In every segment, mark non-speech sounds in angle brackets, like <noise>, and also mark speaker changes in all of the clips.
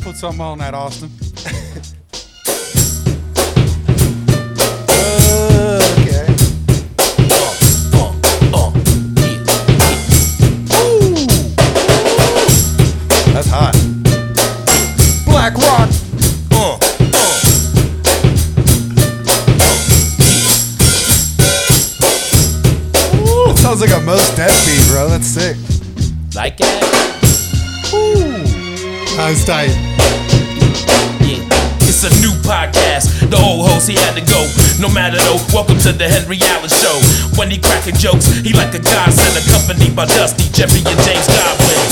Speaker 1: put something on that, Austin.
Speaker 2: <laughs> Okay. That's hot. Black Rock. That Sounds like a most death beat, bro. That's sick.
Speaker 3: Like that?
Speaker 2: That's tight.
Speaker 3: Yeah. It's a new podcast. The old host, he had to go. No matter though, welcome to the Henry Allen Show. When he cracking jokes, he like a godsend, accompanied by Dusty, Jeffrey, and James Godwin.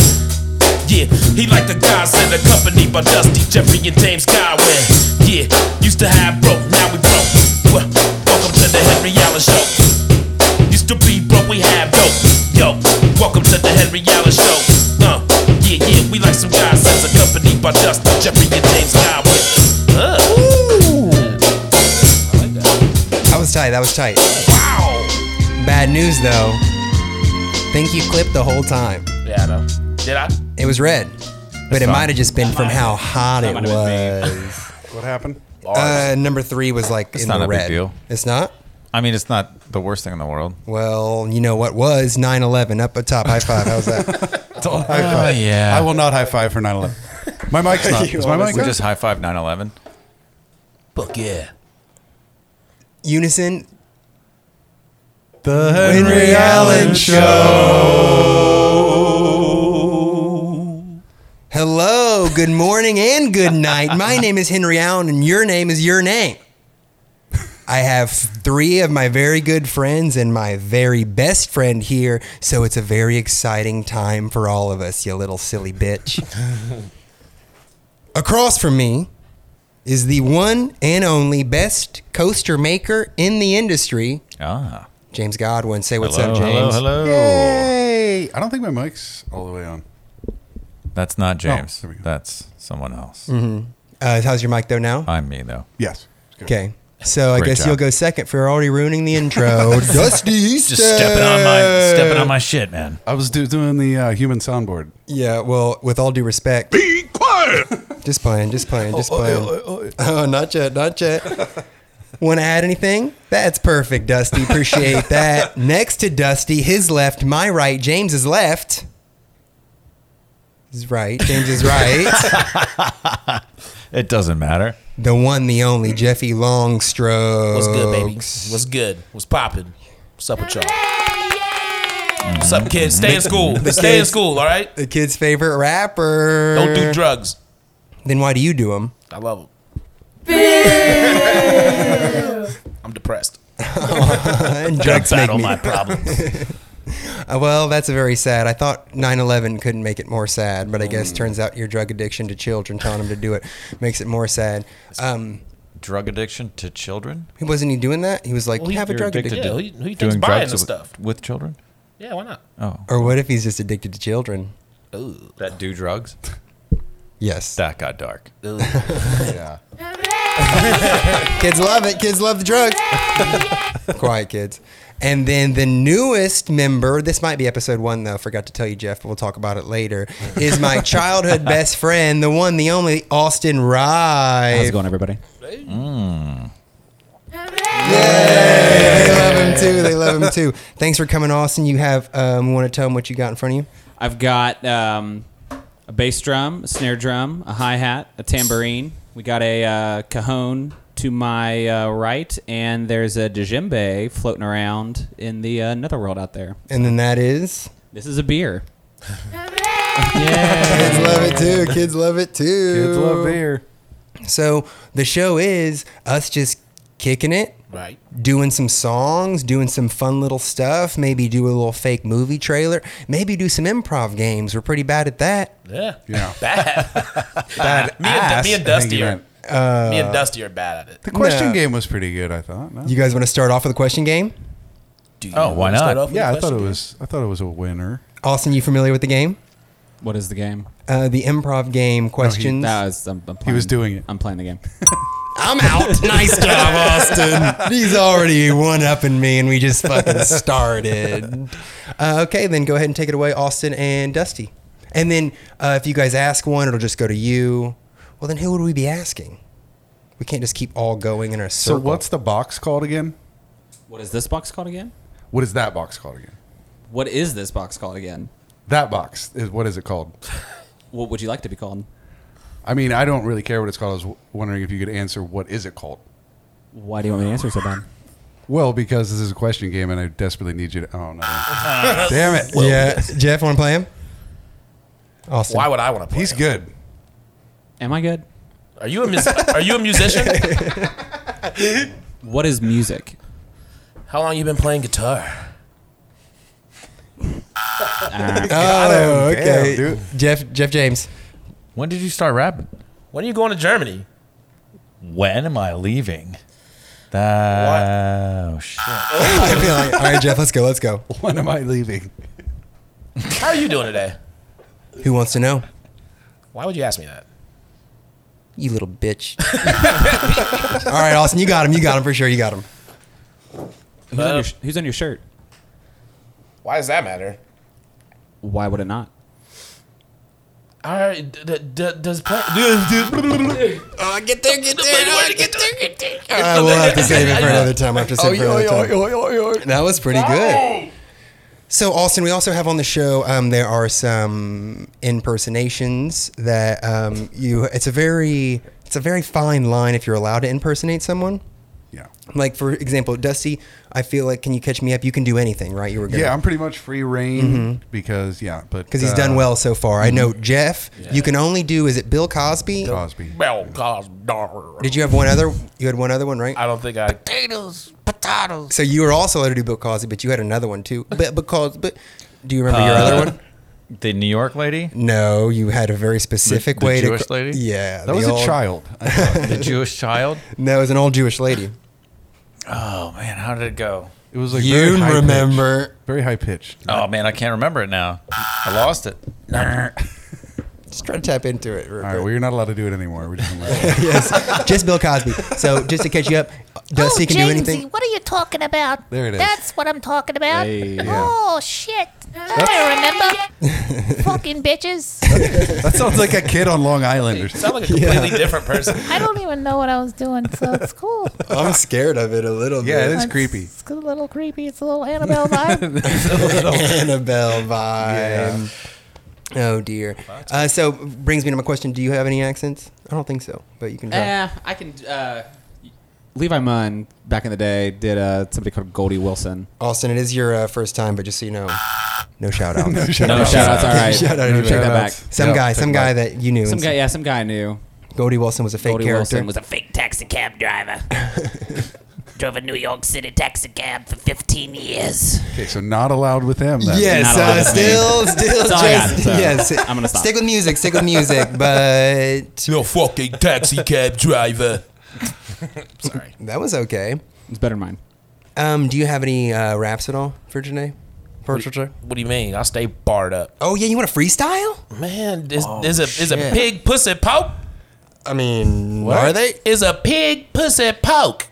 Speaker 3: Yeah, he like a godsend, accompanied by Dusty, Jeffrey, and James Godwin. Yeah, used to have broke, now we broke. Well, welcome to the Henry Allen Show. Used to be broke, we have dope. Yo, welcome to the Henry Allen Show. Uh, yeah, yeah, we like some guys that's accompanied by Dustin, Jeffrey, and James Godwin. Uh,
Speaker 4: That was tight. That was tight.
Speaker 3: wow.
Speaker 4: Bad news though. Think you clipped the whole time.
Speaker 3: Yeah, I know. Did I?
Speaker 4: It was red, but it
Speaker 3: fine.
Speaker 4: might have just been from how hot it
Speaker 5: might have been
Speaker 4: was.
Speaker 1: <laughs> What happened?
Speaker 4: Uh, number three was like in
Speaker 5: not
Speaker 4: the
Speaker 5: a big
Speaker 4: red.
Speaker 5: deal.
Speaker 4: It's not.
Speaker 5: I mean, it's not the worst thing in the world.
Speaker 4: Well, you know what was 9/11 up at top high five. How's
Speaker 5: <laughs>
Speaker 4: that?
Speaker 1: High
Speaker 6: Oh,
Speaker 1: five.
Speaker 5: Ah, yeah.
Speaker 1: I will not high five for 9 11. My mic's not. Is my mic
Speaker 5: we
Speaker 1: on?
Speaker 5: just high five 9/11.
Speaker 3: Fuck yeah.
Speaker 4: Unison.
Speaker 1: The
Speaker 4: Henry Allen Hello, good morning and good night. My name is Henry Allen, and your name is your name. I have three of my very good friends and my very best friend here, so it's a very exciting time for all of us, you little silly bitch. Across from me is the one and only best coaster maker in the industry,
Speaker 5: Ah.
Speaker 4: James Godwin. Say what's
Speaker 5: hello,
Speaker 4: up, James.
Speaker 5: hello, hello.
Speaker 1: Yay! I don't think my mic's all the way on.
Speaker 5: That's not James.
Speaker 1: there we go.
Speaker 5: That's someone else.
Speaker 4: Uh, how's your mic though now?
Speaker 5: I'm me though.
Speaker 1: Yes. It's good.
Speaker 4: Okay. So I
Speaker 5: Great
Speaker 4: guess
Speaker 5: job.
Speaker 4: you'll go second for already ruining the intro. Dusty East.
Speaker 5: Just stepping on my stepping on my shit, man.
Speaker 1: I was do- doing the uh, human soundboard.
Speaker 4: Yeah, well, with all due respect. Be
Speaker 1: <laughs>
Speaker 4: quiet. Just playing, just playing, just playing. Oh, not yet, not yet. <laughs> Want to add anything? That's perfect, Dusty. Appreciate that. Next to Dusty, his left, my right, James is left. Is right. James is right.
Speaker 5: It doesn't matter.
Speaker 4: the one, the only Jeffy Longstrokes.
Speaker 3: What's good, baby? What's good? What's poppin'? What's up with y'all? What's up, kids? Stay in school. Stay in
Speaker 4: kids-
Speaker 3: school, all right?
Speaker 4: The kid's favorite rapper.
Speaker 3: Don't do drugs.
Speaker 4: Then why do you do them?
Speaker 3: I love them. I'm depressed.
Speaker 4: and drugs make
Speaker 5: Battle
Speaker 4: me.
Speaker 5: my problems.
Speaker 4: Uh, well, that's very sad. I thought 9/11 couldn't make it more sad,
Speaker 5: Mm.
Speaker 4: but I guess turns out your drug addiction to children telling them to do it makes it more sad. Um,
Speaker 5: Drug addiction to children?
Speaker 4: he- wasn't he doing that? He was like,
Speaker 3: Well, he-
Speaker 4: have a
Speaker 5: you're
Speaker 4: drug
Speaker 5: addicted
Speaker 4: addiction.
Speaker 5: to
Speaker 3: Yeah, who you- who you think's
Speaker 5: doing
Speaker 3: buying
Speaker 5: drugs
Speaker 3: this
Speaker 5: with,
Speaker 3: stuff?
Speaker 5: with children?
Speaker 3: Yeah, why not?
Speaker 5: Oh.
Speaker 4: Or what if he's just addicted to children?
Speaker 3: Ooh.
Speaker 5: That do drugs?
Speaker 4: Yes.
Speaker 5: That got dark.
Speaker 3: Ooh.
Speaker 1: Yeah.
Speaker 4: Kids love it. Kids love the
Speaker 5: <laughs>
Speaker 4: drugs. Quiet kids. And then the newest member, this might be episode one though, forgot to tell you, Jeff, but we'll talk about it later, is
Speaker 5: <laughs>
Speaker 4: my childhood best friend, the one, the only Austin
Speaker 5: How's it
Speaker 4: Rye.
Speaker 5: going, everybody?
Speaker 4: They love him too. They love him too. Thanks for coming, Austin. You have, um, want to tell them what you got in front of you?
Speaker 5: I've got
Speaker 7: um, a bass drum, a snare drum, a hi hat, a tambourine. We got a uh, cajon to my uh, right, and there's a djembe floating around in the uh, netherworld out there.
Speaker 4: And then that is.
Speaker 7: This is a beer. yeah.
Speaker 4: Kids love it too. <laughs> Kids love it too.
Speaker 5: Kids love beer.
Speaker 4: So the show is us just kicking it,
Speaker 3: Right.
Speaker 4: doing some songs, doing some fun little stuff, maybe do a little fake movie trailer, maybe do some improv games. We're pretty bad at that.
Speaker 3: Yeah.
Speaker 1: Yeah.
Speaker 3: Bad.
Speaker 1: Bad
Speaker 3: me, and, me and Dusty are.
Speaker 1: The
Speaker 3: me and Dusty are bad at it.
Speaker 1: question
Speaker 4: No.
Speaker 1: game was pretty good, I thought. no?
Speaker 4: You guys want to start off with a question game?
Speaker 3: Do you
Speaker 5: Oh, why
Speaker 3: wanna start
Speaker 5: not?
Speaker 3: off with
Speaker 1: yeah,
Speaker 3: a
Speaker 1: I thought it
Speaker 3: question?
Speaker 1: was. I thought it was a winner.
Speaker 4: Austin, you familiar with the game?
Speaker 7: What is the game?
Speaker 4: Uh, the improv game questions.
Speaker 7: That was, I'm, I'm playing,
Speaker 1: was doing it.
Speaker 7: I'm playing the <laughs> game.
Speaker 4: I'm <laughs> out. Nice job, Austin. He's already one upping me, and we just fucking started. Uh, okay, then go ahead and take it away, Austin and Dusty. And then uh, if you guys ask one, it'll just go to you. well, then who would we be asking? We can't just keep all going in our
Speaker 1: So
Speaker 4: circle.
Speaker 1: what's the box called again?
Speaker 7: What is this box called again?
Speaker 1: What is that box called again?
Speaker 7: What is this box called again?
Speaker 1: That box is what is it called?
Speaker 7: What would you like to be called?
Speaker 1: I mean, I don't really care what it's called. I was w- wondering if you could answer what is it called.
Speaker 7: Why do you want me to answer so bad?
Speaker 1: Well, because this is a question game, and I desperately need you to. Oh no! <sighs> Damn it!
Speaker 4: yeah, Jeff, want to play him? Awesome.
Speaker 3: Why would I want to play?
Speaker 1: He's
Speaker 3: him?
Speaker 1: good. <laughs>
Speaker 7: Am I good?
Speaker 8: Are you a
Speaker 3: <laughs>
Speaker 8: mus- Are you a musician?
Speaker 7: What is music?
Speaker 3: How long you been playing guitar?
Speaker 4: Oh,
Speaker 1: Damn,
Speaker 4: okay.
Speaker 1: dude.
Speaker 4: Jeff, Jeff James.
Speaker 6: When did you start rapping?
Speaker 8: When are you going to Germany?
Speaker 6: When am I leaving? That, oh shit!
Speaker 4: I feel like, all right, Jeff, let's go, let's go.
Speaker 1: When am I <laughs> leaving?
Speaker 8: How are you doing today?
Speaker 4: Who wants to know?
Speaker 3: Why would you ask me that?
Speaker 4: You little bitch. <laughs> all right, Austin, you got him. You got him for sure. You got him.
Speaker 7: Who's, on your, sh- who's on your shirt?
Speaker 3: Why does that matter?
Speaker 7: Why would it not?
Speaker 8: All right, d- d- d- does play?
Speaker 3: <sighs>
Speaker 8: oh,
Speaker 4: get there, get
Speaker 8: get there, get there.
Speaker 4: Uh, we'll have to save it for another time. I have to save it
Speaker 3: Oh,
Speaker 4: for another time. That was pretty good. So, Austin, we also have on the show. Um, there are some impersonations that um, you. It's a very, it's a very fine line if you're allowed to impersonate someone.
Speaker 1: Yeah.
Speaker 4: Like for example, Dusty, I feel like can you catch me up? You can do anything, right? You were gonna,
Speaker 1: Yeah, Mm-hmm. I'm pretty much free reign because yeah, but
Speaker 4: because he's
Speaker 1: uh,
Speaker 4: done well so far. I know Jeff. You can only do. Is it mm-hmm. Bill Cosby?
Speaker 1: Cosby.
Speaker 3: Well, cause darn.
Speaker 4: Did you have one other? You had one other one, right?
Speaker 3: I don't think I.
Speaker 4: So you were also allowed to do Bill Cosby, but you had another one too. But because, but do you remember your other <laughs> one?
Speaker 6: The New York lady,
Speaker 4: No, you had a very specific
Speaker 6: The- the
Speaker 4: way to.
Speaker 6: Jewish lady?
Speaker 4: Yeah,
Speaker 1: That was a child. <laughs> I thought.
Speaker 6: the Jewish child.
Speaker 4: No, it was an old Jewish lady.
Speaker 6: Oh man, how did it go?
Speaker 1: It was like very
Speaker 4: you
Speaker 1: high
Speaker 4: remember?
Speaker 1: pitched. very high pitched.
Speaker 6: Oh man, I can't remember it now. I lost it.
Speaker 4: <sighs> Just try to tap into it. real
Speaker 1: All
Speaker 4: quick.
Speaker 1: right, well, you're not allowed to do it anymore. We're just gonna <laughs> let it.
Speaker 4: yes, just Bill Cosby. So just to catch you up, Dusty
Speaker 9: oh,
Speaker 4: can
Speaker 9: Jamesy,
Speaker 4: do anything.
Speaker 9: What are you talking about?
Speaker 1: There it is.
Speaker 9: That's what I'm talking about.
Speaker 7: Hey.
Speaker 9: Oh shit! I remember. Fucking bitches.
Speaker 1: that sounds like a kid on Long Island. Or something.
Speaker 3: Sound like a completely different person. <laughs>
Speaker 9: I don't even know what I was doing, so it's cool.
Speaker 4: <laughs> I'm scared of it a little
Speaker 1: Yeah, it
Speaker 4: bit.
Speaker 1: is
Speaker 9: It's-
Speaker 1: creepy.
Speaker 9: It's a little creepy. It's a little Annabelle vibe.
Speaker 4: <laughs> Annabelle vibe. Oh dear. Uh, so brings me to my question: Do you have any accents? I don't think so, but you can. Try.
Speaker 7: Yeah, I can. Uh, Levi Munn back in the day did uh, somebody called Goldie Wilson.
Speaker 4: Austin, it is your uh, first time, but just so you know, no shout out.
Speaker 7: No, shout outs. All right,
Speaker 4: Shout out
Speaker 7: Take
Speaker 4: anyway.
Speaker 7: that back.
Speaker 4: <laughs> Some guy, some guy that you knew.
Speaker 7: Some
Speaker 4: and
Speaker 7: guy, yeah, some guy I knew.
Speaker 4: Goldie Wilson was a fake
Speaker 7: Goldie
Speaker 4: character.
Speaker 7: Wilson was a
Speaker 10: fake taxi cab driver. Drove a New York City taxi cab for 15 years.
Speaker 1: Okay, so not allowed with them. Then.
Speaker 4: yes,
Speaker 7: Not allowed
Speaker 4: uh,
Speaker 7: to
Speaker 4: still,
Speaker 7: name.
Speaker 4: still,
Speaker 7: all I got,
Speaker 4: just,
Speaker 7: so
Speaker 4: yes.
Speaker 7: I'm gonna stop.
Speaker 4: Stick with music. Stick with
Speaker 7: <laughs>
Speaker 4: music. But
Speaker 3: You fucking taxi cab driver.
Speaker 4: that was okay.
Speaker 7: It's better than mine.
Speaker 4: Um, do you have any uh, raps at all for today? For today?
Speaker 3: What do you mean? I stay barred up.
Speaker 4: Oh yeah, you want a freestyle?
Speaker 3: Man, is,
Speaker 1: Oh,
Speaker 3: is a is a
Speaker 4: shit.
Speaker 3: pig pussy poke?
Speaker 4: I mean, are they?
Speaker 3: Is a pig pussy poke?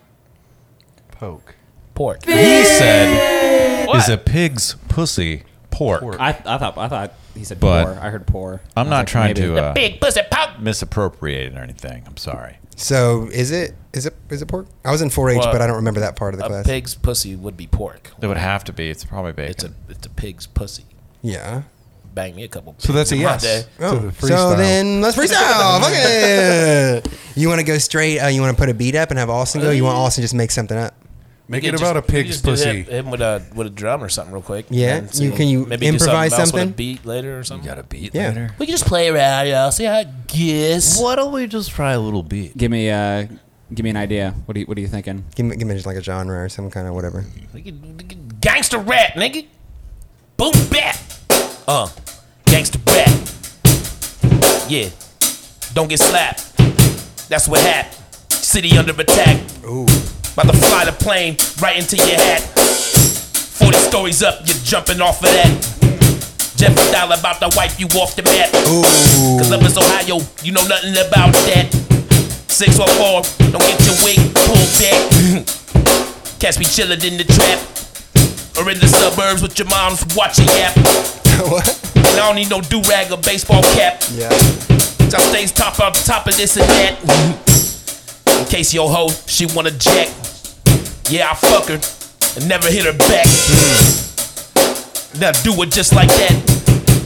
Speaker 1: Poke.
Speaker 3: Pork.
Speaker 6: He said, "Is a pig's pussy pork?"
Speaker 7: I, I thought I thought he said
Speaker 6: But-
Speaker 7: poor. I heard poor.
Speaker 6: I'm not trying to uh,
Speaker 3: Pig pussy poke.
Speaker 6: misappropriate it or anything. I'm sorry.
Speaker 4: So is it is it is it pork? I was in 4-H,
Speaker 3: Well,
Speaker 4: but I don't remember that part of the
Speaker 3: A
Speaker 4: class.
Speaker 3: pig's pussy would be pork.
Speaker 6: It would have to be. It's probably bacon.
Speaker 3: It's a it's a pig's pussy.
Speaker 4: Yeah. Oh,
Speaker 3: Bang me a couple.
Speaker 1: So that's a
Speaker 3: pigs in my
Speaker 1: yes.
Speaker 3: day.
Speaker 1: to the
Speaker 4: so,
Speaker 1: freestyle.
Speaker 3: <laughs>
Speaker 4: then let's freestyle. Fuck it. You want to go straight? Uh, you want to put a beat up and have Austin go? You want Austin to just make something up?
Speaker 1: make
Speaker 3: You
Speaker 1: it
Speaker 3: just-
Speaker 1: about a
Speaker 3: you
Speaker 1: pig's
Speaker 3: just do
Speaker 1: pussy.
Speaker 3: Him, him with a with a drum or something real quick.
Speaker 4: Yeah,
Speaker 3: And
Speaker 4: you- can you
Speaker 3: do
Speaker 4: improvise
Speaker 3: else
Speaker 4: something?
Speaker 3: With a beat later or something.
Speaker 6: got a beat
Speaker 4: Yeah.
Speaker 6: later.
Speaker 3: We can just play around, y'all. See how it gets.
Speaker 6: Why don't we just try a little beat?
Speaker 7: Give me uh, give me an idea. What do you, what are you thinking?
Speaker 4: Give me, give me just like a genre or some kind of whatever.
Speaker 3: We can, we can gangster rap, nigga. Boom bap. Uh, gangster rap. Yeah. Don't get slapped. That's what happened. City under attack. Ooh. About to fly the plane right into your hat. 40 stories up, you're jumping off of that. Jeff Dollar about to wipe you off the map. Cause up in Ohio, you know nothing about that. 614, don't get your wig pulled back. Catch me chillin' in the trap. Or in the suburbs with your mom's watching yap.
Speaker 4: <laughs> what?
Speaker 3: And I don't need no do rag or baseball cap.
Speaker 4: Yeah.
Speaker 3: Just I stays top up top of this and that. In case your hoe, she wanna jack. Yeah, I fuck her and never hit her back. Now do it just like that.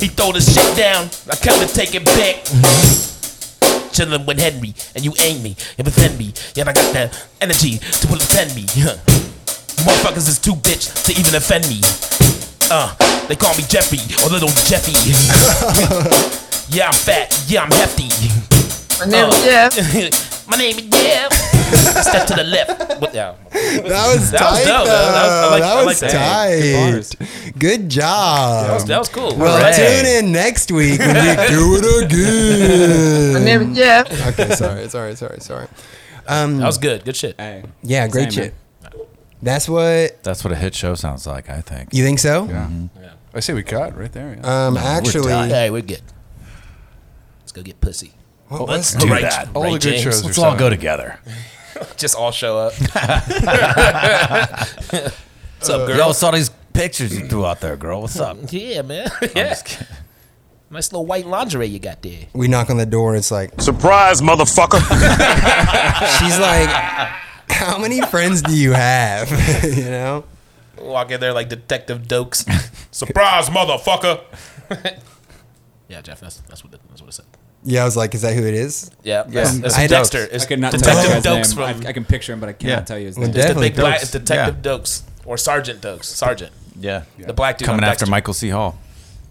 Speaker 3: He throw the shit down, I kinda take it back. Chillin' with Henry, and you ain't me, and within me, and I got the energy to put offend me. Huh. You motherfuckers is too bitch to even offend me. Uh, they call me Jeffy or Little Jeffy. yeah, I'm fat. Yeah, I'm hefty. Uh,
Speaker 9: My name is Jeff.
Speaker 3: <laughs> My name is Jeff. Step to the left. What the?
Speaker 4: That was
Speaker 3: That was
Speaker 4: tight.
Speaker 3: dope, though.
Speaker 4: though.
Speaker 3: That was- I like- I
Speaker 4: That
Speaker 3: like
Speaker 4: was
Speaker 3: that.
Speaker 4: tight. Good job.
Speaker 3: That was cool.
Speaker 4: Well,
Speaker 3: Alright.
Speaker 4: tune in next week when we
Speaker 3: <laughs>
Speaker 4: do it again.
Speaker 9: My name is Jeff.
Speaker 4: okay, sorry, sorry, sorry, sorry.
Speaker 3: That was good. Good shit.
Speaker 7: Hey,
Speaker 4: Yeah, great
Speaker 7: Same,
Speaker 4: shit. That's what
Speaker 6: That's what a hit show sounds like, I think.
Speaker 4: you think so?
Speaker 6: Mm-hmm.
Speaker 1: I say we cut right there. yeah.
Speaker 4: Um, actually,
Speaker 3: Hey, we're good. Let's go get pussy.
Speaker 4: what was
Speaker 3: Let's
Speaker 4: that?
Speaker 3: do right,
Speaker 6: that.
Speaker 1: all
Speaker 3: right,
Speaker 1: the good
Speaker 3: James.
Speaker 1: shows.
Speaker 6: Let's
Speaker 1: are
Speaker 6: all go
Speaker 1: solid.
Speaker 6: together.
Speaker 3: Just all show up. <laughs> What's up,
Speaker 6: Yo,
Speaker 3: girl?
Speaker 6: saw these pictures you threw out there, girl. What's <laughs> up?
Speaker 3: Yeah, man. <laughs> yeah. Nice little white lingerie you got there.
Speaker 4: we knock on the door and it's like
Speaker 11: Surprise, motherfucker.
Speaker 4: <laughs> she's like, "How many friends do you have?" <laughs> you know.
Speaker 3: Walk in there like Detective Dokes. <laughs> Surprise, motherfucker. yeah, Jeff, that's, that's, what it, that's what it said.
Speaker 4: Yeah, I was like, "Is that who it is?"
Speaker 3: Yeah, that's, that's
Speaker 4: I don't-
Speaker 3: Dexter. It's
Speaker 7: I could not tell you
Speaker 3: Detective
Speaker 7: his name.
Speaker 3: Dokes from
Speaker 7: I, I can picture him, but I cannot
Speaker 6: Yeah.
Speaker 7: tell you his
Speaker 4: Well,
Speaker 7: name.
Speaker 3: it's the
Speaker 4: definitely
Speaker 3: big black it's
Speaker 4: Dokes.
Speaker 3: Detective Dokes or Sergeant Dokes. Sergeant.
Speaker 6: Yeah.
Speaker 3: The black dude
Speaker 6: Coming
Speaker 3: on
Speaker 6: after
Speaker 3: Dexter.
Speaker 6: Michael C. Hall.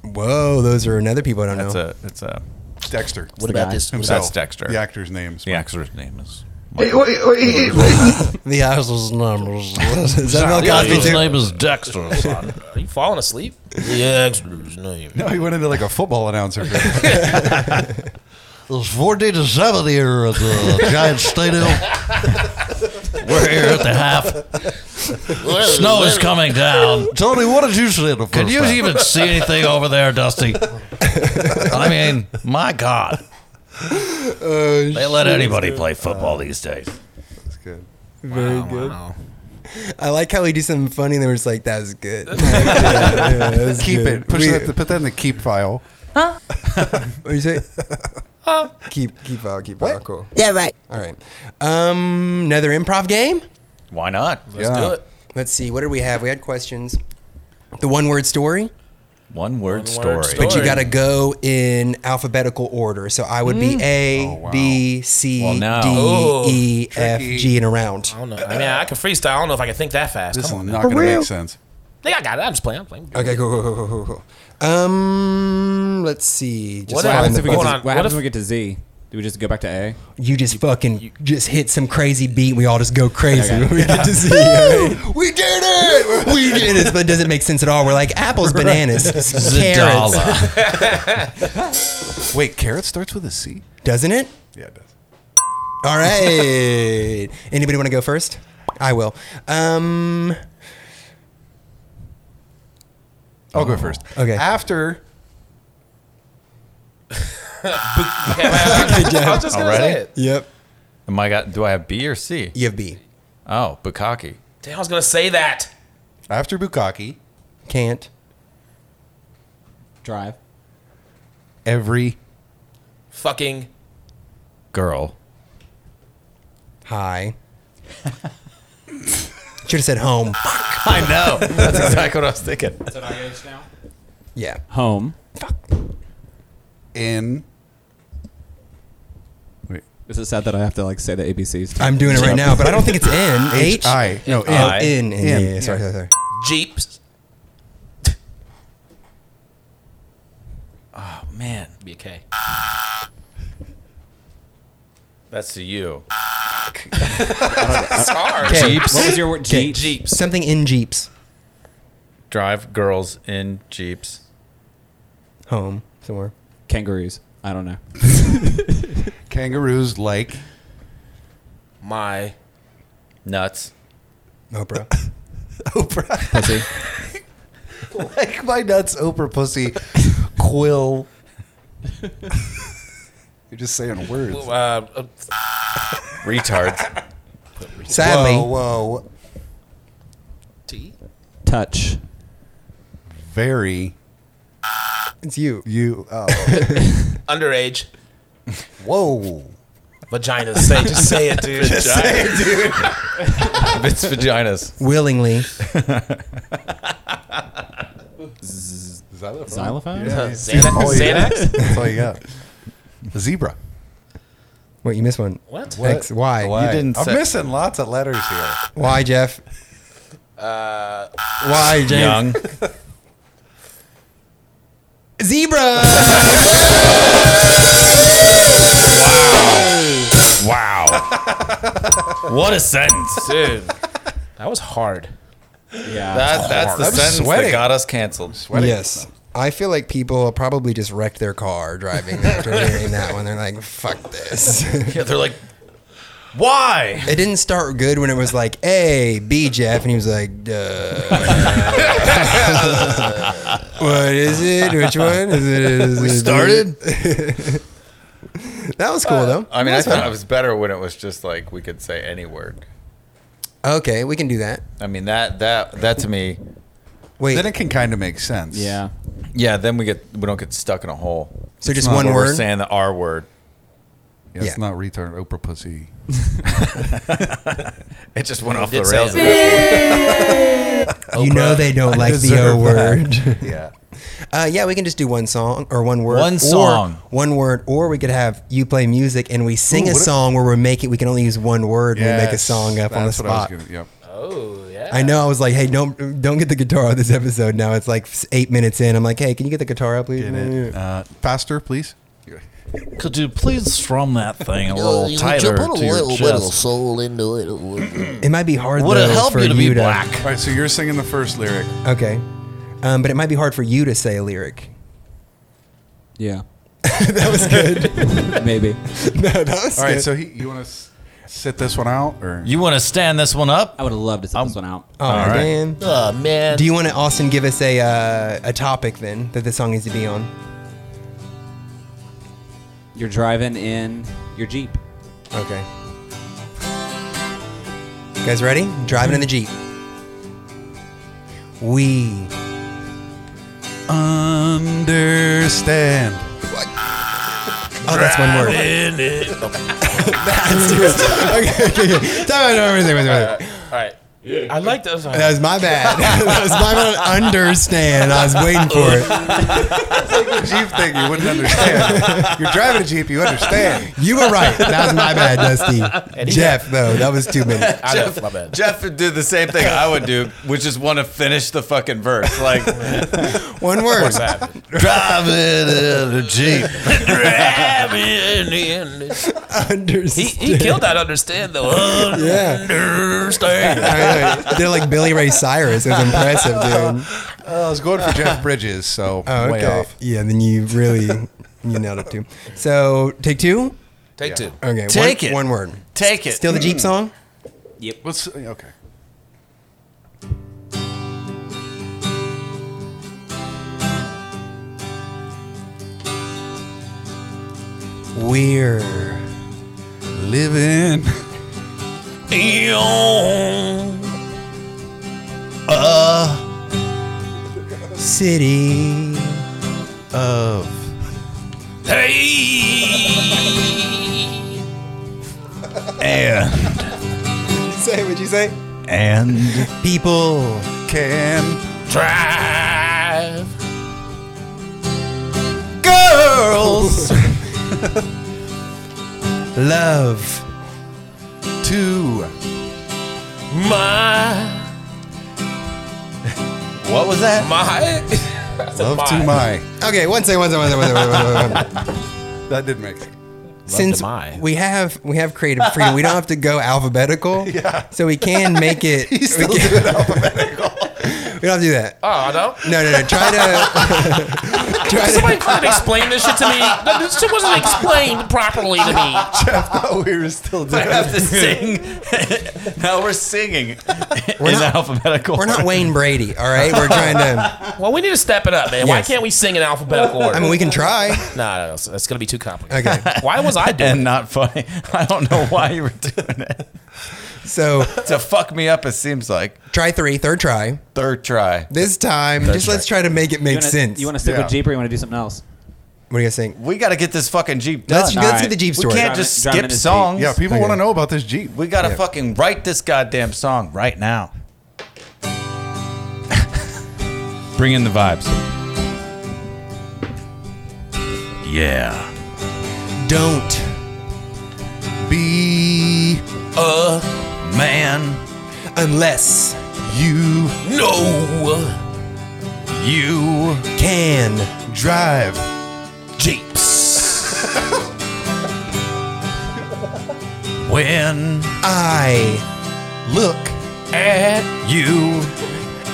Speaker 4: Whoa, those are another people I don't
Speaker 6: That's
Speaker 4: know.
Speaker 6: a that's a
Speaker 1: Dexter.
Speaker 3: What about this?
Speaker 1: himself.
Speaker 6: That's Dexter.
Speaker 1: The actor's name's
Speaker 6: the actor's name is
Speaker 4: The asshole's numbers. <laughs> is that Bill Cosby too?
Speaker 6: name is Dexter.
Speaker 3: Are you falling asleep? Yeah, Dexter's name.
Speaker 1: No, he went into like a football announcer.
Speaker 12: It's 40 to 70 here at uh, the Giant Stadium.
Speaker 6: We're here at the half. Snow is coming down.
Speaker 12: Tony, what did you say in the first
Speaker 6: Can you
Speaker 12: half?
Speaker 6: even see anything over there, Dusty? I mean, my God. they let anybody play football these days.
Speaker 1: That's good.
Speaker 4: Very good. I like how we do something funny and they were just like, "That was good."
Speaker 1: Keep it. Push
Speaker 4: We-
Speaker 1: that. Put that in the keep file.
Speaker 4: What you say? keep keep out, keep out. Cool.
Speaker 9: Yeah, right.
Speaker 4: All right. Um, another improv game.
Speaker 6: Why not?
Speaker 1: yeah.
Speaker 3: Do it.
Speaker 4: Let's see. What did we have? We had questions. The one word story,
Speaker 6: One word story.
Speaker 3: One-word
Speaker 4: but you
Speaker 3: story.
Speaker 4: got to go in alphabetical order. So I would
Speaker 3: Mm.
Speaker 4: be
Speaker 1: Oh,
Speaker 4: A
Speaker 1: wow.
Speaker 4: B C D E F G
Speaker 6: Well, now-
Speaker 3: Oh,
Speaker 4: and around.
Speaker 3: I don't know. I mean, I can freestyle. I don't know if I can think that fast.
Speaker 1: This is
Speaker 3: Come on.
Speaker 1: not going to make sense.
Speaker 3: I think I got it. I'm just playing. I'm playing.
Speaker 4: Okay, cool, cool, cool, cool, cool, cool. Um, let's see. Just
Speaker 3: What
Speaker 7: What
Speaker 4: find
Speaker 7: happens
Speaker 4: the
Speaker 7: if we get
Speaker 3: Hold
Speaker 7: to,
Speaker 3: on,
Speaker 7: what
Speaker 3: what
Speaker 7: happens
Speaker 3: if-
Speaker 7: when we get to Z? Do we just go back to A?
Speaker 4: You just fucking just hit some crazy beat. We all just go crazy
Speaker 7: Okay.
Speaker 4: when <laughs> we get to see. Right? we did it. We did it. But it doesn't make sense at all. We're like apples, bananas, carrots.
Speaker 6: Zidala.
Speaker 1: Wait, carrot starts with a C.
Speaker 4: Doesn't it?
Speaker 1: Yeah, it does.
Speaker 4: All right. Anybody want to go first? I will. Um,
Speaker 1: I'll go first.
Speaker 4: Okay.
Speaker 1: After
Speaker 3: I was just gonna
Speaker 6: Already?
Speaker 3: say it.
Speaker 4: yep.
Speaker 6: Am I got? Do I have B or C?
Speaker 4: You have B.
Speaker 6: Oh, Bukaki.
Speaker 3: Damn, I was gonna say that.
Speaker 1: after Bukaki,
Speaker 4: Can't.
Speaker 7: Drive.
Speaker 1: every
Speaker 3: Fucking
Speaker 6: Girl.
Speaker 3: <laughs>
Speaker 4: Hi. Should have said home.
Speaker 6: I know. <laughs> That's exactly what I was thinking.
Speaker 4: Yeah.
Speaker 7: Home.
Speaker 1: in
Speaker 7: Is it sad that I have to like say the ABCs?
Speaker 4: I'm doing it right now, but I don't think it's N. H.
Speaker 1: I no in.
Speaker 4: Oh, in. in. Yeah,
Speaker 1: In.
Speaker 4: yeah, sorry, sorry, sorry.
Speaker 3: jeeps.
Speaker 6: Man,
Speaker 3: Be okay.
Speaker 6: that's to you.
Speaker 3: Sorry.
Speaker 6: Jeeps.
Speaker 7: What was your word? G.
Speaker 3: Jeeps.
Speaker 4: Something in Jeeps.
Speaker 6: Drive girls in jeeps.
Speaker 4: Home. Somewhere.
Speaker 7: Kangaroos. I don't know.
Speaker 1: kangaroos like
Speaker 3: My
Speaker 6: Nuts.
Speaker 4: Oprah.
Speaker 1: Oprah,
Speaker 7: Pussy.
Speaker 1: <laughs> like my nuts, Oprah <laughs> pussy, quill. <laughs> You're just saying words.
Speaker 3: uh, uh, <laughs>
Speaker 6: Retards.
Speaker 4: Sadly.
Speaker 1: whoa,
Speaker 3: T.
Speaker 7: Touch.
Speaker 1: very
Speaker 4: It's you.
Speaker 1: you. Oh,
Speaker 3: Underage.
Speaker 4: Whoa.
Speaker 13: Vaginas. Say, just say it, dude.
Speaker 5: Just say it,
Speaker 13: dude.
Speaker 5: it's vaginas.
Speaker 4: Willingly.
Speaker 1: Xylophone.
Speaker 7: Xylophone?
Speaker 1: Yeah.
Speaker 13: Xanax?
Speaker 1: All you got. <laughs>
Speaker 13: Xanax?
Speaker 1: That's all you got. A zebra.
Speaker 4: Wait, you missed one.
Speaker 13: What?
Speaker 4: X, y.
Speaker 5: You didn't
Speaker 1: I'm
Speaker 5: say-
Speaker 1: missing lots of letters here.
Speaker 4: Why, Jeff?
Speaker 13: Uh,
Speaker 4: Why, Jeff?
Speaker 5: Young.
Speaker 4: Zebra.
Speaker 5: Wow. what a sentence.
Speaker 13: dude, that was hard.
Speaker 7: Yeah.
Speaker 5: That, that's the
Speaker 1: I'm
Speaker 5: sentence
Speaker 1: sweating.
Speaker 5: that got us canceled.
Speaker 4: yes. I feel like people probably just wrecked their car driving <laughs> after hearing that one. They're like, fuck this.
Speaker 5: Yeah, they're like, why?
Speaker 4: it didn't start good when it was like, A, B, Jeff. And he was like, duh.
Speaker 1: <laughs>
Speaker 4: what is it? <laughs> Which one? Is it, is we
Speaker 5: started?
Speaker 4: <laughs> That was cool, though.
Speaker 6: I mean, I thought it was better when it was just like we could say any word.
Speaker 4: Okay, we can do that.
Speaker 6: I mean, that that that to me,
Speaker 4: Wait.
Speaker 1: Then it can kind of make sense.
Speaker 7: yeah.
Speaker 6: yeah. Then we get we don't get stuck in a hole.
Speaker 4: so just
Speaker 1: not
Speaker 4: one
Speaker 1: what
Speaker 6: Where
Speaker 4: word?
Speaker 6: We're saying the R word.
Speaker 1: Yeah, It's
Speaker 4: Yeah.
Speaker 1: not retard. Oprah pussy.
Speaker 6: It just went off the
Speaker 5: did say
Speaker 6: rails.
Speaker 4: You know they don't like the O
Speaker 1: deserve
Speaker 4: <laughs> word.
Speaker 1: Yeah.
Speaker 4: Uh, yeah, we can just do one song or one word.
Speaker 5: One
Speaker 4: or
Speaker 5: song.
Speaker 4: one word. Or we could have you play music and we
Speaker 1: Ooh,
Speaker 4: sing a
Speaker 1: what if-
Speaker 4: song where we make it. We can only use one word. and We make a song up on the
Speaker 1: That's what I was
Speaker 4: spot. I,
Speaker 1: gonna- yep.
Speaker 13: Oh, yeah.
Speaker 4: know. I was like, hey, don't don't get the guitar on this episode. Now it's like eight minutes in. I'm like, hey, can you get the guitar up, please?
Speaker 1: Get it. Uh, faster, please.
Speaker 5: Could you please strum that thing a little tighter to your chest?
Speaker 14: soul into it.
Speaker 4: Mm. It might be hard.
Speaker 5: Would
Speaker 4: though,
Speaker 5: it help
Speaker 4: for
Speaker 5: you to be
Speaker 4: to-
Speaker 5: black?
Speaker 1: All right, so you're singing the first lyric.
Speaker 4: Okay, um, but it might be hard for you to say a lyric.
Speaker 7: Yeah. that was good. <laughs> Maybe.
Speaker 4: no, that was
Speaker 1: All right,
Speaker 4: good.
Speaker 1: so he, you want to sit this one out, or
Speaker 5: You want to stand this one up?
Speaker 7: I would have loved to set this one out.
Speaker 4: oh
Speaker 5: all right.
Speaker 4: man.
Speaker 13: Oh, man.
Speaker 4: Do you want to, Austin, give us a uh, a topic then that the song needs to be on?
Speaker 7: You're driving in your Jeep.
Speaker 4: Okay. You guys ready? Driving in the Jeep. We.
Speaker 1: understand?
Speaker 4: Oh, that's one word. that's okay, okay, okay. Time out, wait, wait, wait, wait, wait.
Speaker 13: All right. I like those.
Speaker 4: That was my bad. <laughs> that was my bad. Understand. I was waiting for it.
Speaker 1: <laughs> Jeep thing, you wouldn't understand. You're driving a Jeep, you
Speaker 4: <laughs>
Speaker 1: understand.
Speaker 4: You were right. That was my bad, Dusty. Jeff, though, that was too many.
Speaker 13: I know, my bad.
Speaker 6: Jeff did the same thing I would do, which is want to finish the fucking verse. Like, <laughs>
Speaker 4: One word.
Speaker 5: Driving in a Jeep. <laughs>
Speaker 13: He,
Speaker 4: Understand.
Speaker 13: he killed that understand though.
Speaker 4: Yeah.
Speaker 13: Understand.
Speaker 4: I know. They're like Billy Ray Cyrus. It was impressive, dude.
Speaker 1: I was going for Jeff Bridges, so
Speaker 4: Oh,
Speaker 1: way
Speaker 4: okay.
Speaker 1: off.
Speaker 4: Yeah, then you really you nailed it too. So take two.
Speaker 13: Take two.
Speaker 4: Okay, one-
Speaker 5: Take it.
Speaker 4: One word.
Speaker 5: Take it.
Speaker 4: Still the Jeep song.
Speaker 1: Let's okay.
Speaker 4: We're
Speaker 1: Living
Speaker 4: city.
Speaker 5: Hey. And
Speaker 4: Say, what'd you say?
Speaker 5: and
Speaker 4: People.
Speaker 1: can
Speaker 5: drive
Speaker 4: <laughs>
Speaker 5: girls
Speaker 4: Love.
Speaker 1: to
Speaker 13: My
Speaker 5: what was that <laughs>
Speaker 13: my
Speaker 1: love to my.
Speaker 4: Okay, one second, one second, one second, one second, one second. One second.
Speaker 1: That did make sense.
Speaker 4: Since
Speaker 13: my.
Speaker 4: we have we have creative freedom, we don't have to go alphabetical. yeah. So we can make it. we can- <laughs> we don't have to do that.
Speaker 13: oh no.
Speaker 4: No, no, no. Try to. try to.
Speaker 13: Somebody couldn't explain this shit to me. No, This shit wasn't explained properly to me.
Speaker 1: Oh, we were still
Speaker 5: I
Speaker 1: doing.
Speaker 5: have to <laughs> sing.
Speaker 6: <laughs>
Speaker 5: now we're singing
Speaker 4: We're
Speaker 5: in
Speaker 4: not-
Speaker 5: alphabetical.
Speaker 4: We're not
Speaker 5: order.
Speaker 4: Wayne Brady, all right? We're trying to.
Speaker 13: Well, we need to step it up, man. Why
Speaker 4: Yes.
Speaker 13: can't we sing in alphabetical order?
Speaker 4: I mean, we can try.
Speaker 13: Nah, no, no, that's gonna be too complicated.
Speaker 4: Okay.
Speaker 13: Why was I doing?
Speaker 5: and not funny. <laughs> I don't know why you were doing it.
Speaker 4: So
Speaker 6: <laughs> to fuck me up, it seems like.
Speaker 4: try three, third try.
Speaker 6: Third try.
Speaker 4: This time, just let's try to make it make
Speaker 7: you wanna,
Speaker 4: sense.
Speaker 7: You want to stick
Speaker 1: Yeah.
Speaker 7: with Jeep or you want to do something else?
Speaker 4: What do you guys think?
Speaker 6: We got to get this fucking Jeep done.
Speaker 4: Let's- let's All get right. the Jeep story.
Speaker 6: We can't
Speaker 4: Driving-
Speaker 6: just
Speaker 4: driving
Speaker 6: skip
Speaker 4: in his
Speaker 6: songs.
Speaker 4: Jeep. Yeah, people Okay. wanna
Speaker 1: know about this Jeep.
Speaker 6: We got to
Speaker 4: Yeah.
Speaker 6: fucking write this goddamn song right now.
Speaker 5: Bring in the vibes. Yeah.
Speaker 4: Don't
Speaker 1: E
Speaker 6: be a man
Speaker 4: unless
Speaker 6: you
Speaker 13: know
Speaker 6: you
Speaker 4: can
Speaker 1: drive
Speaker 6: jeeps. when
Speaker 4: I look
Speaker 13: at
Speaker 6: you,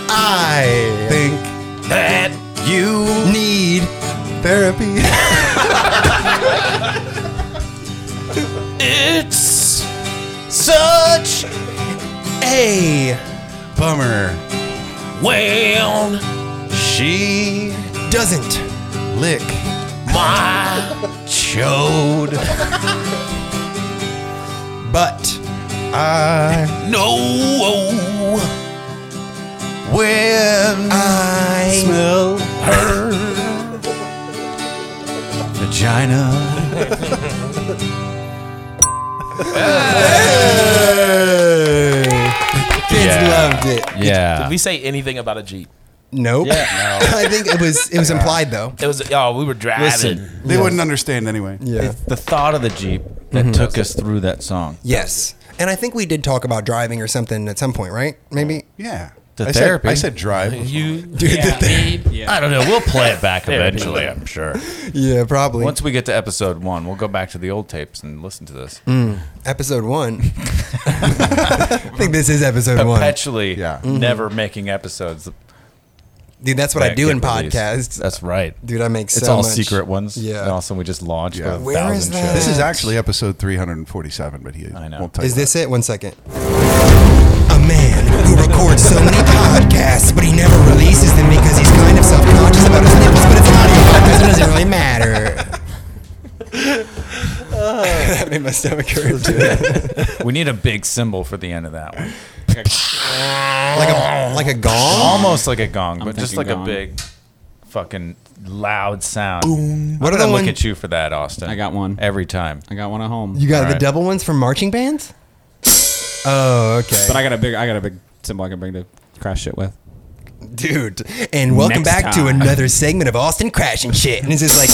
Speaker 4: I
Speaker 1: think
Speaker 6: that you
Speaker 4: need therapy.
Speaker 13: It's
Speaker 6: such
Speaker 4: a
Speaker 1: bummer.
Speaker 13: Well,
Speaker 6: she
Speaker 4: doesn't lick
Speaker 13: my
Speaker 6: chode.
Speaker 4: But
Speaker 1: I
Speaker 13: no.
Speaker 6: When
Speaker 4: I
Speaker 6: smell
Speaker 13: her
Speaker 6: vagina.
Speaker 4: Kids
Speaker 13: Yeah.
Speaker 4: loved it.
Speaker 13: Did we say anything about a Jeep?
Speaker 4: Nope. <laughs>
Speaker 13: Yeah,
Speaker 4: I think it was it was implied though.
Speaker 13: It was oh, we were driving.
Speaker 6: Listen,
Speaker 1: They wouldn't understand anyway.
Speaker 4: Yeah.
Speaker 6: It's the thought of the Jeep that
Speaker 4: Mhm.
Speaker 6: took us through that song.
Speaker 4: Yes. And I think we did talk about driving or something at some point, right? Maybe.
Speaker 1: Yeah.
Speaker 6: The therapy.
Speaker 1: drive.
Speaker 4: <laughs>
Speaker 13: You
Speaker 4: Dude, the ther-
Speaker 5: I don't know. We'll play it back
Speaker 6: Therapy.
Speaker 5: eventually, I'm sure.
Speaker 4: Yeah, probably.
Speaker 6: Once we get to episode one, we'll go back to the old tapes and listen to this.
Speaker 4: Mm. Episode
Speaker 6: <laughs>
Speaker 4: one. I think this is episode one.
Speaker 6: Perpetually Mm-hmm. never making episodes.
Speaker 4: Dude, that's what I
Speaker 6: that
Speaker 4: do in
Speaker 6: get released.
Speaker 4: podcasts.
Speaker 6: That's right.
Speaker 4: Dude, I make
Speaker 6: It's
Speaker 4: so
Speaker 6: all
Speaker 4: much-
Speaker 6: secret ones.
Speaker 4: Yeah.
Speaker 6: And also, we just launched with a
Speaker 4: Where is
Speaker 6: thousand
Speaker 4: that?
Speaker 6: shows.
Speaker 1: This is actually episode 347, but he I know. won't tell
Speaker 4: Is
Speaker 1: you.
Speaker 4: this it? One second. A man who records so many podcasts, but he never releases them because he's kind of self-conscious about his nipples, but it's not a podcast, so it doesn't really
Speaker 7: <laughs>
Speaker 4: matter. that made my stomach hurt.
Speaker 6: we need a big symbol for the end of that one.
Speaker 4: Like a like a gong?
Speaker 6: Almost like a gong, but just
Speaker 4: thinking
Speaker 6: like
Speaker 4: gong.
Speaker 6: a big fucking loud sound.
Speaker 4: Boom.
Speaker 6: What
Speaker 4: What
Speaker 6: I'm
Speaker 4: are
Speaker 6: gonna
Speaker 4: the
Speaker 6: look
Speaker 4: one-
Speaker 6: at you for that, Austin. I got one. Every time.
Speaker 7: I got one at home.
Speaker 4: You got
Speaker 7: All
Speaker 4: the
Speaker 7: right.
Speaker 4: double ones from marching bands? Oh, okay.
Speaker 7: But I got a big, I got a big symbol I can bring to crash shit with.
Speaker 4: Dude, And welcome
Speaker 7: Next
Speaker 4: back to
Speaker 7: time.
Speaker 4: another segment of Austin crashing shit. And this <laughs> is like,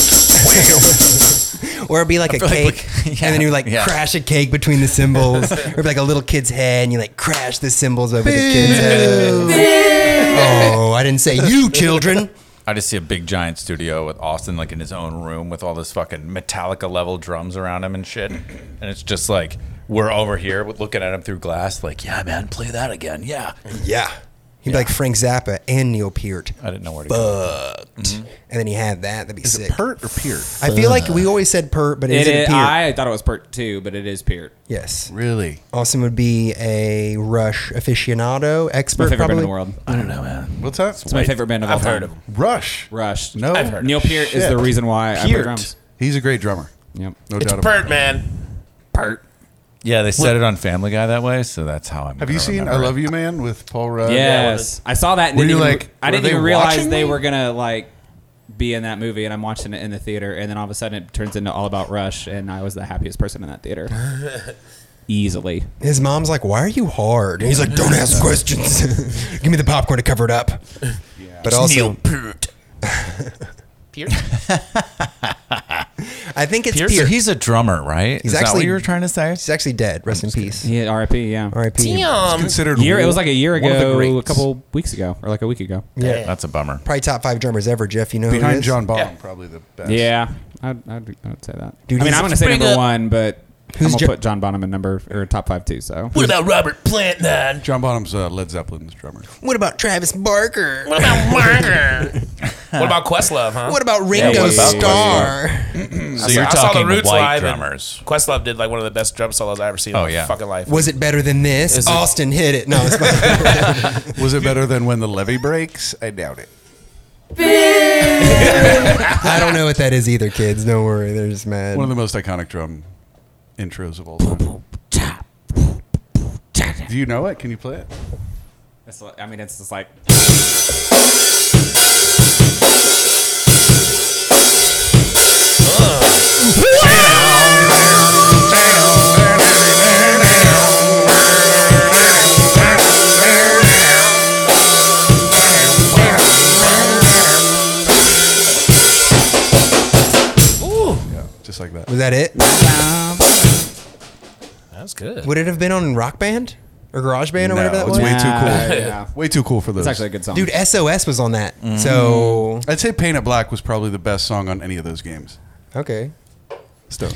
Speaker 4: or it'd be like
Speaker 7: I
Speaker 4: a
Speaker 7: feel like
Speaker 4: cake,
Speaker 7: <laughs>
Speaker 4: and then you like
Speaker 7: yeah.
Speaker 4: crash a cake between the cymbals, <laughs> or it'd be like a little kid's head, and you like crash the cymbals over the kid's head. oh, I didn't say
Speaker 7: <laughs>
Speaker 4: you, children.
Speaker 6: I just see a big giant studio with Austin like in his own room with all this fucking Metallica level drums around him and shit. And it's just like we're over here with- looking at him through glass, like, yeah, man, play that again. Yeah.
Speaker 4: Yeah, he'd be like Frank Zappa and Neil Peart.
Speaker 6: I didn't know where to go.
Speaker 4: Fucked. And then he had that. That'd be sick.
Speaker 1: Pert or Peart?
Speaker 4: I feel like we always said Pert, but it
Speaker 7: It
Speaker 4: isn't
Speaker 7: is-
Speaker 4: Peart.
Speaker 7: I thought it was Pert too, but it is Peart.
Speaker 4: Yes.
Speaker 1: Really?
Speaker 4: Austin would be a Rush aficionado expert.
Speaker 7: favorite band
Speaker 4: probably.
Speaker 7: in the world. I don't know, man.
Speaker 1: What's that?
Speaker 7: It's my favorite band of all
Speaker 1: I've
Speaker 7: time.
Speaker 1: heard Rush.
Speaker 7: Rush.
Speaker 1: No.
Speaker 7: I've heard Neil Peart is the reason why I play Peart. drums.
Speaker 1: He's a great drummer.
Speaker 7: Yep.
Speaker 1: No
Speaker 13: It's
Speaker 1: doubt
Speaker 13: Pert, man.
Speaker 7: Pert.
Speaker 6: Yeah, they said it on Family Guy that way, so that's how I'm.
Speaker 1: Have you
Speaker 6: gonna
Speaker 1: seen I
Speaker 6: remember it.
Speaker 1: Love You Man with Paul
Speaker 7: Oh,
Speaker 1: Rudd?
Speaker 7: Yes, I saw that. And
Speaker 1: Were
Speaker 7: didn't
Speaker 1: you
Speaker 7: even-
Speaker 1: like?
Speaker 7: I
Speaker 1: were
Speaker 7: didn't even
Speaker 1: they
Speaker 7: realize
Speaker 1: watching
Speaker 7: they
Speaker 1: me?
Speaker 7: were gonna like be in that movie, and I'm watching it in the theater, and then all of a sudden it turns into all about Rush, and I was the happiest person in that theater, easily.
Speaker 4: His mom's like, "Why are you hard?" And he's like, "Don't ask questions. <laughs> Give me the popcorn to cover it up." But
Speaker 13: It's
Speaker 4: also,
Speaker 13: Neil Peart. Peart?
Speaker 4: I think it's
Speaker 6: Peart?
Speaker 4: Peart.
Speaker 6: So he's a drummer, right?
Speaker 4: He's
Speaker 6: Is that
Speaker 4: actually
Speaker 6: what you were trying to say?
Speaker 4: He's actually dead. Rest in peace.
Speaker 7: Yeah, R.I.P. Yeah,
Speaker 4: R.I.P.
Speaker 13: Damn.
Speaker 7: year. It was like a year
Speaker 4: one of the
Speaker 7: ago, a
Speaker 4: greats.
Speaker 7: couple weeks ago, or like a week ago.
Speaker 4: Yeah.
Speaker 6: That's a bummer.
Speaker 4: Probably top five drummers ever, Jeff. You know who it
Speaker 1: behind
Speaker 4: is?
Speaker 1: John Bonham, probably the best.
Speaker 7: Yeah, I'd, I'd, I'd say that.
Speaker 4: Dude,
Speaker 7: I mean,
Speaker 4: he's-
Speaker 7: I'm gonna say
Speaker 4: Bring
Speaker 7: number
Speaker 4: up-
Speaker 7: one, but I'm
Speaker 4: Who's
Speaker 7: gonna
Speaker 4: Jo-
Speaker 7: put John Bonham in number or top five too. So
Speaker 13: What about Robert Plant then?
Speaker 1: John Bonham's uh, Led Zeppelin's drummer.
Speaker 4: What about Travis Barker? What
Speaker 5: <laughs>
Speaker 13: about Barker? what about Questlove, huh?
Speaker 4: What about Ringo
Speaker 13: what about
Speaker 4: Starr?
Speaker 13: Questlove?
Speaker 6: So
Speaker 13: I saw-
Speaker 6: you're
Speaker 13: I saw
Speaker 6: talking
Speaker 13: the Roots
Speaker 6: white
Speaker 13: live and
Speaker 6: drummers.
Speaker 13: Questlove did like one of the best drum solos I ever seen
Speaker 6: Oh,
Speaker 13: in my
Speaker 6: yeah.
Speaker 13: fucking life.
Speaker 4: Was it better than this?
Speaker 13: Is it-
Speaker 4: Austin hit it. No, it's fine.
Speaker 1: Was it better than when the levee breaks? I doubt it.
Speaker 4: I don't know what that is either, kids. Don't worry, they're just mad.
Speaker 1: One of the most iconic drum intros of all time. Do you know it? Can you play it?
Speaker 7: It's like- I mean, it's just like
Speaker 1: Just like that.
Speaker 4: Was that it?
Speaker 13: That's good.
Speaker 4: Would it have been on Rock Band or Garage Band or
Speaker 1: No,
Speaker 4: whatever that
Speaker 1: it's
Speaker 4: was?
Speaker 1: way too
Speaker 7: ah,
Speaker 1: cool. Way too cool for
Speaker 4: It's
Speaker 1: those.
Speaker 4: actually a good song. Dude, SOS was on that. So
Speaker 1: I'd say "Paint It Black" was probably the best song on any of those games.
Speaker 4: Okay. <laughs>
Speaker 1: Still,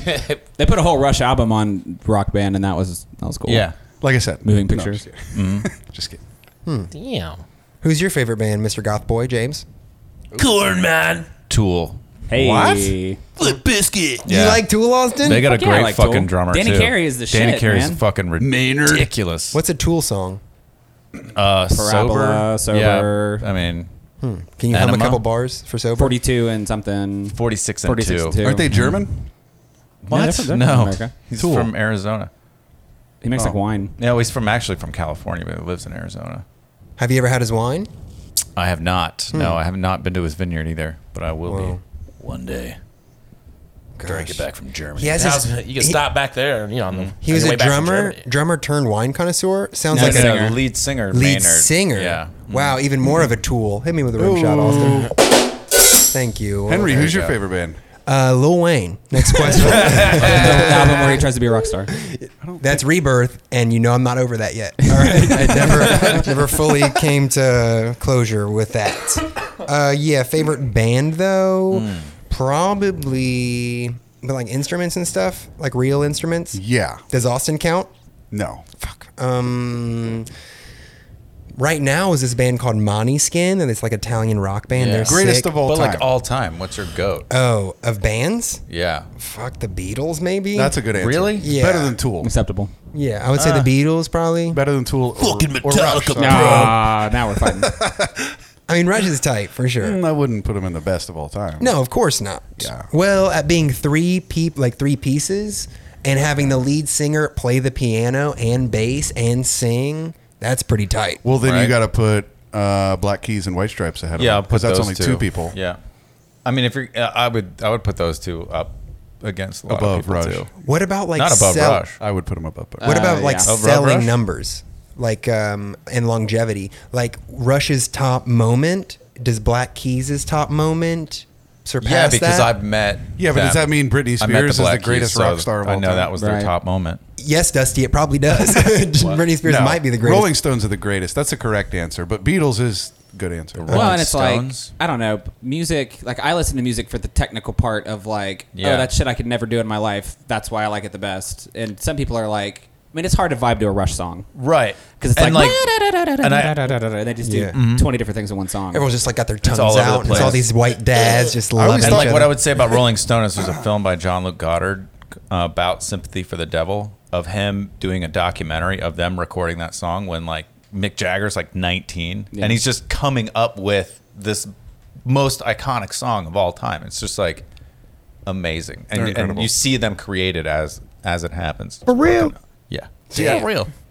Speaker 7: they put a whole Rush album on Rock Band, and that was that was cool.
Speaker 1: Yeah. Like I said,
Speaker 7: moving
Speaker 1: no,
Speaker 7: pictures.
Speaker 1: just kidding. <laughs>
Speaker 4: Mm-hmm.
Speaker 1: Just kidding.
Speaker 13: Damn.
Speaker 4: Who's your favorite band, Mr. Goth Boy, James?
Speaker 13: Corn man.
Speaker 6: Tool.
Speaker 7: Hey.
Speaker 4: What?
Speaker 13: Flip biscuit.
Speaker 6: Yeah.
Speaker 4: You like Tool Austin?
Speaker 6: They got a great fucking drummer. too. Danny Carey's fucking rid-
Speaker 4: Maynard.
Speaker 6: ridiculous.
Speaker 4: What's a Tool song?
Speaker 6: Uh,
Speaker 7: Parabola,
Speaker 6: sober. Yeah,
Speaker 7: Sober.
Speaker 6: I mean,
Speaker 4: Hmm. Can you hum a
Speaker 6: Enema?
Speaker 4: couple bars for sober?
Speaker 7: Forty-two and something.
Speaker 6: Forty-six and two.
Speaker 7: two.
Speaker 6: Aren't they German?
Speaker 7: Yeah,
Speaker 6: What?
Speaker 7: they're from- they're from
Speaker 6: no,
Speaker 7: America.
Speaker 6: he's
Speaker 7: Tool.
Speaker 6: from Arizona.
Speaker 7: He makes, like, wine.
Speaker 6: No, he's from actually from California, but he lives in Arizona.
Speaker 4: Have you ever had his wine?
Speaker 6: I have not.
Speaker 4: Hmm.
Speaker 6: No, I have not been to his vineyard either, but I will
Speaker 4: Whoa.
Speaker 6: be one day. After I get back from Germany.
Speaker 4: He has
Speaker 13: Now
Speaker 4: his-
Speaker 13: it's- you can
Speaker 4: he-
Speaker 13: stop back there. You know, on the,
Speaker 4: He
Speaker 13: on
Speaker 4: was
Speaker 13: your way
Speaker 4: a
Speaker 13: back from
Speaker 4: drummer,
Speaker 13: Germany.
Speaker 4: drummer turned wine connoisseur. Sounds
Speaker 6: No,
Speaker 4: like
Speaker 6: no,
Speaker 4: a
Speaker 6: no, lead singer,
Speaker 4: Lead
Speaker 6: Maynard.
Speaker 4: singer.
Speaker 6: Yeah.
Speaker 4: Wow, even more of a tool. Hit me with a rim shot, Austin. Thank you,
Speaker 1: Henry,
Speaker 4: There
Speaker 1: who's
Speaker 4: you
Speaker 1: your
Speaker 4: go.
Speaker 1: favorite band?
Speaker 4: Uh, Lil Wayne. Next question.
Speaker 7: album where he tries to be a rock star.
Speaker 4: That's Rebirth, and you know I'm not over that yet. All right, <laughs> I never, never fully <laughs> came to closure with that. Uh, yeah, favorite band though, probably, but like instruments and stuff, like real instruments.
Speaker 1: Yeah.
Speaker 4: Does Austin count?
Speaker 1: No.
Speaker 4: Fuck. Um. Right now is this band called Monty Skin, and it's like Italian rock band. They're
Speaker 6: greatest
Speaker 4: sick.
Speaker 6: of all but time. like all time, what's your goat?
Speaker 1: Uh,
Speaker 4: Oh, of bands?
Speaker 6: Yeah.
Speaker 4: Fuck the Beatles, maybe.
Speaker 1: That's a good answer.
Speaker 6: Really?
Speaker 4: Yeah.
Speaker 1: Better than Tool.
Speaker 7: Acceptable.
Speaker 4: Yeah, I would say
Speaker 1: Ah.
Speaker 4: the Beatles probably.
Speaker 1: Better than Tool. or-
Speaker 4: Fucking
Speaker 1: or Rush,
Speaker 4: Metallica,
Speaker 1: sorry.
Speaker 4: bro. Nah,
Speaker 7: now we're fighting.
Speaker 4: I mean, Rush is tight for sure.
Speaker 1: Mm, I wouldn't put him in the best of all time.
Speaker 4: No, of course not.
Speaker 1: Yeah.
Speaker 4: Well, at being three peop like three pieces and having the lead singer play the piano and bass and sing, that's pretty tight.
Speaker 1: Well, then you
Speaker 4: Right.
Speaker 1: got to put uh, Black Keys and White Stripes ahead of
Speaker 6: Yeah,
Speaker 1: him.
Speaker 6: I'll put
Speaker 1: that's
Speaker 6: those
Speaker 1: only two people.
Speaker 6: Yeah. I mean, if you're, uh, I would, I would put those two up against a lot
Speaker 1: Above
Speaker 6: of people
Speaker 1: Rush.
Speaker 6: too.
Speaker 4: What about like
Speaker 6: not above
Speaker 4: sell-
Speaker 6: Rush?
Speaker 1: I would put him above. Rush.
Speaker 4: What about like
Speaker 6: Above
Speaker 4: selling
Speaker 6: Rush?
Speaker 4: numbers, like um, and longevity? Like Rush's top moment. Does Black Keys' top moment surpass
Speaker 6: Yeah, because
Speaker 4: that?
Speaker 6: I've met.
Speaker 1: Yeah, but does
Speaker 6: them.
Speaker 1: that mean Britney
Speaker 6: I met
Speaker 1: Spears is the
Speaker 6: Black Keys,
Speaker 1: greatest rock
Speaker 6: so
Speaker 1: star of
Speaker 6: I
Speaker 1: all
Speaker 6: know
Speaker 1: time?
Speaker 6: that was their
Speaker 1: Right.
Speaker 6: top moment.
Speaker 4: Yes, Dusty, it probably
Speaker 6: <laughs>
Speaker 4: does. <laughs> Britney Spears
Speaker 1: No.
Speaker 4: might be the greatest.
Speaker 1: Rolling Stones are the greatest. That's the correct answer. But Beatles is good answer.
Speaker 7: well, and it's like I don't know music. Like I listen to music for the technical part of like,
Speaker 1: Yeah.
Speaker 7: oh, that shit I could never do in my life. That's why I like it the best. And some people are like, I mean, it's hard to vibe to a Rush song,
Speaker 6: right?
Speaker 7: Because it's like,
Speaker 6: And,
Speaker 7: like
Speaker 6: and
Speaker 7: and,
Speaker 6: I-
Speaker 7: they just
Speaker 6: Yeah.
Speaker 7: do
Speaker 6: Mhm.
Speaker 7: twenty different things in one song.
Speaker 4: Everyone's just like got their tongues
Speaker 6: all over the
Speaker 4: out. and It's all
Speaker 6: place.
Speaker 4: these white dads just loving
Speaker 6: and
Speaker 4: each
Speaker 6: like
Speaker 4: other.
Speaker 6: what I would say about Rolling Stone is there's a film by John Luke Goddard uh, about sympathy for the devil of him doing a documentary of them recording that song when like Mick Jagger's like 19
Speaker 7: Yeah.
Speaker 6: and he's just coming up with this most iconic song of all time. It's just like amazing,
Speaker 1: They're
Speaker 6: and, and
Speaker 1: incredible.
Speaker 6: you see them create it as as it happens.
Speaker 1: For real?
Speaker 6: yeah,
Speaker 1: Yeah.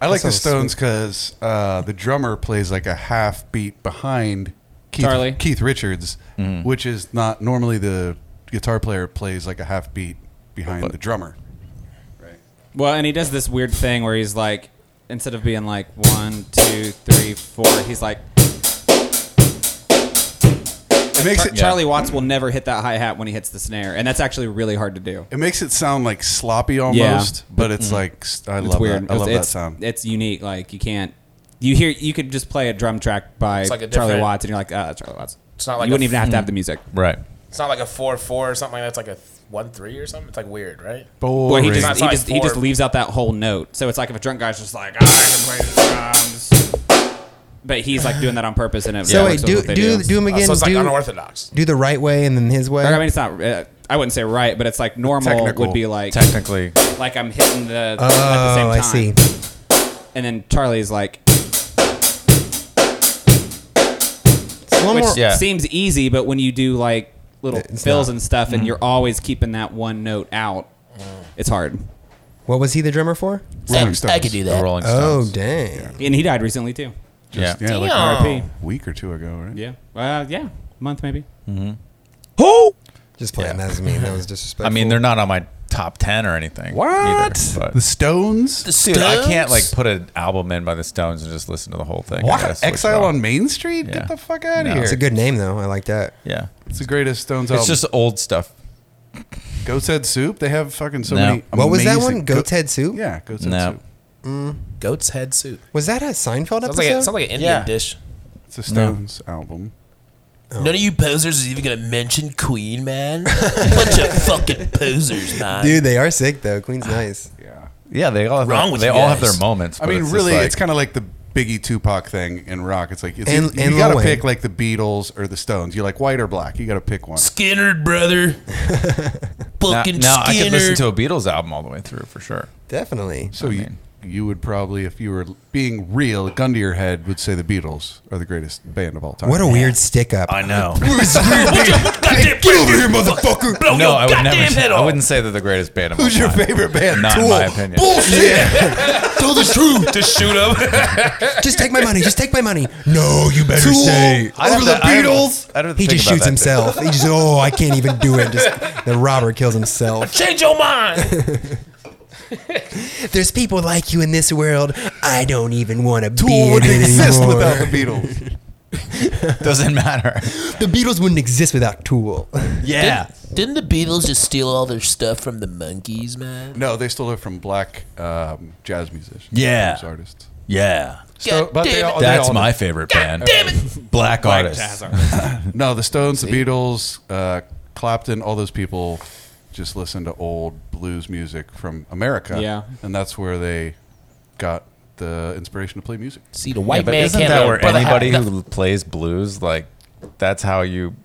Speaker 1: I like
Speaker 6: That
Speaker 1: the
Speaker 6: sounds
Speaker 1: Stones
Speaker 6: sweet.
Speaker 1: because uh, the drummer plays like a half beat behind Keith,
Speaker 7: Charlie.
Speaker 1: Keith Richards,
Speaker 7: Mm-hmm.
Speaker 1: which is not normally the guitar player plays like a half beat behind the drummer.
Speaker 7: Well, and he does this weird thing where he's like, instead of being like one, two, three, four, he's like. It
Speaker 1: makes it-
Speaker 7: Charlie Watts will never hit that hi hat when he hits the snare, and that's actually really hard to do.
Speaker 1: It makes it sound like sloppy almost, but it's
Speaker 7: Mhm.
Speaker 1: like s- I
Speaker 7: It's
Speaker 1: love
Speaker 7: weird.
Speaker 1: that. I love
Speaker 7: it's,
Speaker 1: that sound.
Speaker 7: It's unique. Like you can't. You hear you could just play a drum track by
Speaker 13: It's like a
Speaker 7: Charlie
Speaker 13: different-
Speaker 7: Watts, and you're like, ah, that's Charlie Watts.
Speaker 13: It's not like
Speaker 7: you wouldn't
Speaker 13: a-
Speaker 7: even have to have
Speaker 13: Mhm.
Speaker 7: the music.
Speaker 6: Right.
Speaker 13: It's not like a four four or something like that. It's like a th- one three or something. It's like weird, right?
Speaker 7: Well, he
Speaker 13: It's
Speaker 7: just
Speaker 13: not
Speaker 7: he
Speaker 13: like
Speaker 7: just, he just
Speaker 13: four-
Speaker 7: leaves out that whole note. So it's like if a drunk guy's just like, ah, I can play the drums, but he's like doing that on purpose, and it
Speaker 4: So
Speaker 7: works
Speaker 4: wait, do
Speaker 7: with
Speaker 4: do,
Speaker 7: what they
Speaker 4: do him again. do, Do the right way and then his way.
Speaker 7: Like, I mean, it's not. Uh, I wouldn't say right, but it's like normal
Speaker 4: Technical.
Speaker 7: would be like
Speaker 6: Technically.
Speaker 7: like I'm hitting the
Speaker 4: Oh, I
Speaker 7: at the
Speaker 4: see.
Speaker 7: same time. And then Charlie's like,
Speaker 4: little
Speaker 7: which
Speaker 4: more- Yeah.
Speaker 7: seems easy, but when you do like little fills and stuff, and you're always keeping that one note out, it's hard.
Speaker 4: What was he the drummer for?
Speaker 7: Rolling I- I Stones. could do that. The Rolling
Speaker 4: Oh
Speaker 7: Stones.
Speaker 4: dang!
Speaker 7: And he died recently too.
Speaker 1: Just, yeah, like
Speaker 7: Damn.
Speaker 1: a week or two ago, right?
Speaker 7: Yeah. Uh, yeah, month maybe.
Speaker 6: Mm-hmm.
Speaker 7: Who?
Speaker 4: Just playing. That's mean. That was disrespectful.
Speaker 6: I mean, they're not on my top ten or anything. What?
Speaker 1: The Stones? The
Speaker 6: Dude, I can't like put an album in by the Stones and just listen to the whole thing. I
Speaker 1: What?
Speaker 6: gotta switch
Speaker 1: Exile
Speaker 6: it off.
Speaker 1: on Main Street?
Speaker 6: Yeah.
Speaker 1: Get the fuck out of
Speaker 6: No.
Speaker 1: here.
Speaker 6: It's a
Speaker 4: good name though. I like that.
Speaker 6: Yeah.
Speaker 1: It's the greatest Stones
Speaker 6: It's
Speaker 1: album.
Speaker 6: just old stuff.
Speaker 1: Goat's Head Soup? They have fucking so
Speaker 6: No.
Speaker 1: many.
Speaker 6: What was that
Speaker 1: amazing
Speaker 6: one? Goat's
Speaker 1: goat-
Speaker 4: Head soup.
Speaker 1: Yeah, goat's head
Speaker 6: No.
Speaker 1: soup.
Speaker 13: Goat's head soup.
Speaker 4: Was that a Seinfeld
Speaker 13: Sounds
Speaker 4: episode?
Speaker 13: like, a, sounds like an Indian dish.
Speaker 1: It's a Stones album.
Speaker 13: None of you posers is even gonna mention Queen, man. <laughs> Bunch of fucking posers, man.
Speaker 4: Dude, they are sick though. Queen's nice.
Speaker 1: Yeah.
Speaker 6: Yeah, they all have
Speaker 13: Wrong
Speaker 6: their,
Speaker 13: with
Speaker 6: they
Speaker 13: you
Speaker 6: all have their
Speaker 13: guys.
Speaker 6: moments.
Speaker 1: I
Speaker 6: but
Speaker 1: mean,
Speaker 6: it's just
Speaker 1: really,
Speaker 6: like-
Speaker 1: it's kind of like the Biggie Tupac thing in rock. It's like it's,
Speaker 4: And-
Speaker 1: you,
Speaker 4: and
Speaker 1: you gotta
Speaker 4: Lil Wayne.
Speaker 1: pick like the Beatles or the Stones. You like white or black? You gotta pick one.
Speaker 13: Skinner, brother.
Speaker 6: now,
Speaker 13: fucking
Speaker 6: now I
Speaker 13: Skinner.
Speaker 6: could listen to a Beatles album all the way through for sure.
Speaker 4: Definitely.
Speaker 1: So you, you would probably, if you were being real, gun to your head, would say the Beatles are the greatest band of all time.
Speaker 4: What a weird stick up. I
Speaker 6: <laughs> know.
Speaker 13: Get
Speaker 4: over here,
Speaker 13: <laughs>
Speaker 4: motherfucker.
Speaker 13: Blow
Speaker 6: no,
Speaker 13: your
Speaker 6: I would
Speaker 13: goddamn
Speaker 6: never.
Speaker 13: head
Speaker 6: I
Speaker 13: off.
Speaker 6: wouldn't say they're the greatest band of
Speaker 13: Who's
Speaker 6: all
Speaker 13: your
Speaker 6: time.
Speaker 13: favorite band?
Speaker 6: Not in
Speaker 13: Tool.
Speaker 6: my opinion.
Speaker 4: <laughs> Tell the truth.
Speaker 13: <laughs> Just shoot up.
Speaker 6: <laughs>
Speaker 4: Just take my money. Just take my money. No, you better
Speaker 6: Tool
Speaker 4: stay
Speaker 6: I'd have
Speaker 4: over the
Speaker 6: to- I'd have-
Speaker 4: Beatles.
Speaker 6: I'd have to
Speaker 4: he
Speaker 6: think
Speaker 4: just
Speaker 6: about
Speaker 4: shoots
Speaker 6: that,
Speaker 4: himself.
Speaker 6: dude.
Speaker 4: he just oh, I can't even do it. Just the robber kills himself.
Speaker 13: Change your mind.
Speaker 4: There's people like you in this world. I don't even want to be
Speaker 1: Tool
Speaker 4: in
Speaker 1: would
Speaker 4: it
Speaker 1: exist
Speaker 4: anymore.
Speaker 1: without <laughs> the Beatles.
Speaker 6: Doesn't matter.
Speaker 4: The Beatles wouldn't exist without Tool.
Speaker 6: Yeah.
Speaker 13: Didn't, didn't the Beatles just steal all their stuff from the monkeys, man?
Speaker 1: No, they stole it from black um, jazz musicians.
Speaker 6: Yeah.
Speaker 1: jazz artists.
Speaker 6: Yeah.
Speaker 1: So- but they all- they
Speaker 6: That's
Speaker 1: all-
Speaker 6: my favorite band.
Speaker 13: damn it.
Speaker 6: Black,
Speaker 1: Black
Speaker 6: artists.
Speaker 1: jazz No, the Stones, the Beatles, uh, Clapton, all those people just listen to old blues music from America.
Speaker 7: Yeah.
Speaker 1: and that's where they got the inspiration to play music.
Speaker 13: See, the
Speaker 6: Yeah,
Speaker 13: white
Speaker 6: but
Speaker 13: man
Speaker 6: isn't
Speaker 13: can't
Speaker 6: that
Speaker 13: let
Speaker 6: where
Speaker 13: brother have
Speaker 6: anybody
Speaker 13: nothing.
Speaker 6: who plays blues like that's how you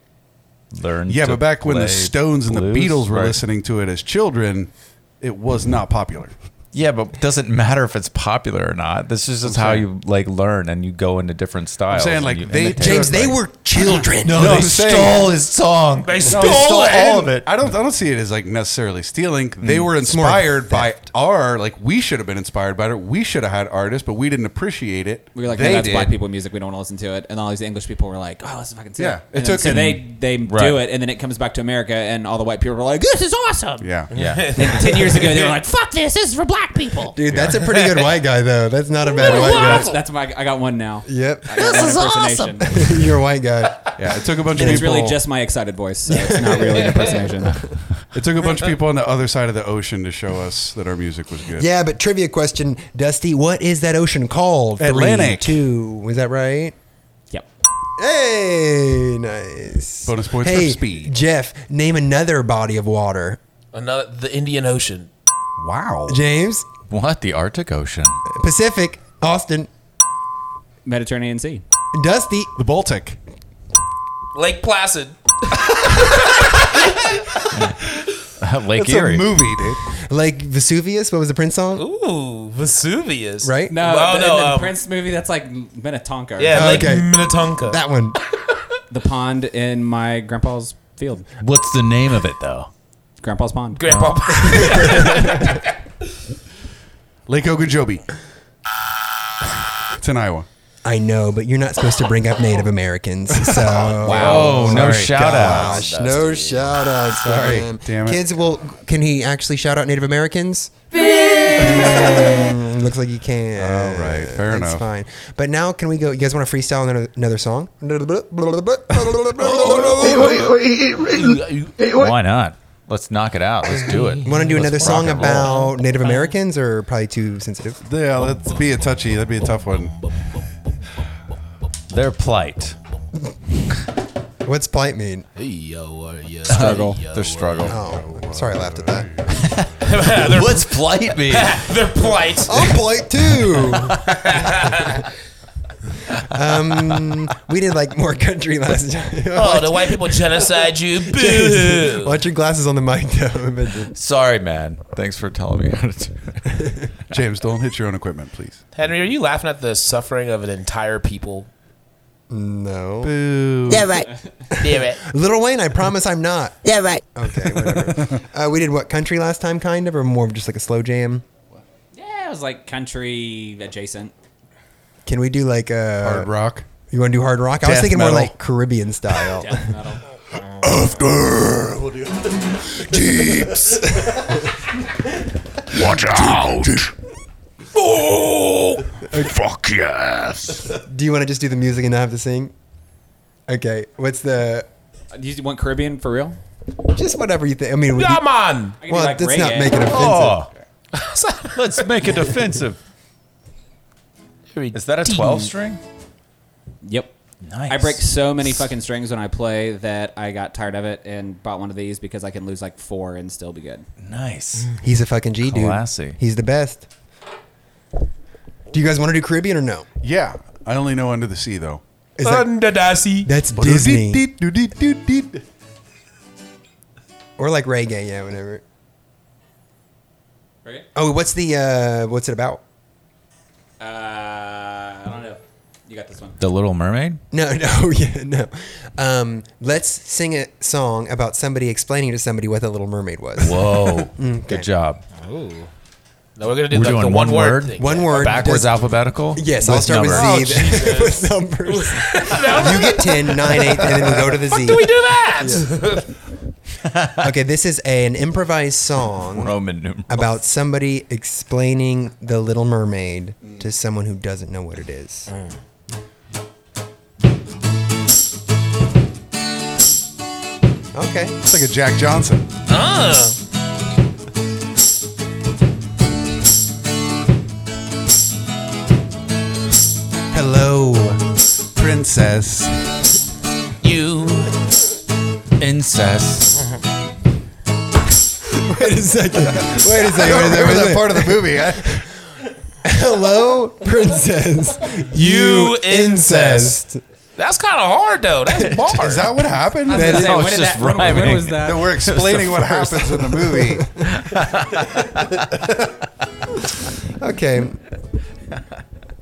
Speaker 6: learn?
Speaker 1: Yeah,
Speaker 6: to
Speaker 1: but back when the
Speaker 6: play
Speaker 1: Stones and the
Speaker 6: blues?
Speaker 1: Beatles were
Speaker 6: Right.
Speaker 1: listening to it as children, it was not popular.
Speaker 6: Yeah, but it doesn't matter if it's popular or not. This is just how
Speaker 1: saying-
Speaker 6: you like learn and you go into different styles.
Speaker 1: saying,
Speaker 6: and
Speaker 1: like,
Speaker 6: you
Speaker 1: they-
Speaker 6: imitate,
Speaker 4: James, they
Speaker 6: like-
Speaker 4: were children.
Speaker 6: No, they stole his song.
Speaker 13: They
Speaker 6: No,
Speaker 13: stole,
Speaker 6: they stole all
Speaker 13: all
Speaker 6: of it.
Speaker 1: I don't. I don't see it Mm. as like necessarily stealing. They were inspired by our. Like we should have been inspired by it. We should have had artists, but we didn't appreciate it.
Speaker 7: We were like,
Speaker 1: They
Speaker 7: no, that's
Speaker 1: did.
Speaker 7: black people music. We don't want to listen to it. And all these English people were like, oh, let's fucking see
Speaker 1: Yeah,
Speaker 7: it.
Speaker 1: it
Speaker 7: And then-
Speaker 1: took
Speaker 7: so
Speaker 1: an-
Speaker 7: they they
Speaker 6: Right.
Speaker 7: do it, and then it comes back to America, and all the white people were like, this is awesome.
Speaker 1: Yeah.
Speaker 6: Yeah.
Speaker 7: And ten years ago, they were like, fuck.
Speaker 10: Fuck this, this is for black people.
Speaker 4: Dude, that's a pretty good white guy though. That's not a bad white guy.
Speaker 7: That's, that's my. I got one now.
Speaker 4: Yep. <laughs>
Speaker 7: I got
Speaker 10: This
Speaker 7: one
Speaker 10: is
Speaker 7: impersonation.
Speaker 10: awesome.
Speaker 4: You're a white guy.
Speaker 1: <laughs> Yeah, it took a bunch of
Speaker 7: And it's
Speaker 1: people.
Speaker 7: really just my excited voice, so it's not really an impersonation.
Speaker 1: it took a bunch of people on the other side of the ocean to show us that our music was good.
Speaker 4: <laughs> Yeah, but trivia question, Dusty, what is that ocean called? Three,
Speaker 1: Atlantic.
Speaker 4: two. Was that right?
Speaker 7: Yep.
Speaker 4: Hey, nice.
Speaker 1: Bonus points
Speaker 4: hey,
Speaker 1: for speed.
Speaker 4: Jeff, name another body of water.
Speaker 13: Another, the Indian Ocean.
Speaker 1: Wow.
Speaker 4: James,
Speaker 6: What? The Arctic Ocean. <laughs>
Speaker 4: Pacific, Austin,
Speaker 7: Mediterranean Sea.
Speaker 4: Dusty.
Speaker 1: The Baltic.
Speaker 13: Lake Placid.
Speaker 6: Lake
Speaker 1: It's
Speaker 6: Erie.
Speaker 1: a movie, dude.
Speaker 4: Like Vesuvius, what was the Prince song?
Speaker 13: Ooh, Vesuvius.
Speaker 4: Right? Oh,
Speaker 7: No,
Speaker 13: Well,
Speaker 7: the,
Speaker 13: no,
Speaker 7: the
Speaker 13: um,
Speaker 7: Prince movie. That's like Minnetonka.
Speaker 13: Yeah, Lake
Speaker 4: Okay.
Speaker 13: Minnetonka.
Speaker 4: That one.
Speaker 7: The pond in my grandpa's field.
Speaker 6: What's the name of it though?
Speaker 7: Grandpa's
Speaker 4: <laughs>
Speaker 7: pond.
Speaker 13: <laughs> Grandpa.
Speaker 1: Lake Okeechobee. It's in Iowa.
Speaker 4: I know, but you're not supposed to bring up
Speaker 1: <laughs>
Speaker 4: Native Americans. So
Speaker 6: Oh, no shout out.
Speaker 4: Gosh, no shout outs. Sorry,
Speaker 1: Damn it.
Speaker 4: Kids, well, can he actually shout out Native Americans? Mm, looks like he can.
Speaker 1: All right, fair
Speaker 4: That's
Speaker 1: enough.
Speaker 4: fine. But now, can we go? You guys want to freestyle another, another
Speaker 1: <laughs>
Speaker 4: song?
Speaker 6: Why not? Let's knock it out. Let's do it.
Speaker 4: Want to do
Speaker 6: Let's
Speaker 4: another
Speaker 6: rock
Speaker 4: song
Speaker 6: and roll.
Speaker 4: about Native Americans, or probably too sensitive?
Speaker 1: Yeah, that'd be a touchy. That'd be a tough one.
Speaker 6: their plight,
Speaker 4: What's plight mean?
Speaker 6: <laughs>
Speaker 7: Struggle.
Speaker 6: their struggle?
Speaker 4: Oh, I'm sorry, I laughed at that.
Speaker 6: What's plight
Speaker 7: <laughs>
Speaker 6: mean?
Speaker 13: Their plight.
Speaker 4: <laughs> I'm plight too. um, we did like more country last time.
Speaker 13: Oh, the white people genocide you. Boo.
Speaker 4: <laughs> Watch your glasses on the mic, though.
Speaker 6: Sorry, man. Thanks for telling me how to do it.
Speaker 1: James, don't hit your own equipment, please.
Speaker 13: Henry, are you laughing at the suffering of an entire people?
Speaker 4: no.
Speaker 10: Yeah, right.
Speaker 13: Damn it.
Speaker 4: Little Wayne, I promise I'm not.
Speaker 10: Yeah, right.
Speaker 4: Okay, whatever. uh, we did what country last time, kind of, or more of just like a slow jam.
Speaker 7: Yeah, it was like country adjacent.
Speaker 4: Can we do like uh,
Speaker 1: Hard rock.
Speaker 4: You want to do hard rock? I was
Speaker 1: Death
Speaker 4: thinking more
Speaker 1: metal.
Speaker 4: like Caribbean style.
Speaker 7: Death metal. <laughs>
Speaker 2: after. Jeeps. Watch out.
Speaker 13: Oh,
Speaker 2: fuck yes.
Speaker 4: Do you want to just do the music and not have to sing? Okay. What's the?
Speaker 7: You want Caribbean for real?
Speaker 4: Just whatever you think. I mean, we-
Speaker 7: Yeah,
Speaker 6: <laughs>
Speaker 7: man. I can do,
Speaker 4: Well,
Speaker 7: like,
Speaker 4: let's not
Speaker 7: reggae.
Speaker 4: make it offensive.
Speaker 6: Oh. Let's make it offensive. Is that a 12 string?
Speaker 7: Yep.
Speaker 6: Nice.
Speaker 7: I break so many fucking strings when I play that I got tired of it and bought one of these because I can lose like four and still be good.
Speaker 6: Nice.
Speaker 4: He's a fucking G dude.
Speaker 6: Classy.
Speaker 4: He's the best. Do you guys want to do Caribbean or no?
Speaker 1: Yeah. I only know Under the Sea, though.
Speaker 4: Is that-
Speaker 13: Under the sea.
Speaker 4: That's Disney
Speaker 1: Disney.
Speaker 4: or like reggae, yeah, whatever.
Speaker 7: Right?
Speaker 4: Oh, what's the uh, what's it about?
Speaker 7: Uh, I don't know. You got this one.
Speaker 6: The Little Mermaid?
Speaker 4: No, <laughs> no, yeah, no. Um, let's sing a song about somebody explaining to somebody what the Little Mermaid was.
Speaker 6: <laughs> Whoa.
Speaker 4: Mm,
Speaker 6: Good job.
Speaker 13: Ooh. Now we're gonna do
Speaker 6: We're
Speaker 13: like
Speaker 6: doing
Speaker 13: the one,
Speaker 6: one word?
Speaker 13: word. thing.
Speaker 4: One word.
Speaker 6: Backwards
Speaker 4: Does-
Speaker 6: alphabetical?
Speaker 4: Yes,
Speaker 6: With
Speaker 4: I'll start
Speaker 6: numbers.
Speaker 4: with Z then- <laughs> with numbers. You get 10, 9, 8, and then we go to the Z.
Speaker 13: Do we do that?
Speaker 4: Okay, this is a- an improvised song
Speaker 6: Oh, Roman numerals. <laughs>
Speaker 1: Oh.
Speaker 4: about somebody explaining the Little Mermaid
Speaker 1: Mm.
Speaker 4: to someone who doesn't know what it is. Okay.
Speaker 1: It's like a Jack Johnson.
Speaker 13: Uh.
Speaker 4: <laughs> Hello,
Speaker 1: Princess.
Speaker 6: You. Incest.
Speaker 4: Wait a second. Wait a second.
Speaker 1: I don't
Speaker 4: Wait a
Speaker 1: remember
Speaker 4: second.
Speaker 1: that part of the movie. I,
Speaker 4: Hello,
Speaker 1: <laughs>
Speaker 4: princess.
Speaker 13: You incest. That's kind of hard though.
Speaker 4: <laughs>
Speaker 13: That's
Speaker 1: is
Speaker 13: bars.
Speaker 1: that what happened?
Speaker 7: I was
Speaker 1: That
Speaker 6: <laughs>
Speaker 7: gonna say, when did that? When, when was
Speaker 1: <laughs>
Speaker 7: that?
Speaker 1: we're explaining what happens in the movie.
Speaker 4: Okay.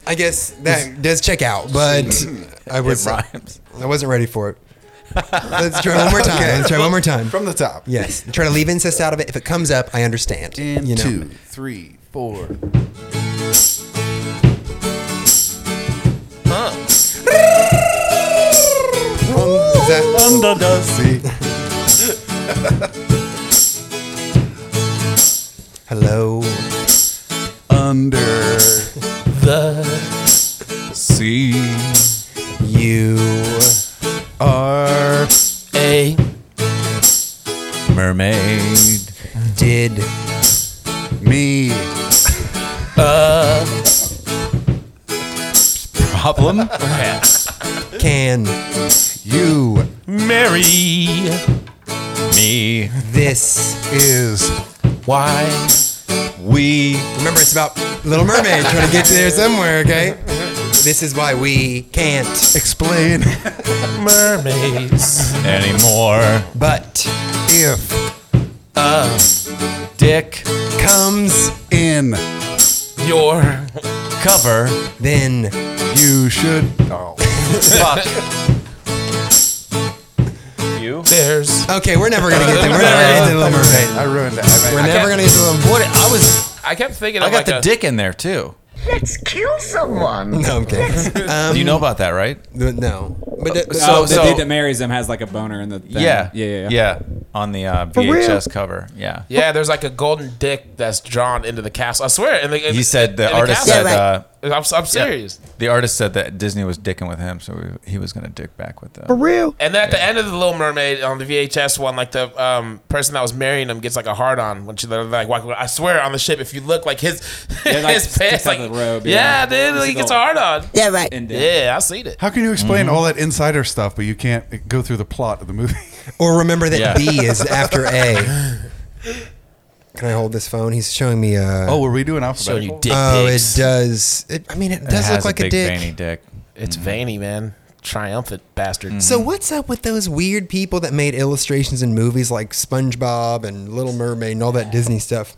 Speaker 4: I guess that does check
Speaker 1: <laughs>
Speaker 4: out, but I was
Speaker 6: rhymes.
Speaker 4: I wasn't ready for it. Let's try one more time. Let's try one more time.
Speaker 1: From the top.
Speaker 4: Yes. Try to leave incest out of it. If it comes up, I understand.
Speaker 1: And
Speaker 4: you know.
Speaker 1: two, three, four.
Speaker 4: Um, is that-
Speaker 1: Under the sea.
Speaker 4: hello.
Speaker 1: Under.
Speaker 6: C.
Speaker 4: You
Speaker 1: Are.
Speaker 13: A
Speaker 6: Mermaid.
Speaker 4: did
Speaker 1: Me.
Speaker 6: Uh, Problem?
Speaker 4: can
Speaker 1: You.
Speaker 13: Mary
Speaker 6: Me.
Speaker 4: this.
Speaker 1: Is.
Speaker 13: Why
Speaker 6: We.
Speaker 4: Remember, it's about Little Mermaid trying to get you there somewhere. Okay. This is why we can't.
Speaker 1: Explain.
Speaker 13: mermaids?
Speaker 6: Anymore.
Speaker 4: But if
Speaker 6: Dick.
Speaker 4: comes,
Speaker 1: In.
Speaker 13: Your
Speaker 6: Cover.
Speaker 4: then
Speaker 1: You should. Oh.
Speaker 13: there's
Speaker 4: okay, we're never
Speaker 6: <laughs>
Speaker 4: gonna get there. We're never gonna get to Little Mermaid.
Speaker 1: I ruined it. I- I-
Speaker 4: We're never gonna get to Little.
Speaker 6: What? I was.
Speaker 13: I kept thinking
Speaker 6: I
Speaker 13: of
Speaker 6: got
Speaker 13: like
Speaker 6: the
Speaker 13: a,
Speaker 6: dick in there too.
Speaker 10: Let's kill someone.
Speaker 4: No, I'm
Speaker 6: <laughs>
Speaker 4: kidding. Um,
Speaker 6: Do you know about that, right?
Speaker 4: no, but th- th-
Speaker 6: So-
Speaker 7: oh, the
Speaker 6: so-
Speaker 7: dude that marries him has like a boner in the thing.
Speaker 6: Yeah.
Speaker 7: yeah, yeah.
Speaker 6: Yeah. On the uh, VHS cover. Yeah.
Speaker 13: Yeah, there's like a golden dick that's drawn into the castle. I swear. In the, in,
Speaker 6: He said
Speaker 13: in
Speaker 6: the artist
Speaker 13: castle.
Speaker 6: said uh,
Speaker 13: I'm, I'm serious.
Speaker 6: the artist said that Disney was dicking with him, so he was gonna dick back with them.
Speaker 13: And then at the end of the Little Mermaid on the VHS one, like the um, person that was marrying him gets like a hard on when she they're like walking. I swear on the ship, if you look like his <laughs>
Speaker 7: Yeah, like,
Speaker 13: his pants,
Speaker 7: sticks out
Speaker 13: like
Speaker 7: the robe,
Speaker 13: yeah,
Speaker 7: yeah.
Speaker 13: dude,
Speaker 7: It's
Speaker 13: like, he
Speaker 7: like
Speaker 13: gets a
Speaker 7: all-
Speaker 13: hard on.
Speaker 10: Yeah, right.
Speaker 7: And then-
Speaker 13: Yeah, I seen it.
Speaker 1: How can you explain all that insider stuff, but you can't go through the plot of the movie?
Speaker 4: or remember that
Speaker 6: Yeah.
Speaker 4: B is after
Speaker 6: <laughs>
Speaker 4: A. Can I hold this phone? He's showing me a.
Speaker 1: Oh, were we doing
Speaker 13: Showing you
Speaker 1: alphabetical?
Speaker 13: dick
Speaker 4: Oh, it
Speaker 13: pics.
Speaker 4: does. It, I mean, it does
Speaker 6: has
Speaker 4: look like a,
Speaker 6: big
Speaker 4: dick.
Speaker 6: veiny dick.
Speaker 13: It's veiny, man. Triumphant bastard.
Speaker 4: So what's up with those weird people that made illustrations in movies like SpongeBob and Little Mermaid and all that Disney stuff,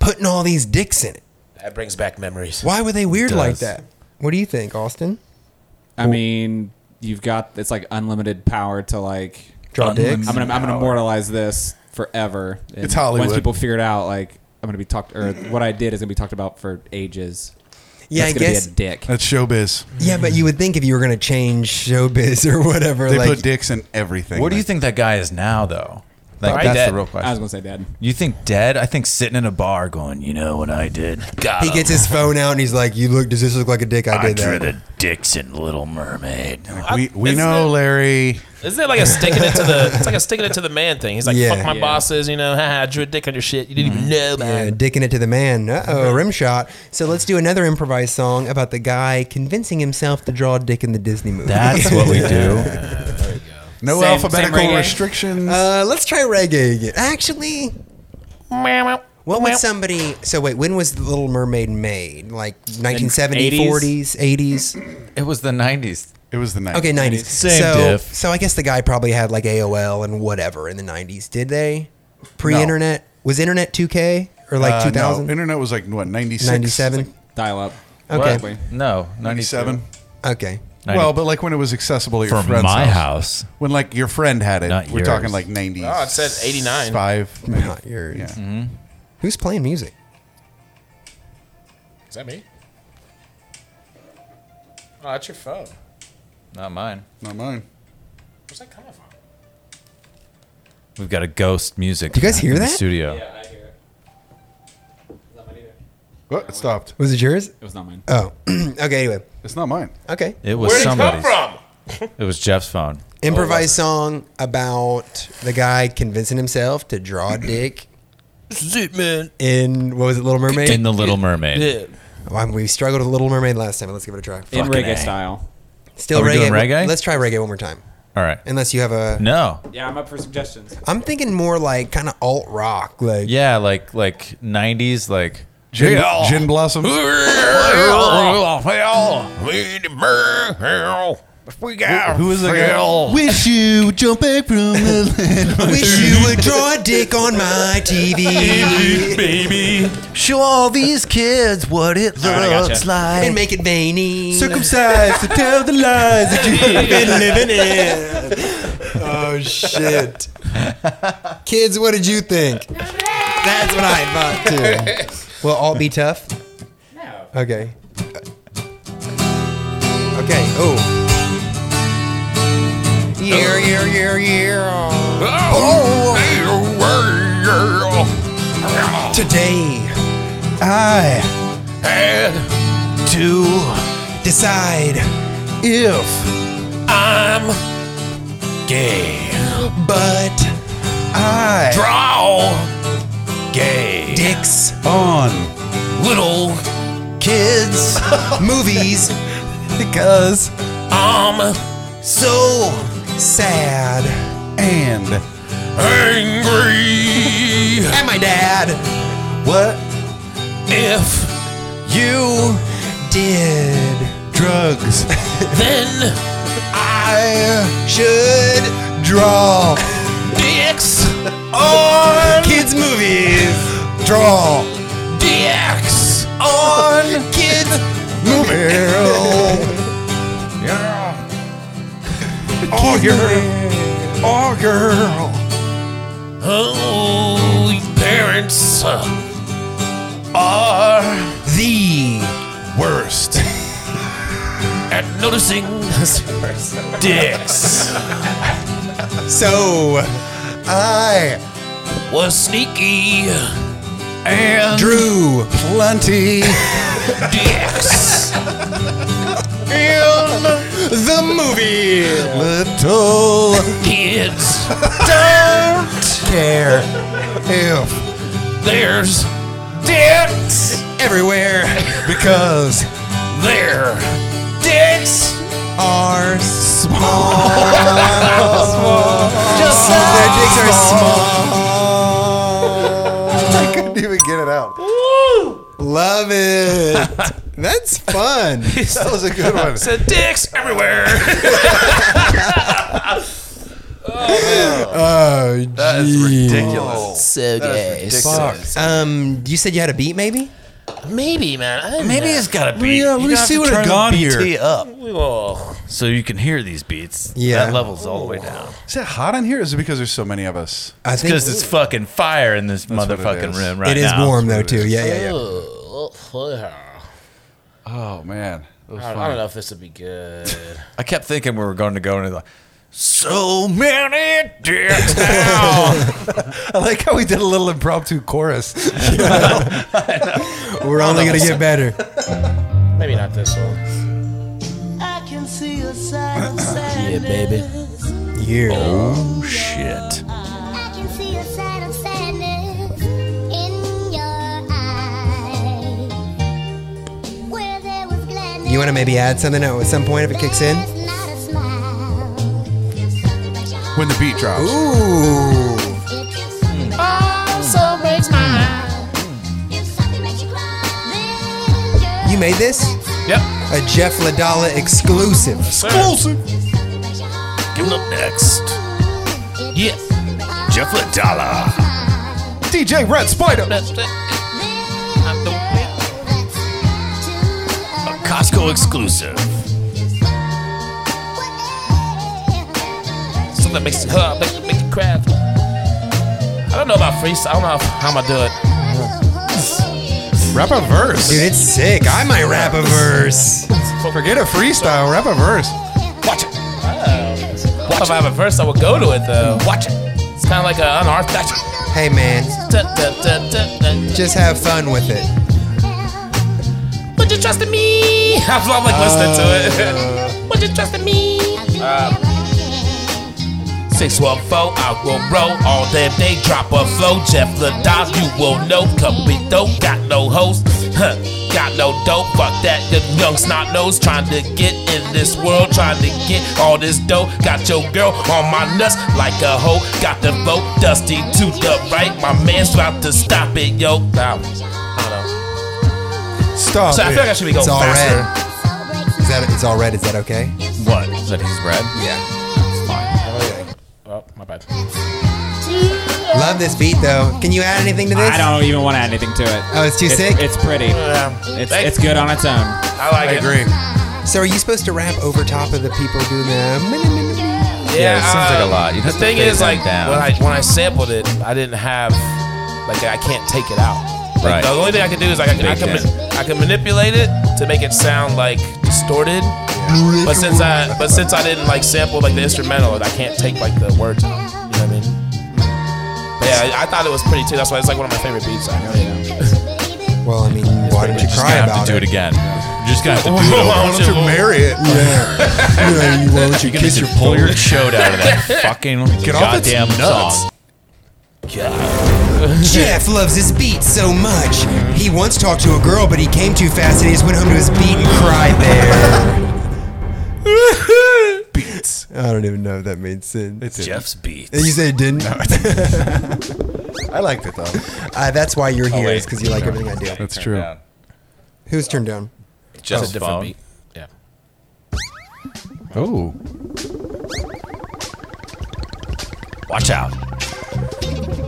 Speaker 4: putting all these dicks in it?
Speaker 13: That brings back memories.
Speaker 4: Why were they weird
Speaker 6: Does.
Speaker 4: like that? What do you think, Austin?
Speaker 7: I mean, you've got it's like unlimited power to like.
Speaker 4: Draw dicks.
Speaker 7: I'm gonna I'm gonna immortalize this forever. And
Speaker 1: It's Hollywood.
Speaker 7: Once people figure it out, like I'm gonna be talked or what I did is gonna be talked about for ages.
Speaker 4: Yeah,
Speaker 7: That's
Speaker 4: I
Speaker 7: gonna
Speaker 4: guess-
Speaker 7: Be a dick.
Speaker 1: That's showbiz.
Speaker 4: Yeah, but you would think if you were going to change showbiz or whatever,
Speaker 1: They
Speaker 4: like
Speaker 1: put dicks in everything.
Speaker 6: Where do you think that guy is now, though? Like,
Speaker 1: That's
Speaker 6: dead.
Speaker 1: the real question.
Speaker 7: I was gonna say dead.
Speaker 6: You think dead? I think sitting in a bar going, you know what I did? Got
Speaker 13: uh,
Speaker 4: he gets
Speaker 6: him.
Speaker 4: his phone out and he's like, "You look. Does this look like a dick? I
Speaker 6: I
Speaker 4: did
Speaker 6: drew
Speaker 4: that."
Speaker 6: the dicks in Little Mermaid.
Speaker 1: we we
Speaker 13: Isn't
Speaker 1: know,
Speaker 13: it-
Speaker 1: Larry.
Speaker 13: Isn't it like a sticking it
Speaker 4: <laughs>
Speaker 13: to the? It's like a sticking it to the man thing. He's like,
Speaker 4: Yeah.
Speaker 13: fuck my
Speaker 4: Yeah. Mm-hmm.
Speaker 13: bosses, you know. <laughs> haha, I drew a dick on your shit. You didn't even know about
Speaker 4: Yeah,
Speaker 13: it.
Speaker 4: dicking Uh, it to the man. Uh oh, rim shot. So let's do another improvised song about the guy convincing himself to draw a dick in the Disney movie.
Speaker 6: That's what we do.
Speaker 1: No
Speaker 13: Same-
Speaker 1: alphabetical
Speaker 13: same reggae?
Speaker 1: restrictions.
Speaker 4: <laughs> Uh, let's try reggae again. Actually, what would somebody? So wait, when was Little Mermaid made? Like 1970,
Speaker 7: 80s?
Speaker 4: 40s, 80s?
Speaker 6: <laughs> It was the 90s.
Speaker 1: It was the night.
Speaker 4: Okay, 90s.
Speaker 6: Same
Speaker 4: so,
Speaker 6: diff.
Speaker 4: so I guess the guy probably had like AOL and whatever in the 90s. Did they? Pre-internet? Was internet 2K or like
Speaker 1: Uh, no,
Speaker 4: 2000?
Speaker 1: internet was like what 96?
Speaker 4: 97?
Speaker 7: Dial up.
Speaker 4: Okay.
Speaker 7: Probably.
Speaker 6: No,
Speaker 1: 97.
Speaker 4: Okay.
Speaker 1: Well, but like when it was accessible at your
Speaker 6: From
Speaker 1: friend's
Speaker 6: my
Speaker 1: house.
Speaker 6: house.
Speaker 1: When like your friend had it,
Speaker 6: Not
Speaker 1: we're
Speaker 6: yours.
Speaker 1: talking like 90.
Speaker 13: Oh, it said 89.
Speaker 1: Five.
Speaker 4: Not yours.
Speaker 1: Yeah.
Speaker 4: Who's playing music?
Speaker 13: Is that me? Oh, that's your phone.
Speaker 6: Not mine.
Speaker 1: Not mine.
Speaker 13: Where's that coming from?
Speaker 6: We've got a ghost music.
Speaker 4: Do you guys hear
Speaker 6: in the
Speaker 4: that?
Speaker 6: studio.
Speaker 7: Yeah, I hear it. Not mine either.
Speaker 1: Oh, it stopped.
Speaker 4: Was it yours?
Speaker 7: It was not mine.
Speaker 4: Oh. <clears throat> okay, anyway.
Speaker 1: It's not mine.
Speaker 4: Okay.
Speaker 6: It was
Speaker 13: Where'd it come
Speaker 6: somebody's.
Speaker 13: from?
Speaker 6: Oh, It was Jeff's phone.
Speaker 4: Improvised song about the guy convincing himself to draw a dick
Speaker 13: This is it, man.
Speaker 4: in, what was it, Little Mermaid?
Speaker 6: In the Little Mermaid.
Speaker 13: Yeah.
Speaker 4: Wow, we struggled with Little Mermaid last time. Let's give it a try.
Speaker 7: In
Speaker 6: Fucking
Speaker 7: reggae
Speaker 6: A.
Speaker 7: style.
Speaker 4: Still
Speaker 6: Are we
Speaker 4: reggae.
Speaker 6: doing reggae?
Speaker 4: Let's try reggae one more time.
Speaker 6: All right.
Speaker 4: Unless you have a.
Speaker 6: No.
Speaker 7: Yeah, I'm up for suggestions.
Speaker 4: I'm thinking more like kind of alt rock. Like,
Speaker 6: Yeah, like like 90s, like.
Speaker 1: Gin, gin blossoms.
Speaker 6: We got
Speaker 1: Who is the girl? Wish you jump back from the land.
Speaker 4: wish you would draw a dick on my TV
Speaker 14: Show all these kids what it looks
Speaker 7: I gotcha.
Speaker 14: like.
Speaker 4: and make it veiny.
Speaker 1: Circumcised to tell the lies that you
Speaker 4: <laughs> been living in. Oh shit. Kids, what did you think? That's what I thought too. Will all be tough? No. Okay. Okay. Oh. Year, year, year, year. Oh. Today, I had to decide if but I draw gay dicks
Speaker 1: <laughs> on.
Speaker 13: Little
Speaker 4: kids movies because
Speaker 13: um
Speaker 4: so sad
Speaker 1: And
Speaker 13: angry
Speaker 4: and my dad
Speaker 1: what?
Speaker 13: if
Speaker 4: you did
Speaker 1: Drugs.
Speaker 13: then
Speaker 4: <laughs> I should draw
Speaker 13: dicks
Speaker 4: kids movies draw
Speaker 13: dicks
Speaker 4: on kids movies
Speaker 1: Oh, girl. Oh, girl.
Speaker 13: oh parents are
Speaker 4: the
Speaker 1: Worst.
Speaker 13: E. <laughs> at noticing dicks
Speaker 4: so I
Speaker 13: was sneaky
Speaker 4: drew
Speaker 1: Plenty.
Speaker 13: dicks
Speaker 4: the movie
Speaker 1: Little.
Speaker 13: kids
Speaker 4: care
Speaker 1: If.
Speaker 13: there's dicks
Speaker 4: everywhere because
Speaker 13: there dicks
Speaker 4: are small.
Speaker 2: <laughs>
Speaker 4: Just their dicks are small.
Speaker 2: <laughs> I couldn't even get it out.
Speaker 4: Love <laughs> it. That's <laughs> fun.
Speaker 2: That was a good one.
Speaker 13: the dicks
Speaker 2: <laughs>
Speaker 13: everywhere
Speaker 4: Oh,
Speaker 6: That is ridiculous.
Speaker 13: so gay
Speaker 4: um, you said you had a beat, maybe?
Speaker 13: maybe man I don't
Speaker 5: Maybe
Speaker 13: know.
Speaker 5: it's got to be.
Speaker 1: Yeah, let me see what I got here.
Speaker 5: up
Speaker 13: Oh,
Speaker 5: so you can hear these beats.
Speaker 4: Yeah.
Speaker 5: that levels all the way down.
Speaker 1: Is it hot in here? Or is it because there's so many of us?
Speaker 4: I think
Speaker 6: Because it's fucking fire in this
Speaker 1: what it
Speaker 6: motherfucking
Speaker 1: is.
Speaker 6: room right
Speaker 4: it is
Speaker 6: now.
Speaker 4: warm though too. Yeah, yeah, yeah.
Speaker 13: oh,
Speaker 1: Oh man, that was
Speaker 13: I, don't, I
Speaker 1: fun.
Speaker 13: don't know if this would be good.
Speaker 6: I kept thinking we were going to go into the so many dicks now.
Speaker 1: I like how we did a little impromptu chorus.
Speaker 4: We're only gonna get better.
Speaker 13: Maybe not this one.
Speaker 10: I can see a side of
Speaker 13: Yeah, baby.
Speaker 4: Yeah.
Speaker 6: Oh shit.
Speaker 10: I can see a side of sadness in your eyes. Where there was gladness,
Speaker 4: You want to maybe add something at some point if it kicks in?
Speaker 10: not a smile.
Speaker 1: When the beat drops.
Speaker 4: Ooh.
Speaker 10: Also makes mine. If something makes you cry,
Speaker 4: You made this?
Speaker 6: Yep.
Speaker 4: A Jeff Ladala exclusive.
Speaker 6: Exclusive. Coming up next. Yeah. Jeff Ladala.
Speaker 1: DJ Red Spider.
Speaker 6: A Costco exclusive.
Speaker 13: Something that makes you hug, make, make you cry. I don't know about freestyle. I don't know how, how I'm gonna do it.
Speaker 1: Rap a verse.
Speaker 4: Dude, it's sick. I might rap a verse.
Speaker 1: Forget a freestyle. Rap a verse.
Speaker 13: Watch it. Watch if I have a verse, I would go to it though. Watch it. It's kind of like an unorthodox. <laughs>
Speaker 4: Hey, man,
Speaker 13: Dun, dun, dun, dun, dun.
Speaker 4: just have fun with it.
Speaker 13: Would you trust in me? I'm like listening to it. Would you trust in me?
Speaker 4: Uh,
Speaker 13: Six one four, I will roll all day. if They drop a flow, Jeff Ladon, you will know. Company dope, got no host, huh? Got no dope. Fuck that, the young snot nose trying to get in this world, trying to get all this dope. Got your girl on my nuts like a hoe. Got the vote dusty to the right. My man's about to stop it, yo. Nah, I don't know.
Speaker 4: Stop.
Speaker 13: So I feel like I should be going
Speaker 4: it's all
Speaker 13: faster.
Speaker 4: red. Is that it's all red? Is that okay?
Speaker 6: What? <laughs> Is that he's red?
Speaker 4: Yeah.
Speaker 13: Oh, my bad.
Speaker 4: Love this beat though. Can you add anything to this?
Speaker 7: I don't even want to add anything to it.
Speaker 4: Oh, it's too sick.
Speaker 7: It's pretty. It's, it's good on its own.
Speaker 13: I like it.
Speaker 4: so are you supposed to rap over top of the people doing the?
Speaker 6: Yeah, it seems like a lot. You'd
Speaker 13: the
Speaker 6: have to
Speaker 13: thing
Speaker 6: phase
Speaker 13: is,
Speaker 6: that
Speaker 13: like,
Speaker 6: down.
Speaker 13: when I when I sampled it, I didn't have like I can't take it out. Like,
Speaker 6: Right.
Speaker 13: The only thing I can do is like I can I can, ma- I can manipulate it to make it sound like distorted. But since I but since I didn't like sample like the instrumental, I can't take like the words out. You know what I mean? But yeah, I, I thought it was pretty too. That's why it's like one of my favorite beats. I know. Yeah.
Speaker 4: Well, I mean, why didn't you
Speaker 6: Just
Speaker 4: cry
Speaker 6: gonna have
Speaker 4: about
Speaker 6: to do it,
Speaker 4: it?
Speaker 6: again. You're just gonna have to do it over.
Speaker 1: Why don't you marry it?
Speaker 4: Yeah, <laughs> why don't you
Speaker 6: You're gonna need to pull your chode out of
Speaker 13: <laughs>
Speaker 6: that fucking
Speaker 1: off its
Speaker 6: goddamn
Speaker 1: nuts.
Speaker 6: song.
Speaker 4: Jeff loves his beat so much. He once talked to a girl, but he came too fast and he just went home to his beat and cried there. Beats. I don't even know if that made sense.
Speaker 6: Jeff's beat.
Speaker 4: you said it didn't?
Speaker 1: I liked it though.
Speaker 4: Uh, that's why you're here,
Speaker 6: wait.
Speaker 4: is because you like everything I do.
Speaker 1: That's true.
Speaker 6: down.
Speaker 4: Who's turned down?
Speaker 6: Jeff's
Speaker 13: It's a different
Speaker 6: phone.
Speaker 13: beat. Yeah.
Speaker 1: Oh,
Speaker 6: Watch out.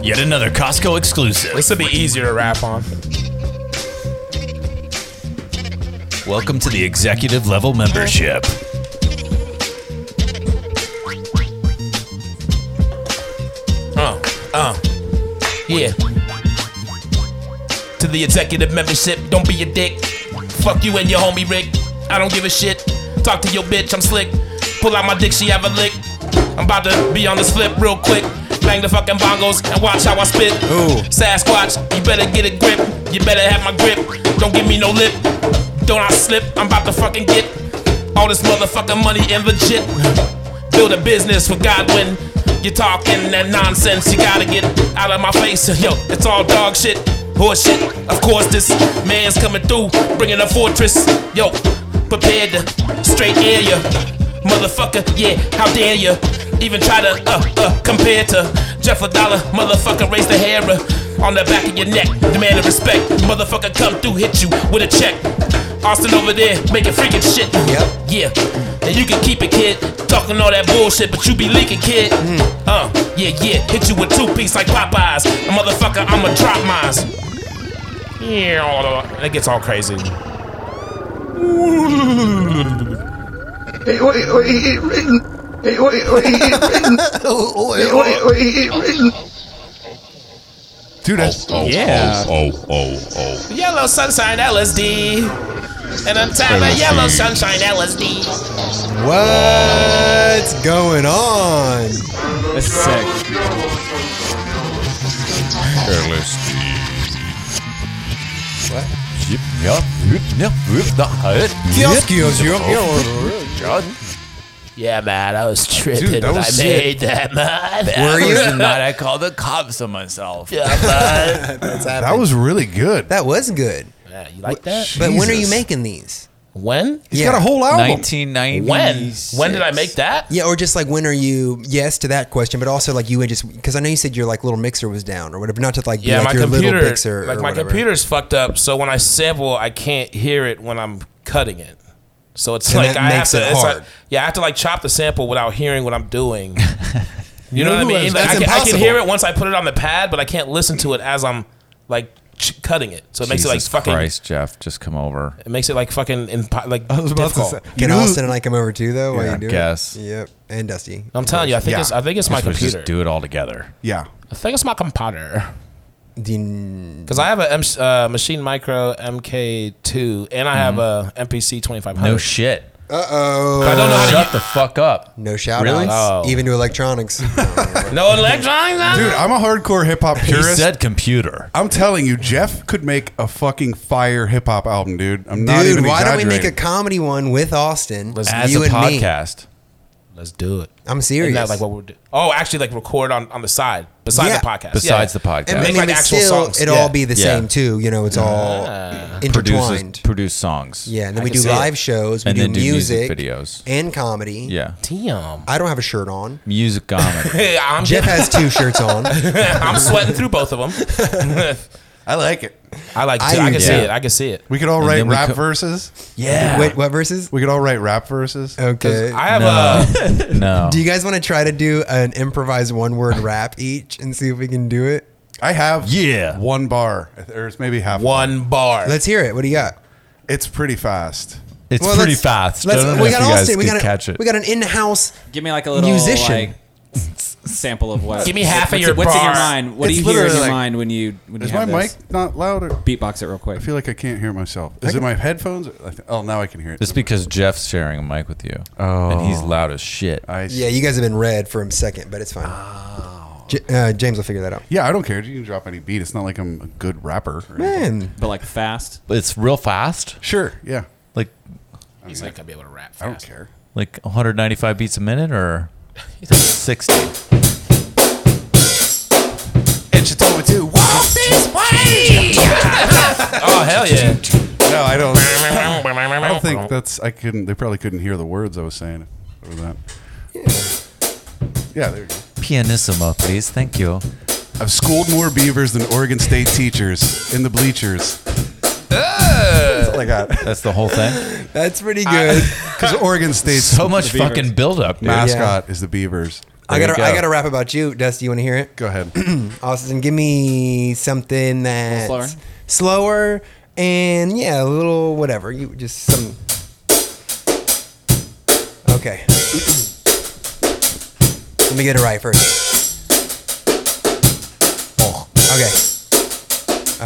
Speaker 6: Yet another Costco exclusive.
Speaker 13: This would be easier to rap on.
Speaker 6: Welcome to the executive level membership.
Speaker 13: Uh, uh, yeah. To the executive membership, don't be a dick. Fuck you and your homie Rick. I don't give a shit. Talk to your bitch, I'm slick. Pull out my dick, she have a lick. I'm about to be on this flip real quick. Bang the fucking bongos and watch how I spit.
Speaker 4: Ooh.
Speaker 13: Sasquatch, you better get a grip. You better have my grip. Don't give me no lip. Don't I slip? I'm about to fucking get all this motherfucking money and legit. Build a business for Godwin. You're talking that nonsense. You gotta get out of my face. Yo, it's all dog shit. Horseshit. Of course, this man's coming through, bringing a fortress. Yo, prepared to straight air ya. Motherfucker, yeah, how dare you even try to uh uh compare to Jeff a dollar, motherfucker, raise the hair uh, on the back of your neck, demand of respect. Motherfucker, come through, hit you with a check. Austin over there making freaking shit.
Speaker 4: Yep.
Speaker 13: Yeah, and you can keep it, kid. Talking all that bullshit, but you be leaking, kid.
Speaker 6: Mm.
Speaker 13: Uh, yeah, yeah, hit you with two piece like Popeyes. Motherfucker, I'ma drop mines. Yeah, it gets all crazy.
Speaker 1: dude, that's
Speaker 6: Oh,
Speaker 13: Yellow sunshine LSD. And I'm time of yellow sunshine LSD.
Speaker 4: What's going on?
Speaker 7: That's sick.
Speaker 4: Kiosk, kiosk, yo, yo.
Speaker 13: Yeah, man, I was tripping
Speaker 6: Dude, that
Speaker 13: when
Speaker 6: was
Speaker 13: I made that, man.
Speaker 6: Were
Speaker 4: you?
Speaker 6: The night I called the cops on myself.
Speaker 13: Yeah,
Speaker 5: <laughs>
Speaker 13: man.
Speaker 1: That was really good.
Speaker 4: That was good.
Speaker 13: Yeah, you like that?
Speaker 4: But when are you
Speaker 1: Jesus.
Speaker 4: making these?
Speaker 13: When?
Speaker 1: He's got a whole album.
Speaker 6: 1990.
Speaker 13: When? When did I make that?
Speaker 4: Yeah, or just like when are you? Yes to that question, but also like you would just because I know you said your like little mixer was down or whatever. Not to like be
Speaker 13: Yeah,
Speaker 4: like
Speaker 13: my
Speaker 4: your
Speaker 13: computer,
Speaker 4: little mixer,
Speaker 13: like
Speaker 4: or
Speaker 13: my
Speaker 4: whatever.
Speaker 13: computer's fucked up. So when I sample, I can't hear it when I'm cutting it. So it's like
Speaker 4: that
Speaker 13: I
Speaker 4: makes
Speaker 13: have
Speaker 4: it
Speaker 13: to, it's
Speaker 4: hard.
Speaker 13: like, yeah, I have to like chop the sample without hearing what I'm doing. You know what I mean? Like,
Speaker 4: That's
Speaker 13: I, can, I can
Speaker 4: impossible.
Speaker 13: hear it once I put it on the pad, but I can't listen to it as I'm like ch- cutting it. So it makes it like
Speaker 6: Jesus
Speaker 13: fucking.
Speaker 6: Christ, Jeff, just come over.
Speaker 13: It makes it like fucking impo- like
Speaker 1: I was about
Speaker 13: difficult.
Speaker 1: to say.
Speaker 4: Can
Speaker 1: You know-
Speaker 4: Austin and I come over too though? while
Speaker 6: Yeah,
Speaker 4: you do
Speaker 6: guess.
Speaker 4: It? Yep. And Dusty.
Speaker 13: I'm telling you, I think
Speaker 1: Yeah.
Speaker 13: it's I think it's my
Speaker 6: Let's
Speaker 13: computer.
Speaker 6: just do it all together.
Speaker 1: Yeah.
Speaker 13: I think it's my computer.
Speaker 4: Dean-
Speaker 13: Because I have a M- uh, Machine Micro MK2 and I have a MPC 2500.
Speaker 6: No shit.
Speaker 13: I don't know how to
Speaker 6: Shut the fuck up.
Speaker 4: No shout
Speaker 6: Really?
Speaker 4: outs,
Speaker 13: Oh.
Speaker 4: even to electronics.
Speaker 13: No electronics. huh?
Speaker 1: Dude, I'm a hardcore hip hop
Speaker 6: He
Speaker 1: purist.
Speaker 6: said computer.
Speaker 1: I'm telling you, Jeff could make a fucking fire hip hop album, dude. I'm not
Speaker 4: Dude,
Speaker 1: even
Speaker 4: why don't we make a
Speaker 1: exaggerating.
Speaker 4: comedy one with Austin?
Speaker 6: As
Speaker 4: you
Speaker 6: a
Speaker 4: and me.
Speaker 6: podcast.
Speaker 13: Let's do it.
Speaker 4: I'm
Speaker 13: Isn't
Speaker 4: serious.
Speaker 13: that like what we're doing? Oh, actually, like record on, on the side, besides
Speaker 4: Yeah.
Speaker 13: the podcast.
Speaker 6: Besides
Speaker 13: Yeah.
Speaker 6: the podcast.
Speaker 4: and
Speaker 13: Make
Speaker 4: I mean,
Speaker 13: like
Speaker 4: it's
Speaker 13: actual
Speaker 4: still,
Speaker 13: songs.
Speaker 4: it'd
Speaker 13: Yeah.
Speaker 4: all be the
Speaker 6: Yeah.
Speaker 4: same too. You know, it's all intertwined.
Speaker 6: Produces, produce songs.
Speaker 4: yeah, and then
Speaker 13: I
Speaker 4: we
Speaker 13: can
Speaker 4: do
Speaker 13: see it.
Speaker 4: live shows. We
Speaker 6: And
Speaker 4: do,
Speaker 6: then do
Speaker 4: music,
Speaker 6: music videos.
Speaker 4: and comedy.
Speaker 6: Yeah.
Speaker 13: Damn.
Speaker 4: I don't have a shirt on. <laughs>
Speaker 6: Music comedy.
Speaker 13: Hey, I'm,
Speaker 4: Jeff has two shirts on.
Speaker 6: <laughs>
Speaker 13: <laughs> I'm sweating through both of them.
Speaker 1: I like it.
Speaker 13: I like.
Speaker 4: I
Speaker 13: I, can
Speaker 4: do
Speaker 13: see
Speaker 6: too.
Speaker 13: it. I can see it.
Speaker 1: We could all
Speaker 6: And
Speaker 1: write
Speaker 6: then we
Speaker 1: rap
Speaker 6: co-
Speaker 1: verses.
Speaker 6: yeah.
Speaker 4: Wait, what verses?
Speaker 1: We could all write rap verses.
Speaker 4: Okay.
Speaker 13: I have uh, a.
Speaker 6: no.
Speaker 4: do you guys want to try to do an improvised one word rap each and see if we can do it?
Speaker 1: I have
Speaker 6: Yeah.
Speaker 1: one bar, or it's maybe half.
Speaker 13: One bar.
Speaker 4: Let's hear it. What do you got?
Speaker 1: It's pretty fast.
Speaker 6: It's
Speaker 4: Well,
Speaker 6: pretty
Speaker 4: let's-
Speaker 6: fast.
Speaker 4: let's-
Speaker 6: Don't know
Speaker 4: we
Speaker 6: if
Speaker 4: got
Speaker 6: you guys
Speaker 4: Austin. We
Speaker 6: could
Speaker 4: got, a-
Speaker 6: catch it.
Speaker 4: we got an in-house.
Speaker 7: Give me like a little
Speaker 4: Musician.
Speaker 7: like s- sample of what.
Speaker 13: Give me half of
Speaker 7: what's-
Speaker 13: your
Speaker 7: What's in your
Speaker 13: bar.
Speaker 7: mind? What
Speaker 1: It's
Speaker 7: do you hear in
Speaker 1: literally
Speaker 7: your
Speaker 1: like-
Speaker 7: mind when you when
Speaker 1: Is
Speaker 7: you
Speaker 1: my
Speaker 7: have
Speaker 1: mic
Speaker 7: this?
Speaker 1: not louder?
Speaker 7: Beatbox it real quick.
Speaker 1: I feel like I can't hear myself. Is it my headphones? I th- Oh, now I can hear it.
Speaker 6: It's because Jeff's sharing a mic with you. Oh. And he's loud as shit.
Speaker 1: I s-
Speaker 4: Yeah, you guys have been read for a second, but it's fine.
Speaker 6: Oh.
Speaker 4: J- uh, James will figure that out.
Speaker 1: yeah, I don't care. You can drop any beat. It's not like I'm a good rapper. or anything.
Speaker 4: Man,
Speaker 7: but
Speaker 1: <laughs>
Speaker 7: like fast.
Speaker 6: It's real fast.
Speaker 1: Sure. Yeah.
Speaker 6: Like
Speaker 13: He's like, I'll be able to rap.
Speaker 1: I don't
Speaker 13: fast.
Speaker 1: care.
Speaker 6: like 195 beats a minute or 60.
Speaker 1: And she told me too. Walk this way.
Speaker 13: Oh hell yeah!
Speaker 1: No, I don't. I don't think that's. I couldn't. They probably couldn't hear the words I was saying. Or that. Yeah. There you go.
Speaker 6: Pianissimo, please. Thank you.
Speaker 1: I've schooled more beavers than Oregon State teachers in the bleachers. Oh
Speaker 6: That's the whole thing.
Speaker 4: that's pretty
Speaker 6: <laughs>
Speaker 4: good.
Speaker 1: Because Oregon State's
Speaker 6: so much fucking buildup, dude.
Speaker 1: mascot is the beavers.
Speaker 4: I
Speaker 6: There
Speaker 4: got
Speaker 6: you
Speaker 4: a, I
Speaker 6: go.
Speaker 4: got a rap about you, Dusty. You want to hear it?
Speaker 1: Go ahead.
Speaker 4: Austin, give me something that's
Speaker 7: Slower.
Speaker 4: slower and yeah, a little whatever. You just some. Okay. Let me get it right first. Oh, Okay.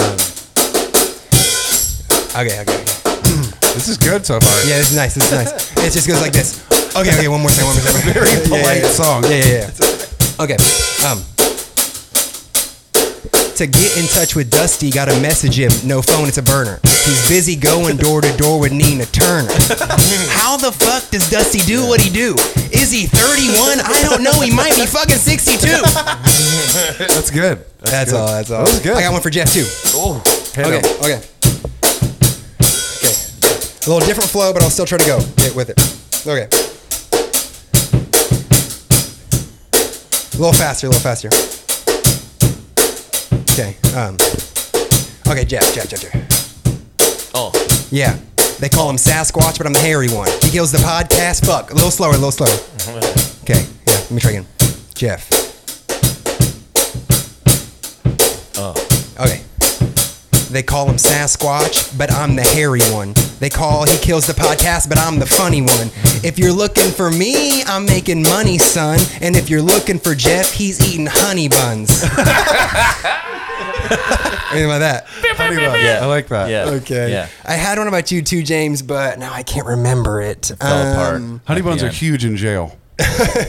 Speaker 4: Um, okay. Okay. Okay.
Speaker 1: <clears throat> this is good so far.
Speaker 4: Yeah, this is nice. This is nice.
Speaker 1: <laughs>
Speaker 4: It just goes like this. Okay, okay, one more thing, one more thing.
Speaker 1: Very
Speaker 4: <laughs> Yeah, yeah,
Speaker 1: polite
Speaker 4: yeah.
Speaker 1: song.
Speaker 4: Yeah, yeah, yeah. Okay. Um, to get in touch with Dusty, gotta message him. No phone, it's a burner. He's busy going door to door with Nina Turner. How the fuck does Dusty do what he do? Is he 31? I don't know. He might be fucking 62.
Speaker 1: <laughs> That's good.
Speaker 4: That's
Speaker 1: good.
Speaker 4: all. That's all.
Speaker 1: That was good. Oh,
Speaker 4: I got one for Jeff too.
Speaker 1: Hit
Speaker 4: Okay,
Speaker 1: 'em.
Speaker 4: okay. Okay. A little different flow, but I'll still try to go it with it. Okay. A little faster, a little faster. Okay. Um. Okay, Jeff, Jeff, Jeff, Jeff.
Speaker 13: Oh,
Speaker 4: Yeah. They call him Sasquatch, but I'm the hairy one. He kills the podcast. Fuck. A little slower, a little slower. Okay. Yeah. Let me try again. Jeff. Oh. Okay. They call him Sasquatch, but I'm the hairy one. They call he kills the podcast, but I'm the funny one. If you're looking for me, I'm making money, son. And if you're looking for Jeff, he's eating honey buns. Anything about that?
Speaker 2: Honey bun. Yeah. I like that. Yeah.
Speaker 4: Okay.
Speaker 2: Yeah.
Speaker 4: I had one about you too, James, but now I can't remember it. <laughs> Um,
Speaker 1: Honey buns are huge in
Speaker 4: <laughs>
Speaker 1: jail.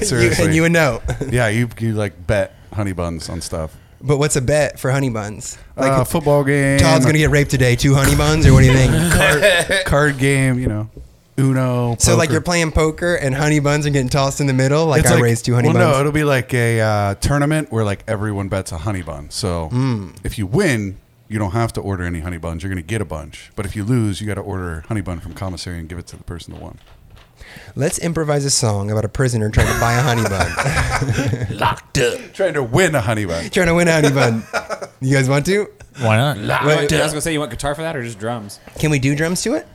Speaker 1: Seriously,
Speaker 4: you would know. <laughs>
Speaker 1: yeah, you you like bet honey buns on stuff.
Speaker 4: But what's a bet for honey buns? Like
Speaker 1: uh, football game.
Speaker 4: Todd's gonna get raped today. Two honey buns, or what do you think?
Speaker 1: <laughs>
Speaker 4: <laughs>
Speaker 1: card, card game. You know, Uno.
Speaker 4: So like
Speaker 1: poker.
Speaker 4: you're playing poker and honey buns are getting tossed in the middle. Like
Speaker 1: It's
Speaker 4: I raised two honey
Speaker 1: well,
Speaker 4: buns.
Speaker 1: No, it'll be like a uh, tournament where like everyone bets a honey bun. So
Speaker 4: Hmm.
Speaker 1: if you win, you don't have to order any honey buns. You're going to get a bunch. But if you lose, you got to order honey bun from commissary and give it to the person that won.
Speaker 4: Let's improvise a song about a prisoner trying to buy a honey
Speaker 1: <laughs>
Speaker 4: bun. <laughs>
Speaker 1: Locked up. Trying to win a honey bun.
Speaker 4: trying to win a honey bun. You guys want to?
Speaker 6: Why not?
Speaker 7: I was gonna say you want guitar for that or just drums?
Speaker 4: Can we do drums to it?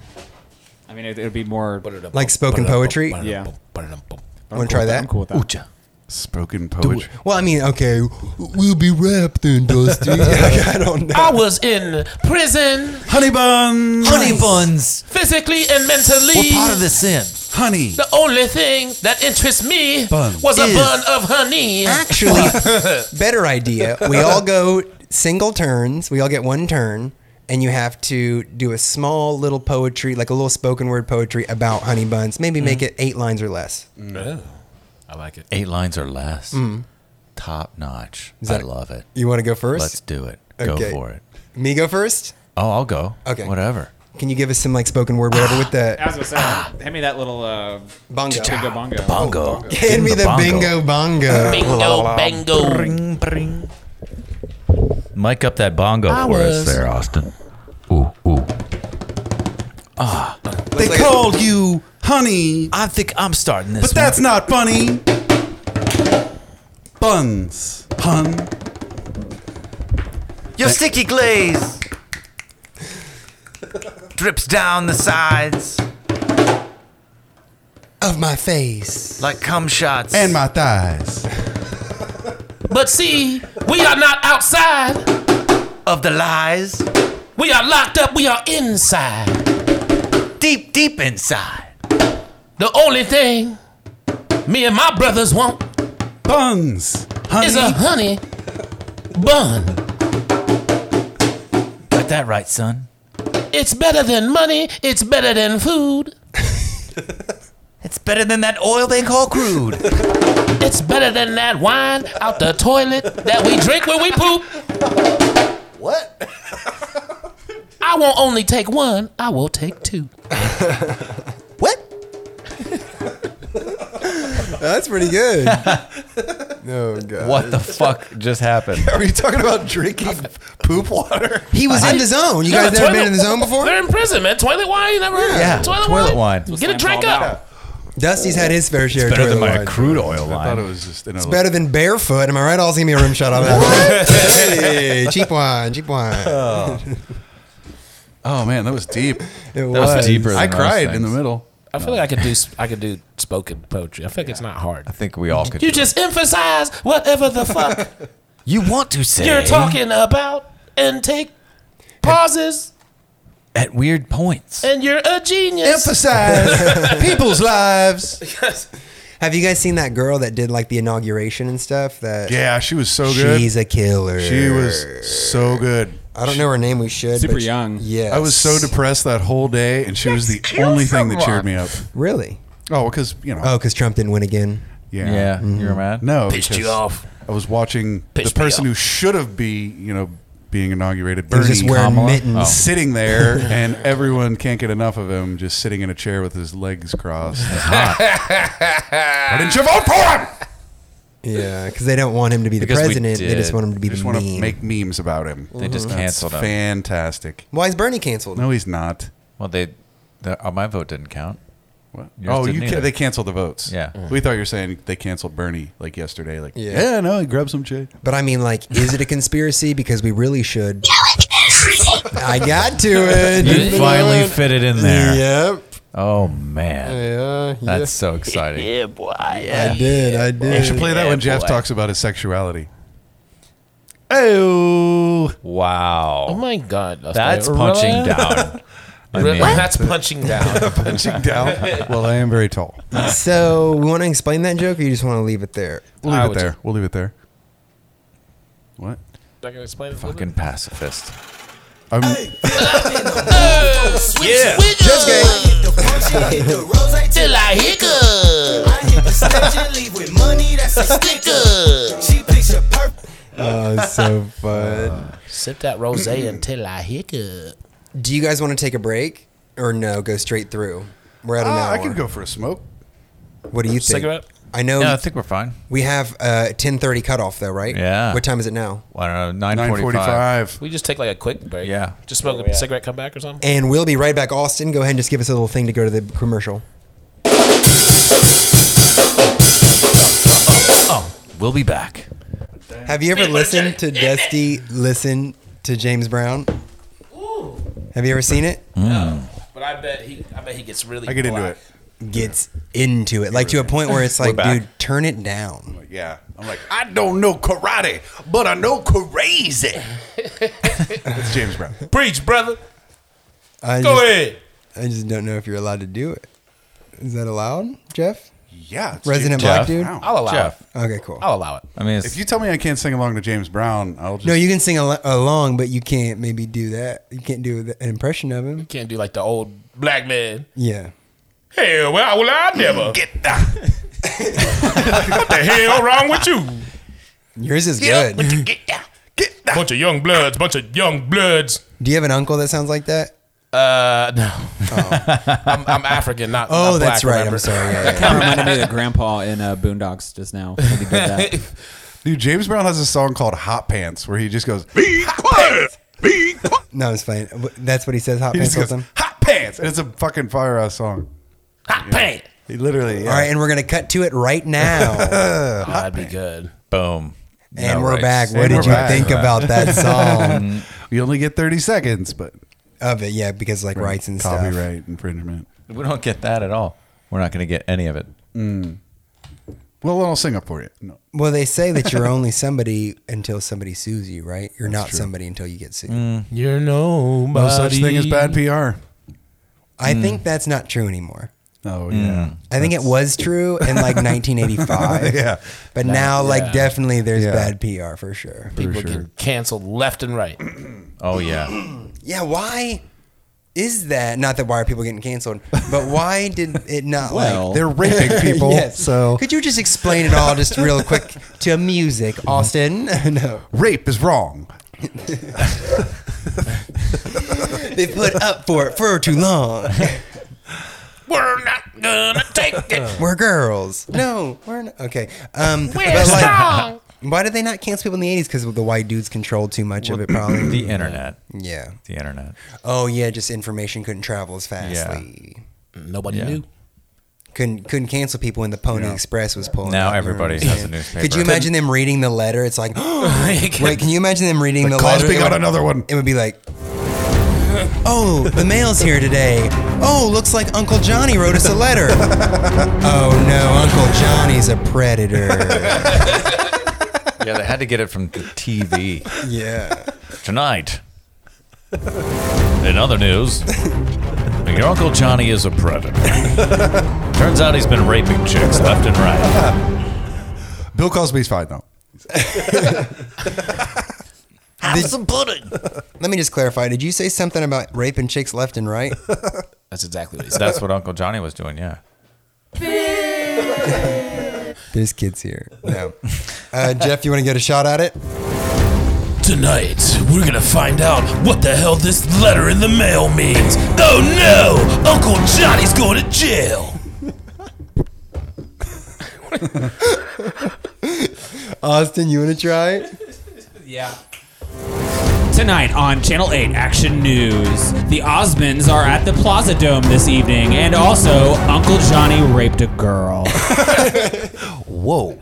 Speaker 7: I mean, it, it'd be more
Speaker 4: Like spoken poetry?
Speaker 7: Yeah.
Speaker 4: Want to try that?
Speaker 7: I'm cool with that.
Speaker 1: Spoken poetry.
Speaker 4: Well, I mean, okay, we'll be wrapped
Speaker 1: <laughs>
Speaker 4: then, Dusty. <laughs> I don't know.
Speaker 13: I was in prison,
Speaker 1: Honey buns.
Speaker 14: Honey buns.
Speaker 13: physically and mentally.
Speaker 14: What part of this in?
Speaker 1: Honey.
Speaker 13: The only thing that interests me
Speaker 14: Bun
Speaker 13: was a
Speaker 14: is-
Speaker 13: bun of honey.
Speaker 4: Actually, <laughs> better idea. We all go single turns. We all get one turn, and you have to do a small little poetry, like a little spoken word poetry about honey buns. Maybe make it eight lines or less.
Speaker 6: I like it. Eight lines or less. Top notch.
Speaker 4: Mm. Is that-
Speaker 6: I love it.
Speaker 4: You want to go 1st
Speaker 6: Let's do it. Go
Speaker 4: Okay.
Speaker 6: for it.
Speaker 4: Me go first.
Speaker 6: Oh, I'll go.
Speaker 4: Okay.
Speaker 6: Whatever.
Speaker 4: Can you give us some like spoken word, whatever, with the
Speaker 7: I was gonna say,
Speaker 1: Ah.
Speaker 7: hand me that little uh,
Speaker 4: bongo?
Speaker 7: bingo bongo.
Speaker 6: Bongo.
Speaker 4: Oh, Hand me the bingo bongo.
Speaker 13: Bingo, bango.
Speaker 6: Bring, bring. Mic up that bongo for us
Speaker 13: was-
Speaker 6: there, Austin. Ooh, ooh.
Speaker 1: They called you honey,
Speaker 6: I think I'm starting this.
Speaker 1: but that's not funny. Buns. Hun.
Speaker 5: Your sticky glaze drips down the sides
Speaker 4: Of my face.
Speaker 5: like cum shots.
Speaker 1: And my thighs.
Speaker 13: But see, we are not outside.
Speaker 5: of the lies
Speaker 13: We are locked up. We are inside.
Speaker 5: deep, deep inside.
Speaker 13: The only thing me and my brothers want
Speaker 1: Buns. Honey.
Speaker 13: is a honey bun.
Speaker 5: Got that right, son.
Speaker 13: It's better than money. It's better than food.
Speaker 5: It's better than that oil they call crude.
Speaker 13: It's better than that wine out the toilet that we drink when we poop. What? I won't only take one, I will take two.
Speaker 4: What? That's pretty good. oh god.
Speaker 6: <laughs> what the fuck just happened?
Speaker 2: Are you talking about drinking poop water?
Speaker 4: He was in the zone. You guys
Speaker 13: Yeah,
Speaker 4: never
Speaker 13: toilet-
Speaker 4: been in the zone before?
Speaker 13: They're in prison, man. Toilet wine? You never heard of
Speaker 6: Yeah,
Speaker 13: it? Toilet,
Speaker 6: toilet
Speaker 13: wine?
Speaker 6: wine.
Speaker 13: Get a drink up.
Speaker 4: Dusty's had his fair share.
Speaker 6: Better
Speaker 4: of
Speaker 6: than
Speaker 4: toilet
Speaker 6: my
Speaker 4: wine.
Speaker 6: crude oil
Speaker 1: I thought it
Speaker 6: line.
Speaker 1: was just in a.
Speaker 4: Better than barefoot. Am I right? I'll see me a rim
Speaker 1: <laughs>
Speaker 4: shot on that. hey, cheap wine, cheap wine.
Speaker 1: oh man, that was deep.
Speaker 4: It
Speaker 6: was deeper than
Speaker 1: I
Speaker 6: most
Speaker 1: cried in the
Speaker 6: things.
Speaker 1: middle.
Speaker 13: I feel like I could do I could do spoken poetry. I feel like it's not hard.
Speaker 6: I think we all could.
Speaker 13: You just emphasize whatever the <laughs> fuck
Speaker 5: you want to say
Speaker 13: you're talking about and take pauses
Speaker 5: at weird points.
Speaker 13: and you're a
Speaker 1: <laughs>
Speaker 13: genius.
Speaker 1: Emphasize people's lives.
Speaker 4: Have you guys seen that girl that did like the inauguration and stuff? That
Speaker 1: Yeah, she was so good.
Speaker 4: she's a killer.
Speaker 1: She was so good.
Speaker 4: I don't know her name. We should.
Speaker 7: Super
Speaker 4: but she-
Speaker 7: young.
Speaker 4: Yes.
Speaker 1: I was so depressed that whole day, and she was the only thing that cheered me up.
Speaker 4: Really?
Speaker 1: Oh, because you know,
Speaker 4: Oh, because Trump didn't win again.
Speaker 1: yeah,
Speaker 6: yeah, you're mad.
Speaker 1: no,
Speaker 13: Pissed you
Speaker 1: because
Speaker 13: off.
Speaker 1: I was watching
Speaker 13: Pissed
Speaker 1: the
Speaker 13: me
Speaker 1: person
Speaker 13: off.
Speaker 1: who should have be, you know, being inaugurated,
Speaker 4: He
Speaker 1: Bernie, Oh.
Speaker 4: was just wearing
Speaker 6: Kamala?
Speaker 4: mittens.
Speaker 1: sitting
Speaker 4: <laughs>
Speaker 1: there, and everyone can't get enough of him, just sitting in a chair with his legs crossed. <laughs> Why didn't you vote for him?
Speaker 4: Yeah, because they don't want him to be the
Speaker 6: Because we
Speaker 4: president. They just
Speaker 6: did.
Speaker 4: want him to be
Speaker 1: Just
Speaker 4: the
Speaker 1: want
Speaker 4: meme.
Speaker 1: to make memes about him.
Speaker 6: They just
Speaker 1: That's
Speaker 6: canceled him.
Speaker 1: fantastic.
Speaker 4: Why is Bernie canceled?
Speaker 1: No, he's not.
Speaker 6: Well, they, the, oh, my vote didn't count.
Speaker 1: What?
Speaker 6: Yours
Speaker 1: Oh,
Speaker 6: didn't
Speaker 1: you
Speaker 6: either.
Speaker 1: can, they canceled the votes. Mm-hmm.
Speaker 6: Yeah.
Speaker 1: we thought you were saying they canceled Bernie like yesterday. Like,
Speaker 4: Yeah.
Speaker 1: yeah, no, he grabbed some chick.
Speaker 4: But I mean, like, is it a conspiracy? Because we really should. I got to it.
Speaker 6: You finally fit it in there.
Speaker 4: Yep.
Speaker 6: Oh man,
Speaker 4: Yeah.
Speaker 6: that's so exciting.
Speaker 13: <laughs> Yeah, boy.
Speaker 4: I did. I did.
Speaker 1: You should play that when Jeff
Speaker 13: boy.
Speaker 1: talks about his sexuality.
Speaker 6: Oh. Wow.
Speaker 13: Oh my God. Dustin.
Speaker 6: That's
Speaker 13: Really?
Speaker 6: punching
Speaker 13: <laughs>
Speaker 6: down. I
Speaker 13: Really?
Speaker 6: mean-
Speaker 13: That's punching
Speaker 6: <laughs>
Speaker 13: down.
Speaker 1: <laughs> punching down. Well, I am very tall.
Speaker 4: So, we want to explain that joke, or you just want to leave it there?
Speaker 1: We'll leave it there. We'll leave it there. What?
Speaker 13: Not gonna explain it.
Speaker 6: Fucking pacifist.
Speaker 1: I'm,
Speaker 13: Yeah.
Speaker 10: Till I hiccup. I hit the stage and leave with money that's a sticker. She picture perfect.
Speaker 4: Oh, <laughs> so fun.
Speaker 13: Sip that rosé until I hiccup.
Speaker 4: Do you guys want to take a break, or no? Go straight through. We're at an
Speaker 1: Ah,
Speaker 4: hour.
Speaker 1: I could go for a smoke.
Speaker 4: What do you think?
Speaker 6: Cigarette?
Speaker 4: I know.
Speaker 6: No, I think we're fine.
Speaker 4: We have uh, ten thirty cutoff though, right?
Speaker 6: Yeah.
Speaker 4: What time is it now?
Speaker 6: I don't know. 945.
Speaker 13: We just take like a quick break.
Speaker 6: Yeah.
Speaker 13: Just smoke a cigarette, come back or something.
Speaker 4: And we'll be right back. Austin, go ahead and just give us a little thing to go to the commercial.
Speaker 6: We'll be back.
Speaker 4: Have you ever listened to Dusty listen to James Brown? Have you ever seen it?
Speaker 13: But I bet he, I bet he gets really.
Speaker 1: I get into
Speaker 13: black.
Speaker 1: it.
Speaker 4: Gets into it, like to a point where it's
Speaker 1: Mm-hmm. <laughs> We're back.
Speaker 4: like, dude, turn it down.
Speaker 1: Yeah. I'm like, I don't know karate, but I know crazy. it's James Brown.
Speaker 13: Preach, brother.
Speaker 4: I
Speaker 13: Go
Speaker 4: just,
Speaker 13: ahead.
Speaker 4: I just don't know if you're allowed to do it. Is that allowed, Jeff?
Speaker 1: Yeah. it's
Speaker 4: Resident
Speaker 1: James
Speaker 4: Black dude?
Speaker 1: Brown.
Speaker 13: I'll allow
Speaker 6: Jeff.
Speaker 13: it.
Speaker 4: Okay, cool.
Speaker 1: Oh.
Speaker 13: I'll allow it.
Speaker 6: I mean, it's,
Speaker 1: If you tell me I can't sing along to James Brown, I'll just.
Speaker 4: No, you can sing al- along, but you can't maybe do that. You can't do the- an impression of him.
Speaker 13: Can't do like the old black man.
Speaker 4: Yeah.
Speaker 13: Hell, well, well, I never get that. what the hell wrong with you?
Speaker 4: Yours is
Speaker 13: Get
Speaker 4: good.
Speaker 13: Get down. Get down. Bunch of young bloods. Bunch of young bloods.
Speaker 4: Do you have an uncle that sounds like that?
Speaker 13: Uh, no. I'm, I'm African, not.
Speaker 4: Oh,
Speaker 13: not
Speaker 4: that's
Speaker 13: black,
Speaker 4: right.
Speaker 13: remember?
Speaker 4: I'm sorry. Yeah,
Speaker 1: <laughs>
Speaker 4: yeah, yeah.
Speaker 7: Kind of reminded me of the grandpa in uh, Boondocks just now. He did
Speaker 13: <laughs>
Speaker 7: that.
Speaker 1: Dude, James Brown has a song called Hot Pants where he just goes,
Speaker 4: No, it's fine. W- That's what he says. Hot
Speaker 1: he
Speaker 4: pants.
Speaker 1: just goes
Speaker 4: Wilson.
Speaker 1: Hot Pants. And it's a fucking firehouse song.
Speaker 13: Hot paint.
Speaker 1: He literally. Yeah.
Speaker 4: All right, and we're gonna cut to it right
Speaker 1: <laughs>
Speaker 4: now.
Speaker 13: Oh, that'd be good.
Speaker 6: boom.
Speaker 4: and
Speaker 6: No
Speaker 4: we're
Speaker 6: rights.
Speaker 4: back. What
Speaker 1: And
Speaker 4: did
Speaker 1: we're
Speaker 4: you
Speaker 1: back.
Speaker 4: think about that <laughs> song
Speaker 1: You only get 30 seconds, but
Speaker 4: of it? Yeah, because like rights and stuff.
Speaker 1: copyright infringement.
Speaker 6: We don't get that at all. We're not going to get any of it.
Speaker 1: Well, I'll sing up for you. No.
Speaker 4: Well, they say that <laughs> you're only somebody until somebody sues you, right? You're not somebody until you get sued.
Speaker 13: You're nobody.
Speaker 1: No such thing as bad PR.
Speaker 4: I think that's not true anymore.
Speaker 1: Oh, yeah.
Speaker 4: I think it was true in <laughs> like 1985.
Speaker 1: Yeah.
Speaker 4: But now, like, definitely there's
Speaker 1: Yeah.
Speaker 4: bad PR for sure.
Speaker 13: People get canceled left and right.
Speaker 6: Oh, yeah.
Speaker 4: Yeah, why is that? Not that why are people getting canceled, but why did it not
Speaker 7: Well-
Speaker 4: like.
Speaker 1: They're
Speaker 4: <laughs>
Speaker 1: raping people.
Speaker 4: Yes.
Speaker 1: So
Speaker 4: Could you just explain it all just real <laughs> quick to music, Austin? <laughs> no.
Speaker 1: rape is wrong.
Speaker 4: They put up for it for too long.
Speaker 13: <clears throat>
Speaker 4: <laughs>
Speaker 13: We're not gonna take it.
Speaker 4: We're girls. No, we're not. Okay. Um,
Speaker 10: We're
Speaker 4: but, like,
Speaker 10: strong.
Speaker 4: Why did they not cancel people in the 80s? Because the white dudes controlled too much of it,
Speaker 6: <clears throat>
Speaker 4: probably.
Speaker 1: <clears throat>
Speaker 6: The internet.
Speaker 4: yeah.
Speaker 6: The internet.
Speaker 4: Oh, yeah, just information couldn't travel as fastly.
Speaker 13: Nobody knew.
Speaker 4: couldn't couldn't cancel people when the Pony Express was pulling. up,
Speaker 6: Now
Speaker 4: you know
Speaker 6: everybody
Speaker 4: what I'm
Speaker 6: has a
Speaker 4: saying?
Speaker 6: newspaper.
Speaker 4: Could you imagine them reading the letter? It's
Speaker 6: <laughs>
Speaker 4: like, <gasps> wait, can you imagine them reading the, letter?
Speaker 1: Cosby
Speaker 4: It
Speaker 1: got
Speaker 4: would-
Speaker 1: another one.
Speaker 4: It would be like, oh, the mail's here today. Oh, looks like Uncle Johnny wrote us a letter. oh no, Uncle Johnny's a predator.
Speaker 6: Yeah, they had to get it from
Speaker 1: <laughs>
Speaker 6: the TV.
Speaker 4: yeah.
Speaker 6: Tonight, in other news, your Uncle Johnny is
Speaker 1: <laughs>
Speaker 6: a predator. Turns out he's been raping chicks left and right.
Speaker 1: Bill Cosby's fine, though.
Speaker 10: Have some pudding.
Speaker 4: Let me just clarify. Did you say something about raping chicks left and right?
Speaker 13: That's exactly what he said.
Speaker 6: That's what Uncle Johnny was doing, yeah.
Speaker 4: There's kids here. No. Uh, Jeff, you want to get a shot at it?
Speaker 3: Tonight, we're gonna find out what the hell this letter in the mail means. Oh no! Uncle Johnny's going to jail!
Speaker 4: Austin, you want to try it?
Speaker 7: Yeah. Tonight on Channel 8 Action News, the Osmonds are at the Plaza Dome this evening, and also Uncle Johnny raped a girl.
Speaker 1: Whoa.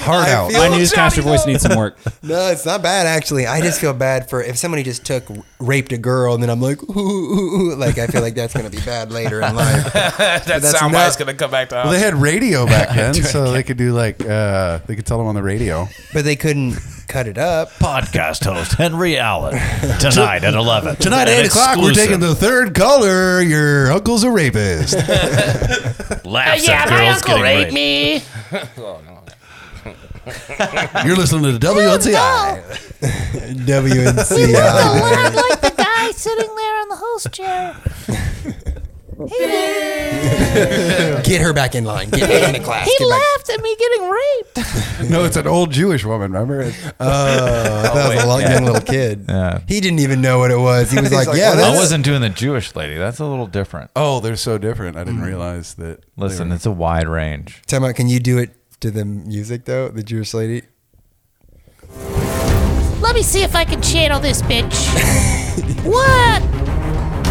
Speaker 1: Hard
Speaker 4: I
Speaker 1: out.
Speaker 4: feel-
Speaker 7: My newscaster voice needs some <laughs> work.
Speaker 4: No, it's not bad actually. I just feel bad for if somebody just took raped a girl and then I'm like, ooh, ooh, ooh," like I feel like that's gonna be bad later in life.
Speaker 13: <laughs> that
Speaker 4: that's
Speaker 13: soundbite's
Speaker 4: not-
Speaker 13: gonna come back to
Speaker 1: Well,
Speaker 13: us.
Speaker 4: <laughs>
Speaker 1: they had radio back then, so they could do like uh, they could tell them on the radio.
Speaker 4: But they couldn't cut it up.
Speaker 5: Podcast host Henry Allen tonight at eleven.
Speaker 1: Tonight at
Speaker 5: An
Speaker 1: 8 o'clock, we're
Speaker 5: exclusive.
Speaker 1: taking the third caller. Your uncle's a
Speaker 9: <laughs>
Speaker 1: rapist.
Speaker 5: laughs
Speaker 2: yeah,
Speaker 5: at
Speaker 2: my
Speaker 5: girls
Speaker 2: uncle raped
Speaker 5: getting raped.
Speaker 2: me.
Speaker 1: You're listening to WNCI.
Speaker 9: We were the
Speaker 4: WNCI.
Speaker 9: loud Oh, like the guy sitting there on the host chair. He,
Speaker 4: Get her back in line. Get back into class.
Speaker 9: he
Speaker 4: Get back.
Speaker 9: laughed at me getting raped.
Speaker 1: no, it's an old Jewish woman, remember? It-
Speaker 4: Oh, that was a long, young little kid.
Speaker 6: Yeah.
Speaker 4: He didn't even know what it was. He was
Speaker 1: He's
Speaker 4: like,
Speaker 1: like,
Speaker 4: "Yeah,
Speaker 1: what
Speaker 4: that's
Speaker 6: I wasn't doing the Jewish lady. That's a little different.
Speaker 1: oh, they're so different. I didn't realize that. they
Speaker 6: Listen,
Speaker 1: were-
Speaker 6: it's a wide range.
Speaker 4: Tell me, can you do it to the music though? The Jewish lady.
Speaker 9: Let me see if I can channel this bitch. what?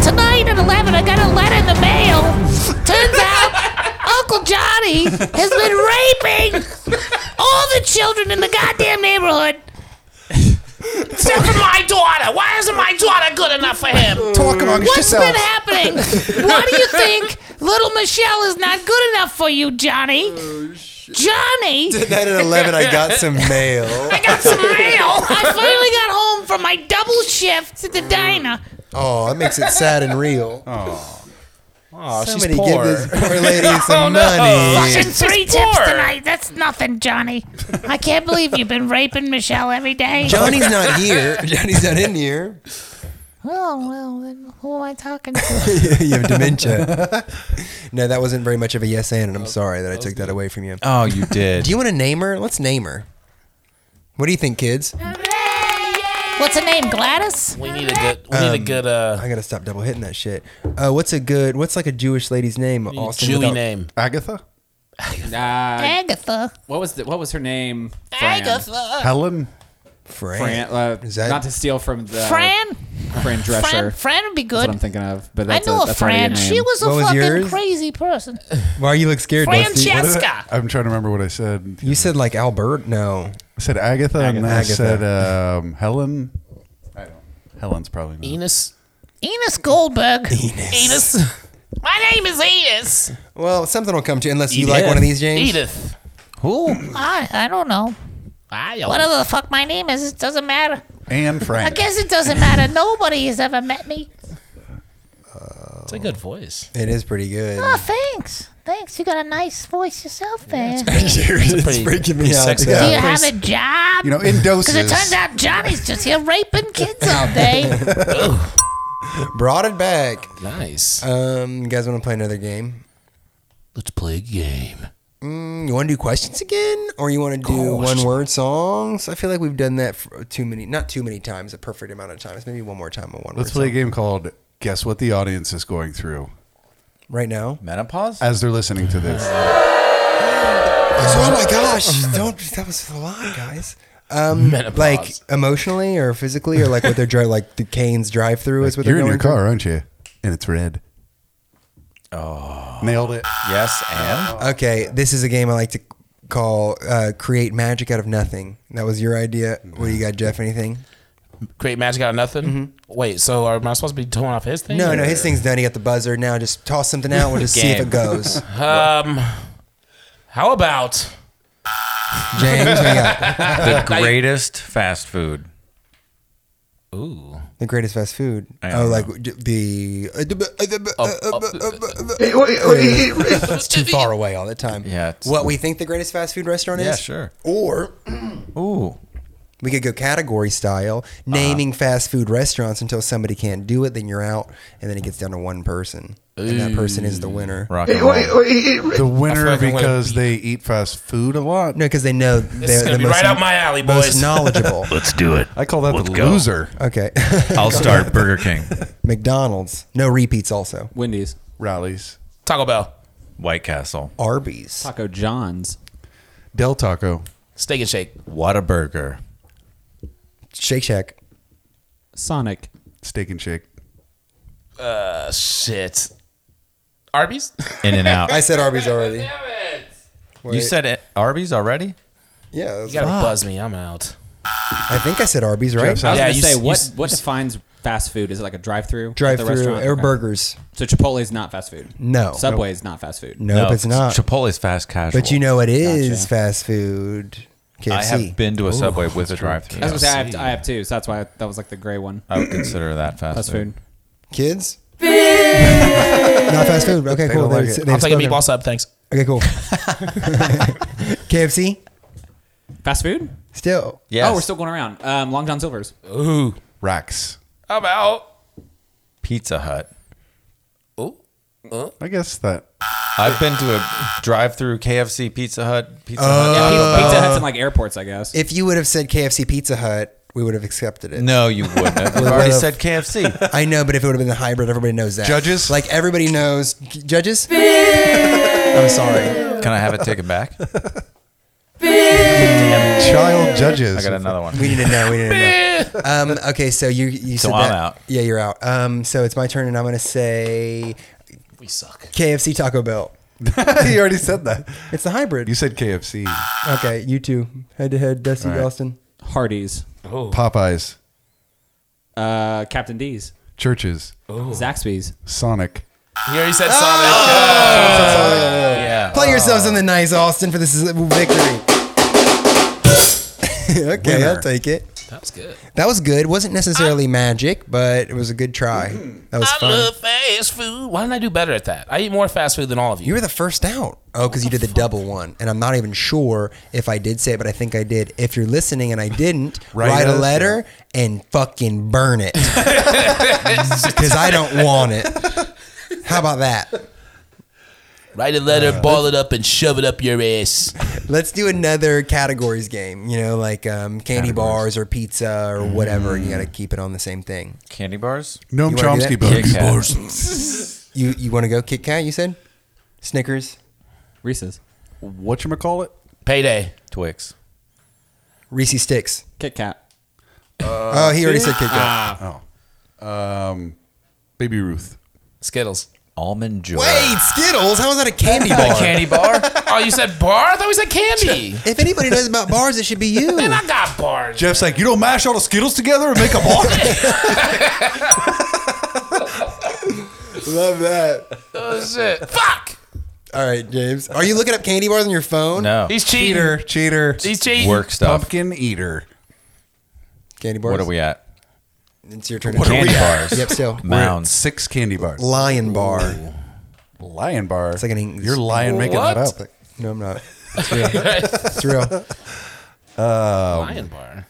Speaker 9: Tonight at 11, I got a letter in the mail. Turns out Uncle Johnny has been raping all the children in the goddamn neighborhood.
Speaker 13: Except for my daughter. Why isn't my daughter good enough for him?
Speaker 1: Talk amongst
Speaker 9: What's been
Speaker 1: yourselves.
Speaker 9: happening? <laughs> Why do you think little Michelle is not good enough for you, Johnny?
Speaker 4: <laughs>
Speaker 9: Johnny!
Speaker 4: Tonight at eleven, I got <laughs> some mail.
Speaker 9: I got some mail. I finally got home from my double shift at the diner.
Speaker 4: Oh, that makes it sad and real.
Speaker 6: Oh,
Speaker 4: Somebody give this poor lady some
Speaker 9: Fucking
Speaker 4: money.
Speaker 9: three
Speaker 13: She's
Speaker 9: tips
Speaker 13: poor.
Speaker 9: tonight. That's nothing, Johnny. I can't believe you've been raping Michelle every day.
Speaker 4: Johnny's not here. <laughs> Johnny's not in here.
Speaker 9: Oh well, then who am I talking to?
Speaker 4: you have dementia. <laughs> No, that wasn't very much of a yes and, and I'm sorry that I took that away from you.
Speaker 6: Oh, you did.
Speaker 4: Uh, Do you want to name her? Let's name her. What do you think, kids?
Speaker 9: <laughs> What's her name? Gladys.
Speaker 13: We need a good. We need a good. Uh,
Speaker 4: I gotta stop double hitting that shit. Uh, what's a good? What's like a Jewish lady's name? Austin,
Speaker 13: Jewy
Speaker 4: without-
Speaker 13: name.
Speaker 1: Agatha?
Speaker 7: Uh,
Speaker 9: Agatha.
Speaker 7: what was the, what was her name? Fran.
Speaker 9: Agatha.
Speaker 1: Helen?
Speaker 4: Fran.
Speaker 7: Fran. Uh,
Speaker 4: Is that-
Speaker 7: not to steal from the
Speaker 9: Fran.
Speaker 7: Fran Drescher.
Speaker 9: Fran. Fran would be
Speaker 7: That's what
Speaker 9: good.
Speaker 7: I'm thinking of. But
Speaker 9: I
Speaker 7: that's
Speaker 9: know
Speaker 7: a,
Speaker 9: a
Speaker 7: that's already
Speaker 9: Fran. She
Speaker 7: name.
Speaker 9: was a
Speaker 4: What was
Speaker 9: fucking
Speaker 4: yours?
Speaker 9: crazy person.
Speaker 4: Why you look scared, Dusty? What is-
Speaker 13: Francesca.
Speaker 1: I'm trying to remember what I said.
Speaker 4: You said like Albert? No.
Speaker 1: I said Agatha, and then I
Speaker 4: Agatha.
Speaker 1: said um, Helen. I don't. Helen's probably not.
Speaker 13: Enos.
Speaker 4: <laughs>
Speaker 9: Enos Goldberg.
Speaker 13: Enos. My name is Enos.
Speaker 4: Well, something will come to you unless you like one of these, James.
Speaker 13: Edith.
Speaker 9: I, I don't know.
Speaker 13: I
Speaker 9: Whatever the fuck my name is, it doesn't matter.
Speaker 1: Anne
Speaker 9: I
Speaker 1: Frank.
Speaker 9: guess it doesn't matter. Nobody has ever met me.
Speaker 13: It's a good voice.
Speaker 4: It is pretty good.
Speaker 9: Oh, thanks. Thanks. You got a nice voice yourself there.
Speaker 13: <laughs>
Speaker 4: it's
Speaker 13: pretty-
Speaker 4: <laughs> freaking me
Speaker 13: pretty
Speaker 4: out.
Speaker 13: sexy.
Speaker 9: Do you
Speaker 4: Yeah.
Speaker 9: have a job?
Speaker 1: You know,
Speaker 9: <laughs>
Speaker 1: in doses.
Speaker 9: Because it turns out Johnny's just here raping kids all
Speaker 4: <laughs>
Speaker 9: day.
Speaker 4: Brought it back.
Speaker 13: Nice.
Speaker 4: Um, you guys want to play another game?
Speaker 13: Let's play a game.
Speaker 4: Mm, You want to do questions again, or you want to do one-word songs? I feel like we've done that for too many, not too many times, a perfect amount of times. Maybe one more time on one.
Speaker 1: Let's play a game called Guess What the Audience is Going Through
Speaker 4: right now.
Speaker 6: <laughs> Menopause?
Speaker 1: as they're listening to this.
Speaker 4: oh my
Speaker 6: <laughs>
Speaker 4: gosh! Don't that was a lot, guys.
Speaker 6: <laughs>
Speaker 4: Um, like emotionally or physically or like what they're dri- like the Canes drive-through is what
Speaker 1: You're
Speaker 4: they're
Speaker 1: in your
Speaker 4: going through.
Speaker 1: car, aren't you? And it's red. Oh. Nailed it.
Speaker 6: Yes, and?
Speaker 4: Okay, this is a game I like to call uh, "Create Magic Out of Nothing." That was your idea. What do you got, Jeff? Anything?
Speaker 13: Create magic out of nothing. Wait, so am I supposed to be throwing off his thing?
Speaker 4: No, no,
Speaker 13: or-
Speaker 4: his thing's done. He got the buzzer. Now just toss something out. We'll just see if
Speaker 6: Game.
Speaker 4: it
Speaker 6: <laughs>
Speaker 4: goes.
Speaker 13: Um, how about
Speaker 4: James, what do you got?
Speaker 6: The greatest fast food.
Speaker 13: ooh?
Speaker 4: the greatest fast food.
Speaker 6: I
Speaker 4: Oh,
Speaker 6: don't
Speaker 4: like d- the. uh, d- b- uh, d- b- uh, uh, b- uh, b- uh, b- <laughs> It's too far away all the time.
Speaker 6: Yeah, it's-
Speaker 4: What we think the greatest fast food restaurant is?
Speaker 6: sure.
Speaker 4: Or
Speaker 6: Ooh.
Speaker 4: we could go category style,
Speaker 13: Uh-huh.
Speaker 4: naming fast food restaurants until somebody can't do it. Then you're out, and then it gets down to one person, and that person is the winner.
Speaker 6: Rock and roll.
Speaker 1: The winner
Speaker 13: like I'm gonna
Speaker 1: because they eat fast food a lot.
Speaker 4: No, because they know they're
Speaker 13: It's gonna
Speaker 4: the
Speaker 13: be
Speaker 4: most,
Speaker 13: right up my alley,
Speaker 4: most
Speaker 13: boys. <laughs>
Speaker 4: knowledgeable.
Speaker 5: Let's do it.
Speaker 1: I call that
Speaker 5: Let's
Speaker 1: the
Speaker 5: go.
Speaker 1: loser
Speaker 4: okay, <laughs>
Speaker 6: I'll start Burger King. <laughs>
Speaker 4: McDonald's. No repeats. Also,
Speaker 7: Wendy's,
Speaker 1: rallies.
Speaker 13: Taco Bell,
Speaker 6: White Castle.
Speaker 4: Arby's.
Speaker 7: Taco John's.
Speaker 1: Del Taco.
Speaker 13: Steak and Shake,
Speaker 6: Whataburger.
Speaker 4: Shake Shack.
Speaker 7: Sonic.
Speaker 1: Steak and Shake.
Speaker 13: uh, shit, Arby's.
Speaker 6: In and out.
Speaker 4: I said Arby's already.
Speaker 6: You said it, Arby's already?
Speaker 4: yeah. that's-
Speaker 13: You gotta buzz me. I'm out.
Speaker 4: I think I said Arby's, right?
Speaker 1: Jeff
Speaker 7: I was
Speaker 1: said-
Speaker 13: Yeah,
Speaker 7: gonna
Speaker 13: you
Speaker 7: say
Speaker 13: s- you
Speaker 7: what
Speaker 13: s-
Speaker 7: what defines fast food? Is it like a drive-through? at the
Speaker 4: Drive-through
Speaker 7: restaurant?
Speaker 4: or
Speaker 7: Okay.
Speaker 4: burgers?
Speaker 7: So Chipotle's not fast food.
Speaker 4: No.
Speaker 7: Subway's not fast food.
Speaker 4: Nope, it's not.
Speaker 6: Chipotle's fast casual.
Speaker 4: But you know it is fast food.
Speaker 6: I have been to a Subway with a drive-thru.
Speaker 7: I was gonna say I have, I have two, so that's why that was like the gray one.
Speaker 6: I would consider that fast
Speaker 7: Fast food.
Speaker 4: Kids? Not fast food. Okay,
Speaker 13: They
Speaker 4: cool.
Speaker 13: don't like
Speaker 4: They've-
Speaker 13: it.
Speaker 4: they've
Speaker 13: I'll take a
Speaker 4: spoken.
Speaker 13: meatball sub, thanks.
Speaker 4: Okay, cool. KFC?
Speaker 7: Fast food?
Speaker 4: Still.
Speaker 7: Oh, we're still going around. Um, Long John Silver's.
Speaker 6: Ooh, racks.
Speaker 13: I'm out.
Speaker 6: Pizza Hut.
Speaker 1: I guess that.
Speaker 6: I've been to a drive-through KFC, Pizza Hut, Pizza Hut.
Speaker 4: Uh, Yeah, Pizza- Pizza Hut's in,
Speaker 7: like airports, I guess.
Speaker 4: If you would have said KFC Pizza Hut, we would have accepted it.
Speaker 6: No, you wouldn't have.
Speaker 4: We
Speaker 6: You've already
Speaker 4: would've-
Speaker 6: said KFC.
Speaker 4: I know, but if it would have been the hybrid, everybody knows that.
Speaker 6: Judges?
Speaker 4: Like everybody knows. Judges? I'm sorry.
Speaker 6: Can I have it taken back?
Speaker 4: Child
Speaker 1: judges.
Speaker 6: I
Speaker 1: <laughs>
Speaker 6: got another one.
Speaker 4: We need to know. We need to know. Um, okay, so you you
Speaker 6: So
Speaker 4: said
Speaker 6: I'm
Speaker 4: that.
Speaker 6: out.
Speaker 4: Yeah, you're out. Um, so it's my turn, and I'm gonna say
Speaker 13: we suck.
Speaker 4: KFC Taco Bell.
Speaker 1: you already said that.
Speaker 4: It's the hybrid.
Speaker 1: You said KFC.
Speaker 4: Okay, you two head to head, Dusty
Speaker 1: All right.
Speaker 4: Austin.
Speaker 7: Hardee's.
Speaker 13: Oh.
Speaker 1: Popeyes.
Speaker 7: Uh, Captain D's.
Speaker 1: Churches.
Speaker 7: Zaxby's.
Speaker 1: Sonic.
Speaker 13: You already said
Speaker 4: Sonic.
Speaker 6: Yeah.
Speaker 4: Play yourself something nice, Austin, for this is victory. <laughs> okay, I'll
Speaker 13: Winner.
Speaker 4: take it.
Speaker 13: That was good.
Speaker 4: That was good. wasn't necessarily magic, but it was a good try. That was
Speaker 13: I
Speaker 4: fun.
Speaker 13: love fast food. Why didn't I do better at that? I eat more fast food than all of you.
Speaker 4: You were the first out. Oh, because you did the double one, and I'm not even sure if I did say it, but I think I did. If you're listening and I didn't,
Speaker 1: Write
Speaker 4: write, a
Speaker 1: us,
Speaker 4: letter and fucking burn it <laughs> because I don't want it. How about that?
Speaker 13: Write a letter, ball it up, and shove it up your ass.
Speaker 4: Let's do another categories game. You know, like um, candy bars or pizza or whatever. You got to keep it on the same thing.
Speaker 6: Candy bars?
Speaker 1: Noam
Speaker 4: You wanna do
Speaker 1: Chomsky
Speaker 4: that?
Speaker 1: bugs.
Speaker 4: you you want to go Kit Kat? You said Snickers,
Speaker 7: Reese's,
Speaker 1: Whatchamacallit?
Speaker 13: Payday.
Speaker 6: Twix.
Speaker 4: Reese's sticks.
Speaker 7: Kit Kat.
Speaker 4: oh, he already said Kit Kat.
Speaker 1: Oh. Um, Baby Ruth.
Speaker 13: Skittles.
Speaker 6: Almond joy.
Speaker 4: Wait, Skittles? How is that a candy
Speaker 6: A
Speaker 4: bar?
Speaker 6: candy bar?
Speaker 13: oh, you said bar? I thought we
Speaker 4: <laughs>
Speaker 13: said candy.
Speaker 4: If anybody knows about bars, it should be you.
Speaker 13: Man, I got bars.
Speaker 1: Jeff's like, you don't mash all the Skittles together and make <laughs> a ball?
Speaker 4: Love that.
Speaker 13: Oh, shit. Fuck.
Speaker 4: All right, James. Are you looking up candy bars on your phone?
Speaker 6: No.
Speaker 13: He's cheating.
Speaker 1: cheater.
Speaker 13: He's cheating.
Speaker 6: Work stuff.
Speaker 1: Pumpkin eater.
Speaker 4: Candy bars.
Speaker 6: What are we at?
Speaker 4: It's your turn.
Speaker 1: What are
Speaker 4: Candy
Speaker 1: we at?
Speaker 4: bars. Yep, still.
Speaker 1: We're at
Speaker 6: Mounds.
Speaker 1: six candy bars.
Speaker 4: Lion bar.
Speaker 1: Lion bar.
Speaker 4: It's like an English.
Speaker 1: You're lying, making
Speaker 13: What?
Speaker 1: that up.
Speaker 4: No, I'm not. It's real. it's real.
Speaker 13: Oh. Lion bar.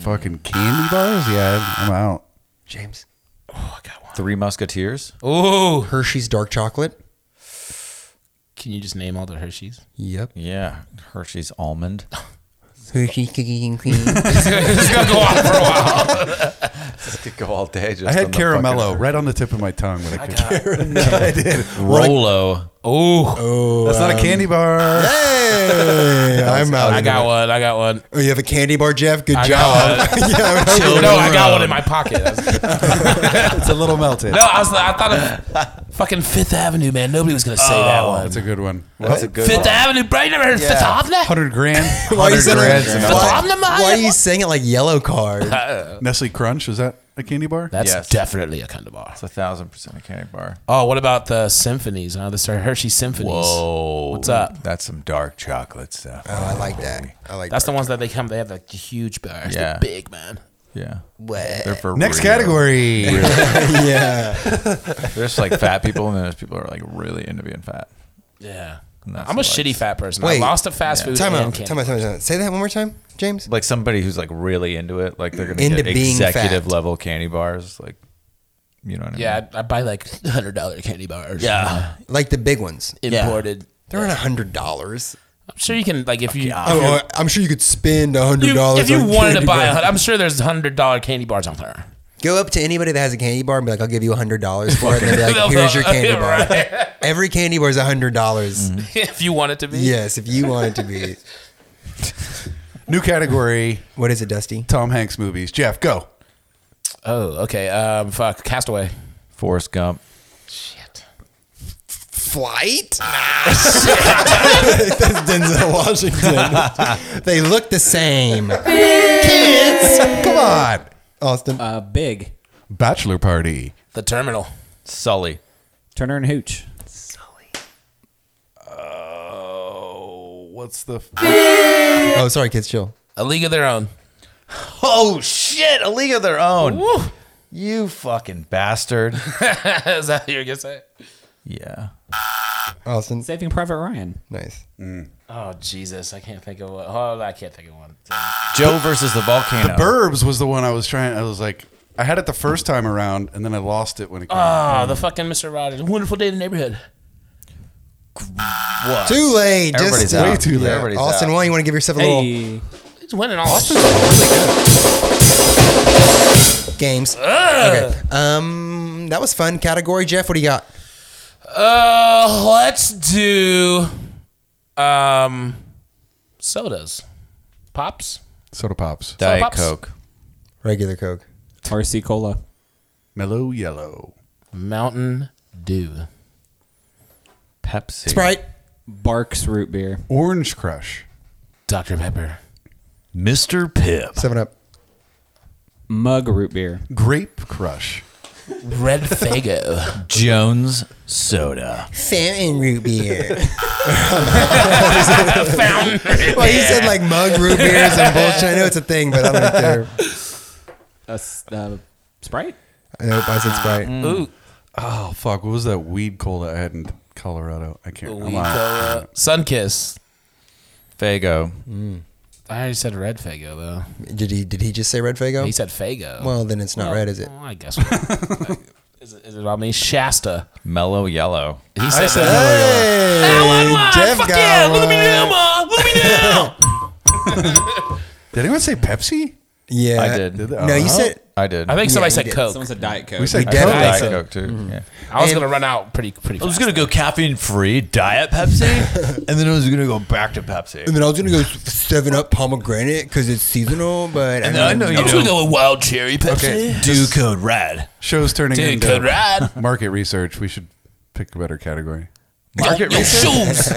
Speaker 1: Fucking candy bars? Yeah, I'm out.
Speaker 4: James.
Speaker 6: Three Musketeers.
Speaker 13: Ooh.
Speaker 4: Hershey's dark chocolate.
Speaker 13: Can you just name all the Hershey's?
Speaker 4: Yep.
Speaker 6: Yeah. Hershey's <laughs> almond.
Speaker 4: Hershey cookies and <laughs> cream.
Speaker 13: <laughs> It's gonna go on for a while.
Speaker 6: could go all day. Just
Speaker 1: I had caramello right on the tip of my tongue when I could.
Speaker 6: Rolo.
Speaker 13: Ooh.
Speaker 1: That's not a candy bar.
Speaker 4: Oh, uh, hey, I'm out.
Speaker 13: I got one. I got one.
Speaker 4: Oh, you have a candy bar, Jeff. Good
Speaker 13: I
Speaker 4: job.
Speaker 13: got
Speaker 4: <laughs>
Speaker 13: one. <laughs>
Speaker 4: yeah, I'm out.
Speaker 13: no, I got one in my pocket. I was-
Speaker 1: It's a little melted.
Speaker 13: no, I was. I thought of fucking Fifth Avenue, man. Nobody was gonna say that one.
Speaker 1: That's a good one.
Speaker 6: That's a good
Speaker 13: Fifth
Speaker 6: one.
Speaker 13: Avenue, bro. You never heard of Fifth Avenue?
Speaker 1: 100 <laughs> grand.
Speaker 4: Why are you
Speaker 1: 100
Speaker 4: saying
Speaker 1: grand's
Speaker 4: it like-
Speaker 1: enough.
Speaker 4: why,
Speaker 13: Problem, I-
Speaker 4: why are you saying it like yellow
Speaker 13: <laughs>
Speaker 4: card? Oh,
Speaker 1: Nestle Crunch, is that a candy bar?
Speaker 13: That's
Speaker 6: Yes.
Speaker 13: definitely a kind of bar.
Speaker 6: It's a thousand percent a candy bar.
Speaker 13: Oh, what about the symphonies? Huh? The Sir Hershey symphonies.
Speaker 6: Whoa.
Speaker 13: What's up?
Speaker 6: That's some dark chocolate stuff.
Speaker 4: Oh, I like that. I like
Speaker 13: That's the ones that they come. They have like the huge bars.
Speaker 6: Yeah.
Speaker 13: Yeah. big man.
Speaker 6: Yeah.
Speaker 13: <laughs>
Speaker 4: What?
Speaker 6: They're for
Speaker 1: Next
Speaker 6: real.
Speaker 1: category.
Speaker 4: <laughs> yeah.
Speaker 6: There's like fat people, and then there's people who are like really into being fat.
Speaker 13: Yeah.
Speaker 6: And that's
Speaker 13: I'm a
Speaker 6: like-
Speaker 13: shitty fat person.
Speaker 4: Wait.
Speaker 13: I lost a fast food.
Speaker 4: Time
Speaker 13: and
Speaker 4: out.
Speaker 13: candy.
Speaker 4: Time out. Time out. Time out. Say that one more time, James.
Speaker 6: Like somebody who's like really into it, like they're gonna
Speaker 4: Into
Speaker 6: get
Speaker 4: being fat.
Speaker 6: executive level candy bars, like you know what I mean?
Speaker 13: Yeah, I, I buy like hundred dollar candy bars.
Speaker 6: Yeah.
Speaker 4: Like the big ones.
Speaker 13: imported.
Speaker 4: They're at hundred dollars.
Speaker 13: I'm sure you can like if you.
Speaker 4: Oh, oh, I'm sure you could spend
Speaker 13: You,
Speaker 4: hundred dollars.
Speaker 13: if you wanted to buy, a hun- I'm sure there's hundred dollar candy bars on <laughs> there.
Speaker 4: go up to anybody that has a candy bar and be like, "I'll give you hundred dollars for it." And they'll be like, "Here's your candy bar."
Speaker 13: Right.
Speaker 4: <laughs> Every candy bar is hundred dollars.
Speaker 13: if you want it to be.
Speaker 4: Yes, if you want it to be.
Speaker 1: New category
Speaker 4: What is it, Dusty?
Speaker 1: Tom Hanks movies. Jeff, go.
Speaker 13: Oh, okay. Um, fuck. Castaway.
Speaker 6: Forrest Gump.
Speaker 4: Flight. <laughs> That's Denzel Washington. they look the same. Kids, come on, Austin.
Speaker 7: Uh, Big.
Speaker 1: Bachelor Party.
Speaker 13: The Terminal.
Speaker 6: Sully.
Speaker 7: Turner and Hooch.
Speaker 13: Oh,
Speaker 1: What's the?
Speaker 4: Oh, sorry, kids, chill.
Speaker 13: A League of Their Own.
Speaker 6: Oh shit! A League of Their Own. You fucking bastard.
Speaker 13: <laughs> Is that what you're gonna say?
Speaker 6: yeah.
Speaker 4: Austin.
Speaker 7: Saving Private Ryan.
Speaker 4: Nice.
Speaker 13: Oh Jesus, I can't think of one. Oh, I can't think of one.
Speaker 6: Joe versus the volcano.
Speaker 1: The <laughs> Burbs was the one I was trying. I was like, I had it the first time around, and then I lost it when it came.
Speaker 13: Ah, the fucking Mr. Rogers. Wonderful day in the neighborhood.
Speaker 6: What?
Speaker 4: Too late. Just
Speaker 6: Everybody's
Speaker 4: uh,
Speaker 6: out. Way too late.
Speaker 4: yeah.
Speaker 6: Everybody's
Speaker 4: Austin,
Speaker 6: out.
Speaker 4: one, you want to give yourself a little
Speaker 7: Hey.
Speaker 13: It's winning all.
Speaker 4: games? Okay. Um, that was fun category. Jeff, what do you got?
Speaker 13: Uh, let's do um sodas, pops,
Speaker 1: Soda pops,
Speaker 6: Diet
Speaker 13: Pops.
Speaker 6: Coke.
Speaker 4: Regular Coke.
Speaker 7: RC Cola.
Speaker 1: mellow yellow.
Speaker 13: Mountain Dew,
Speaker 6: Pepsi.
Speaker 4: Sprite.
Speaker 7: Barks root beer.
Speaker 1: Orange Crush.
Speaker 13: Dr Pepper,
Speaker 5: Mr. Pibb.
Speaker 4: Seven up.
Speaker 7: Mug root beer.
Speaker 1: Grape Crush.
Speaker 13: Red Fago.
Speaker 6: Jones Soda.
Speaker 4: Fountain root beer. well, he said like mug root beers and bullshit. I know it's a thing, but I don't care.
Speaker 7: A s- uh, Sprite.
Speaker 4: I know I said Sprite.
Speaker 13: Mm-hmm.
Speaker 1: Oh fuck! What was that weed cola I had in Colorado? I can't. Ah, I'm out.
Speaker 13: Sunkiss.
Speaker 6: Fago.
Speaker 13: I already said Red Fago though.
Speaker 4: Did he? Did he just say red Fago?
Speaker 13: He said Fago.
Speaker 4: well, then it's not red, is it?
Speaker 13: Oh, I guess. what- is, it, is it on me? Shasta.
Speaker 6: Mellow Yellow.
Speaker 13: He said,
Speaker 4: Hey, Jeff
Speaker 13: Fuck
Speaker 4: got
Speaker 13: yeah! Look at me now,
Speaker 4: one.
Speaker 13: ma. Look at me now.
Speaker 1: Did anyone say Pepsi?
Speaker 4: Yeah,
Speaker 6: I Uh-huh. did. Did they?
Speaker 4: No, you said
Speaker 6: I did.
Speaker 13: I think somebody
Speaker 4: you
Speaker 13: said
Speaker 4: did.
Speaker 13: Coke.
Speaker 7: Someone said Diet Coke.
Speaker 1: We said
Speaker 4: We definitely
Speaker 6: Diet
Speaker 1: Coke.
Speaker 4: said-
Speaker 6: Coke too. Yeah.
Speaker 13: I was
Speaker 4: And-
Speaker 13: gonna run out pretty pretty fast.
Speaker 5: I was gonna go caffeine free diet
Speaker 6: <laughs>
Speaker 5: Pepsi, and then I was gonna go back to Pepsi.
Speaker 4: And then I was gonna go seven up pomegranate because it's seasonal, but
Speaker 5: And then
Speaker 4: <laughs>
Speaker 5: I know you
Speaker 13: gonna
Speaker 5: do
Speaker 13: go with wild cherry Pepsi.
Speaker 5: do code red.
Speaker 1: Show's turning
Speaker 13: Dude,
Speaker 1: into
Speaker 13: could ride.
Speaker 1: market research. We should pick a better category.
Speaker 13: Yo, yo shoes,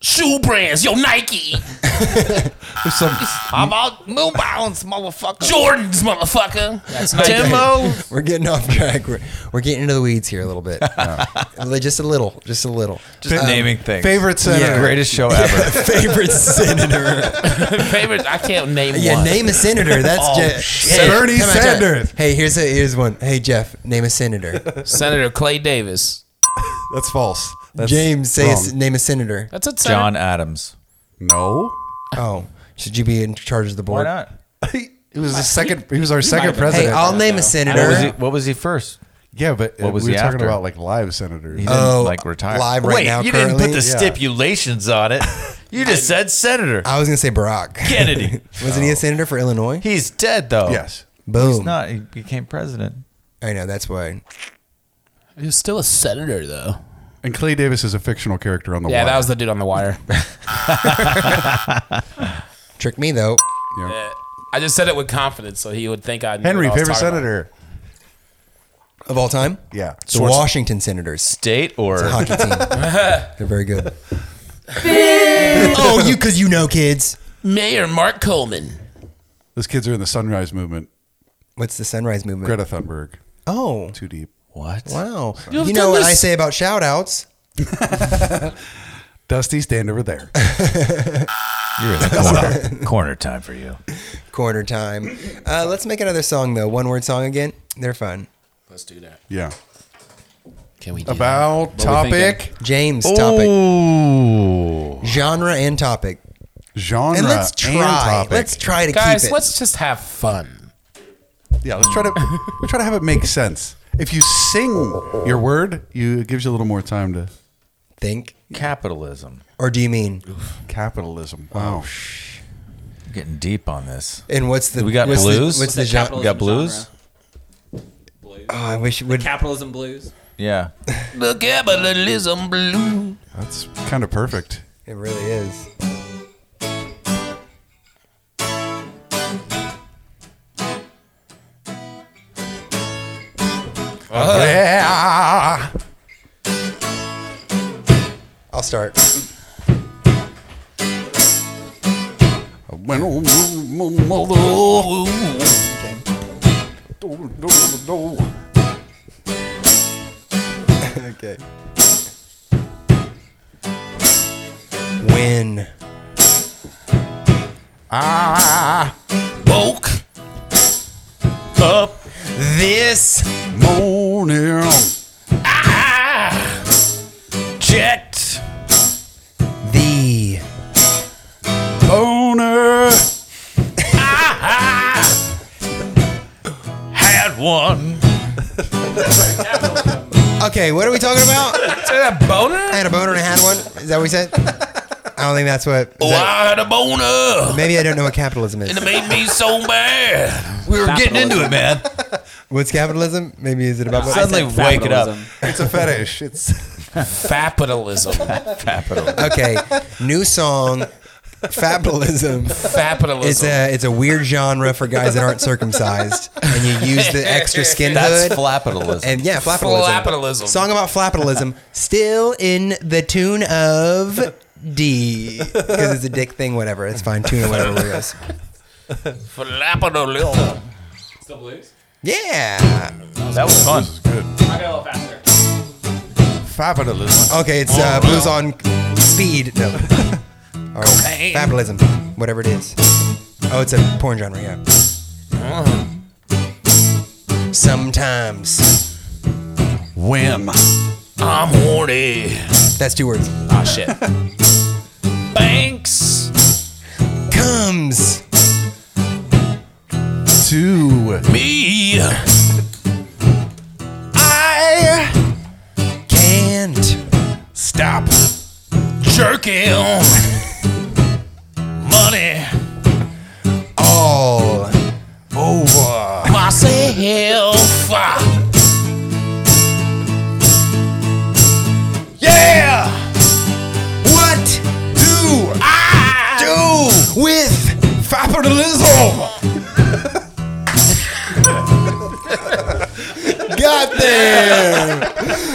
Speaker 13: shoe brands, yo Nike,
Speaker 1: There's some
Speaker 13: how about New Balance, motherfucker, Jordans, motherfucker. That's Nike.
Speaker 6: Demo.
Speaker 4: We're getting off track. We're, we're getting into the weeds here a little
Speaker 13: <laughs>
Speaker 4: bit, just a little, just a little.
Speaker 6: Just naming things.
Speaker 1: favorite center.
Speaker 4: Yeah.
Speaker 6: Greatest show ever.
Speaker 4: Favorite senator?
Speaker 13: favorite. I can't name
Speaker 4: yeah,
Speaker 13: one.
Speaker 4: name a senator. That's Jeff.
Speaker 1: Bernie Sanders.
Speaker 4: Hey, here's a here's one. Hey Jeff, name a senator.
Speaker 13: Senator Clay Davis.
Speaker 1: <laughs> That's false. That's
Speaker 4: James, say a, s-
Speaker 1: wrong.
Speaker 4: name a senator.
Speaker 13: That's a senator.
Speaker 6: John Adams.
Speaker 13: <laughs>
Speaker 1: No.
Speaker 4: Oh, should you be in charge of the board?
Speaker 1: he was the second. He was our second
Speaker 4: Hey,
Speaker 1: president.
Speaker 4: I'll name a
Speaker 6: What was, he,
Speaker 4: senator.
Speaker 6: what was he first?
Speaker 1: yeah, but uh,
Speaker 6: What was
Speaker 1: we
Speaker 6: he
Speaker 1: were talking
Speaker 6: after?
Speaker 1: about like live senators.
Speaker 6: didn't,
Speaker 4: Oh,
Speaker 6: like, retire.
Speaker 4: live right
Speaker 5: Wait,
Speaker 4: now.
Speaker 5: you
Speaker 4: currently?
Speaker 5: didn't put the stipulations on
Speaker 4: <laughs>
Speaker 5: it. You just said senator
Speaker 4: I was gonna say Barack.
Speaker 5: Kennedy.
Speaker 4: Wasn't he a senator for Illinois?
Speaker 5: He's dead though.
Speaker 1: yes.
Speaker 4: Boom.
Speaker 6: He's not. He became president.
Speaker 4: I know that's why.
Speaker 13: He was still a senator though.
Speaker 1: And Clay Davis is a fictional character on the
Speaker 13: <laughs> Yeah,
Speaker 1: Wire.
Speaker 13: that was the dude on the <laughs> wire.
Speaker 4: Trick me though.
Speaker 13: I just said it with confidence, so he would think I knew
Speaker 1: Henry,
Speaker 13: what I was
Speaker 1: favorite
Speaker 13: talking about.
Speaker 1: senator.
Speaker 4: Of all time,
Speaker 1: Yeah.
Speaker 4: the Washington
Speaker 6: <laughs>
Speaker 4: Senators
Speaker 6: Date or
Speaker 4: hockey team. They're very good. oh, you because you know kids.
Speaker 13: Mayor Mark Coleman.
Speaker 1: Those kids are in the Sunrise Movement.
Speaker 4: What's the Sunrise Movement?
Speaker 1: Greta Thunberg.
Speaker 4: Oh,
Speaker 1: Too deep.
Speaker 6: what?
Speaker 4: wow.
Speaker 13: have
Speaker 4: You, know
Speaker 13: done
Speaker 4: what I
Speaker 13: this-
Speaker 4: say about shout outs?
Speaker 1: Dusty, stand over there.
Speaker 6: You're
Speaker 5: <laughs>
Speaker 6: in the corner. corner time for you.
Speaker 4: Corner time. Uh, let's make another song though. One word song again. They're fun.
Speaker 13: Let's do that. Uh,
Speaker 1: Yeah.
Speaker 13: Can we do
Speaker 1: About topic,
Speaker 4: James topic,
Speaker 6: Ooh.
Speaker 4: genre and topic.
Speaker 1: genre,
Speaker 4: And let's try.
Speaker 1: topic.
Speaker 4: Let's try to
Speaker 13: that? Guys,
Speaker 4: keep it.
Speaker 13: let's just have fun.
Speaker 1: <laughs> yeah, let's try to we try to have it make sense. If you sing your word, you it gives you a little more time to
Speaker 4: think.
Speaker 6: Capitalism.
Speaker 4: Or do you mean?
Speaker 1: capitalism. Wow.
Speaker 6: We're getting deep on this.
Speaker 4: And what's the
Speaker 6: We got
Speaker 4: what's
Speaker 6: blues?
Speaker 4: The, what's the
Speaker 7: Said
Speaker 4: genre?
Speaker 7: capitalism
Speaker 6: got blues?
Speaker 7: genre. Blues.
Speaker 4: Oh, I wish it would.
Speaker 7: Capitalism blues.
Speaker 6: Yeah.
Speaker 13: The capitalism blue.
Speaker 1: That's kind of perfect.
Speaker 4: It really is.
Speaker 1: Yeah.
Speaker 4: I'll start.
Speaker 1: When old mother do, do, do.
Speaker 4: okay. When
Speaker 1: I
Speaker 13: woke up
Speaker 4: this
Speaker 1: morning.
Speaker 13: I checked
Speaker 4: the
Speaker 1: boner.
Speaker 13: I had one.
Speaker 4: Okay, what are we talking about?
Speaker 13: a boner? I
Speaker 4: had a boner and I had one. Is that what we said? I don't think that's what. is
Speaker 13: Oh,
Speaker 4: that-
Speaker 13: I had a boner.
Speaker 4: Maybe I don't know what capitalism is.
Speaker 13: And it made me so bad. We were
Speaker 4: getting into it,
Speaker 13: man.
Speaker 4: What's capitalism? Maybe is it about
Speaker 13: I Suddenly said wake it up. capitalism.
Speaker 1: It's a fetish. It's
Speaker 13: Capitalism.
Speaker 6: <laughs>
Speaker 4: okay, new song. Fapitalism.
Speaker 13: Fapitalism.
Speaker 4: It's a it's a weird genre for guys that aren't circumcised, and you use the extra skin
Speaker 6: That's
Speaker 4: hood.
Speaker 6: flappitalism.
Speaker 4: And yeah, flappitalism.
Speaker 13: Flappitalism.
Speaker 4: Song about flappitalism. Still in the tune of D because it's a dick thing. Whatever, it's fine. Tune it whatever it is.
Speaker 13: Flappadalism.
Speaker 7: Still blues?
Speaker 4: Yeah.
Speaker 13: That was fun.
Speaker 1: This is good.
Speaker 4: <laughs>
Speaker 7: I got a little faster.
Speaker 1: Fabulous.
Speaker 4: Okay, it's uh, blues on speed. No. Or
Speaker 13: Cocaine.
Speaker 4: Fabulalism. Whatever it is. Oh, it's a porn genre, yeah. Sometimes.
Speaker 1: Whim.
Speaker 13: I'm horny.
Speaker 4: That's two words.
Speaker 13: Ah, shit. Banks
Speaker 4: comes
Speaker 1: to
Speaker 13: me.
Speaker 4: I can't
Speaker 13: stop jerking money
Speaker 4: all over
Speaker 13: myself. Yeah.
Speaker 4: What do
Speaker 13: I
Speaker 4: do with
Speaker 1: capitalism?
Speaker 4: Got there.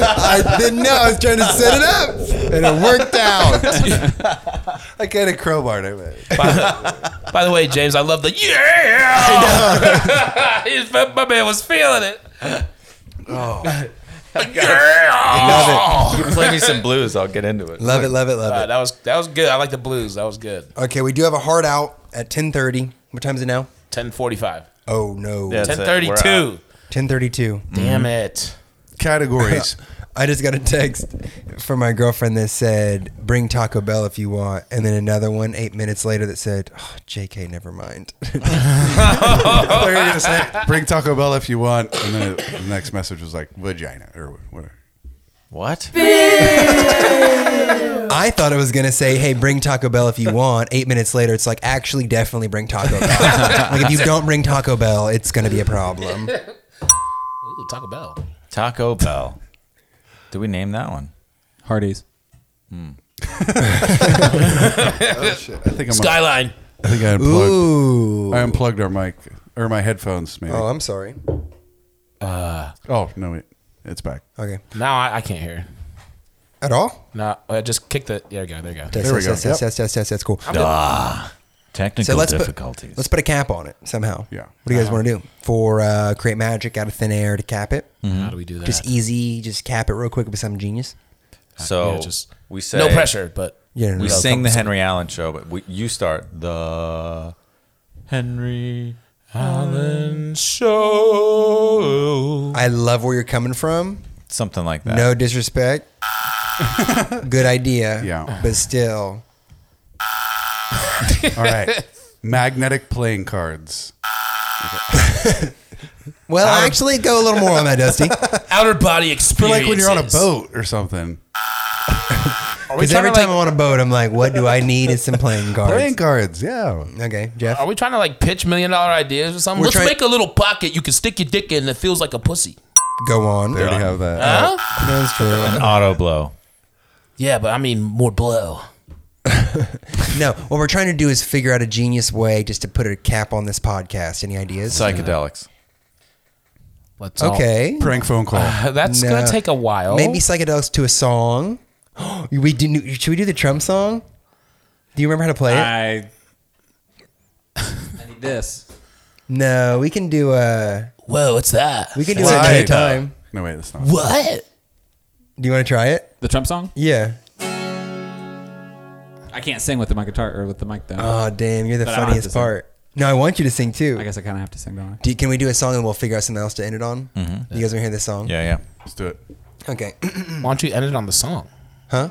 Speaker 4: I didn't know. I was trying to set it up, and it worked out. I kind of crowbarred it. but-
Speaker 13: By, by the way, James, I love the yeah. <laughs> His- My man was feeling it. <laughs> Oh.
Speaker 6: You play me some blues, I'll get into it.
Speaker 4: Love it, love it, love it.
Speaker 13: that was that was good. I like the blues. That was good.
Speaker 4: Okay, we do have a hard out at 10:30. What time is it now?
Speaker 13: Ten forty five.
Speaker 4: Oh no.
Speaker 6: Yeah,
Speaker 13: Ten
Speaker 6: that's it.
Speaker 13: thirty
Speaker 6: We're
Speaker 13: two.
Speaker 4: Ten thirty-two.
Speaker 13: Damn it.
Speaker 1: Categories.
Speaker 4: I just got a text from my girlfriend that said, "Bring Taco Bell if you want," and then another one eight minutes later that said, oh, "J.K. Never mind."
Speaker 1: They're gonna say, <laughs> Bring Taco Bell if you want. And then it- the next message was like vagina or oh, whatever.
Speaker 6: What?
Speaker 4: I thought it was gonna say, "Hey, bring Taco Bell if you want." Eight minutes later, it's like, "Actually, definitely bring Taco Bell." like if you don't bring Taco Bell, it's gonna be a problem.
Speaker 13: Ooh, Taco Bell.
Speaker 6: Taco Bell. Did we name that one?
Speaker 7: Hardee's.
Speaker 1: Shit, I think I'm.
Speaker 13: Skyline.
Speaker 1: I think I unplugged.
Speaker 4: Ooh.
Speaker 1: I unplugged our mic or my headphones. Maybe.
Speaker 4: Oh,
Speaker 1: Oh,
Speaker 4: I'm sorry.
Speaker 1: no, it, it's back.
Speaker 4: Okay.
Speaker 13: Now I, I can't hear.
Speaker 4: At all?
Speaker 13: No, uh, just kick the. There you go. There you go.
Speaker 4: Yes,
Speaker 1: There we
Speaker 4: yes,
Speaker 1: go.
Speaker 4: yes, yes,
Speaker 1: Yep.
Speaker 4: yes, yes, yes, That's cool.
Speaker 6: Technical
Speaker 4: So let's
Speaker 6: difficulties.
Speaker 4: put let's put a cap on it somehow.
Speaker 1: Yeah.
Speaker 4: What do you guys want to do for uh, create magic out of thin air to cap it?
Speaker 6: Mm-hmm.
Speaker 13: How do we do that?
Speaker 4: Just easy, just cap it real quick with something genius.
Speaker 6: so
Speaker 13: Yeah, just-
Speaker 6: we say
Speaker 13: no pressure, but
Speaker 4: Yeah, no,
Speaker 6: We
Speaker 4: no.
Speaker 6: sing the Henry Allen show, but we, you start the Henry Allen show,
Speaker 4: I love where you're coming from.
Speaker 6: something like that.
Speaker 1: <laughs>
Speaker 4: No disrespect. Good idea.
Speaker 1: Yeah.
Speaker 4: But still,
Speaker 1: All right. Magnetic playing cards.
Speaker 4: well, actually, go a little more
Speaker 1: <laughs>
Speaker 4: on that, Dusty.
Speaker 13: outer body
Speaker 1: For
Speaker 13: experience.
Speaker 1: like when you're on a boat or something.
Speaker 13: Are we
Speaker 4: Because
Speaker 13: trying
Speaker 4: every
Speaker 13: to
Speaker 4: time
Speaker 13: like,
Speaker 4: I'm on a boat, I'm like, what do I need? Is some playing
Speaker 1: Playing
Speaker 4: cards.
Speaker 1: cards, yeah.
Speaker 4: Okay, Jeff.
Speaker 1: Oh.
Speaker 13: are we trying to like pitch million dollar ideas or something?
Speaker 4: We're
Speaker 13: Let's
Speaker 4: trying-
Speaker 13: make a little pocket you can stick your dick in that feels like a pussy.
Speaker 4: Go on.
Speaker 1: They already have that.
Speaker 13: Huh?
Speaker 4: That's true.
Speaker 6: an auto blow.
Speaker 13: Yeah, but I mean more blow.
Speaker 4: <laughs> No, what we're trying to do is figure out a genius way just to put a cap on this podcast. Any ideas?
Speaker 6: Psychedelics.
Speaker 13: Let's all-
Speaker 4: Okay.
Speaker 1: Prank phone
Speaker 13: <laughs>
Speaker 1: call.
Speaker 13: <sighs> that's
Speaker 4: No.
Speaker 13: gonna take a while.
Speaker 4: Maybe psychedelics to a song. <gasps> we do, should we do the Trump song? Do you remember how to play it?
Speaker 7: I. I need this.
Speaker 4: no, we can do a
Speaker 13: Whoa, what's that?
Speaker 4: we can do it another time.
Speaker 1: No, wait, that's not.
Speaker 13: What?
Speaker 4: Do you want to try it?
Speaker 7: The Trump song?
Speaker 4: Yeah.
Speaker 7: I can't sing with the mic guitar or with the mic though.
Speaker 4: Oh, damn, you're the
Speaker 7: But I don't have to
Speaker 4: funniest
Speaker 7: sing.
Speaker 4: part. No, I want you to sing too. I
Speaker 7: guess I kind of have to sing, don't I?
Speaker 4: Do, can we do a song and we'll figure out something else to end it on?
Speaker 7: Mhm.
Speaker 4: You guys want to hear this song?
Speaker 6: Yeah, yeah.
Speaker 1: Let's do it.
Speaker 4: Okay. <clears throat>
Speaker 15: Why don't you edit on the song?
Speaker 4: Huh?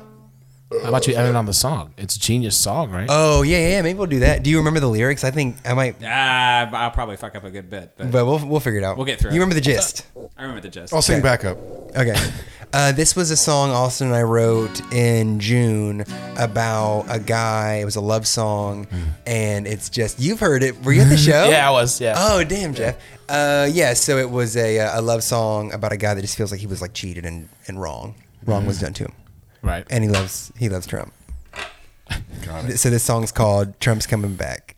Speaker 15: How about you edit on the song? It's a genius song, right?
Speaker 4: Oh yeah, yeah. Maybe we'll do that. Do you remember the lyrics? I think I might,
Speaker 7: Ah, I'll probably fuck up a good bit, but,
Speaker 4: but we'll we'll figure it out.
Speaker 7: We'll get through
Speaker 4: You
Speaker 7: it.
Speaker 4: remember the gist?
Speaker 7: I remember the gist.
Speaker 1: I'll sing back up.
Speaker 7: <laughs>
Speaker 4: Okay. Uh, this was a song Austin and I wrote in June about a guy. It was a love song,
Speaker 7: Mm-hmm.
Speaker 4: and it's just you've heard it. Were you
Speaker 7: <laughs>
Speaker 4: at the show?
Speaker 13: Yeah, I was, yeah.
Speaker 4: Oh damn, Jeff. Uh, yeah. So it was a uh, a love song about a guy that just feels like he was like cheated and and wrong. Wrong was
Speaker 15: Mhm.
Speaker 4: done to him.
Speaker 15: Right.
Speaker 4: And he loves he loves Trump.
Speaker 1: Got it.
Speaker 4: So this song's called Trump's Coming Back.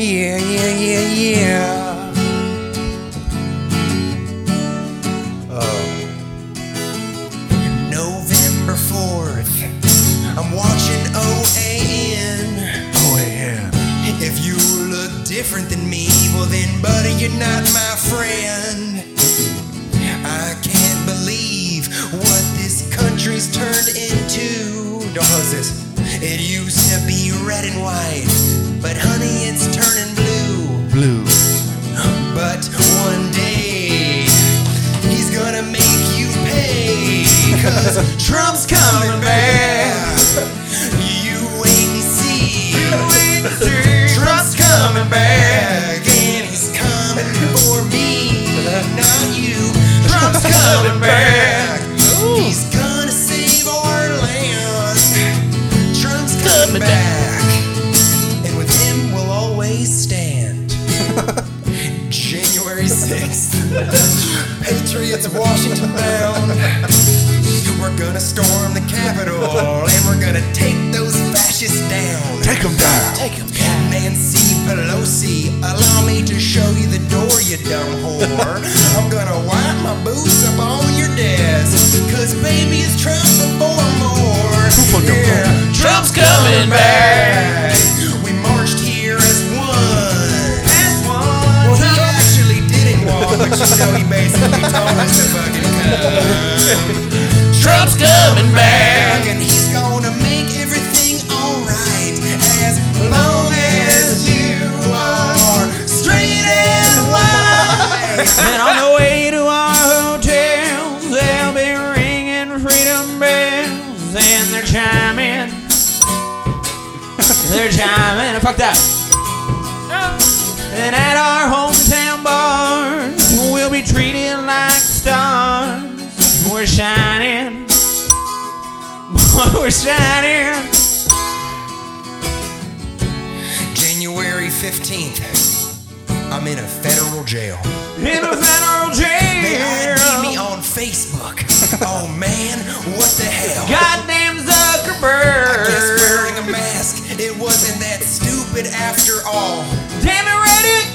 Speaker 4: Yeah, yeah, yeah, yeah. Oh. November 4th, I'm watching OAN. OAN. If you look different than me, well then, buddy, you're not my friend. I can't believe what this country's turned into. Don't hug this. It used to be red and white, but honey, it's turning blue.
Speaker 1: Blue.
Speaker 4: But one day, he's gonna make you pay. Cause <laughs> Trump's coming back. You wait and see. Trump's coming back. And he's coming for me, not you. Trump's coming back. He's gonna save our land. Trump's coming back. And with him, we'll always <laughs> stand. January 6th. Patriots of Washington down. We're gonna storm the Capitol and we're gonna take those fascists down. Take them down. Take them down. Nancy Pelosi, allow me to show you the door, you dumb whore. I'm gonna wipe my boots up on your desk. Cause baby, it's Trump before more. Yeah, Trump's coming back. We marched here as one. As one. Well, he actually didn't walk, but you know he basically told us to fucking come. Trump's coming back, and he's gonna make everything alright as long as you are straight and white.
Speaker 7: and on the way to our hotels, they'll be ringing freedom bells, and they're chiming. They're chiming. Fuck that. And at our hometown bars, we'll be treated like stars. We're shining. <laughs> We're shining.
Speaker 4: <laughs> January 15th, I'm in a federal jail.
Speaker 7: In a federal jail.
Speaker 4: They ID me on <laughs> Facebook. oh man, what the hell?
Speaker 7: Goddamn
Speaker 4: I
Speaker 7: Zuckerberg.
Speaker 4: guess wearing a mask, it wasn't that stupid after all.
Speaker 7: Damn it, Reddit!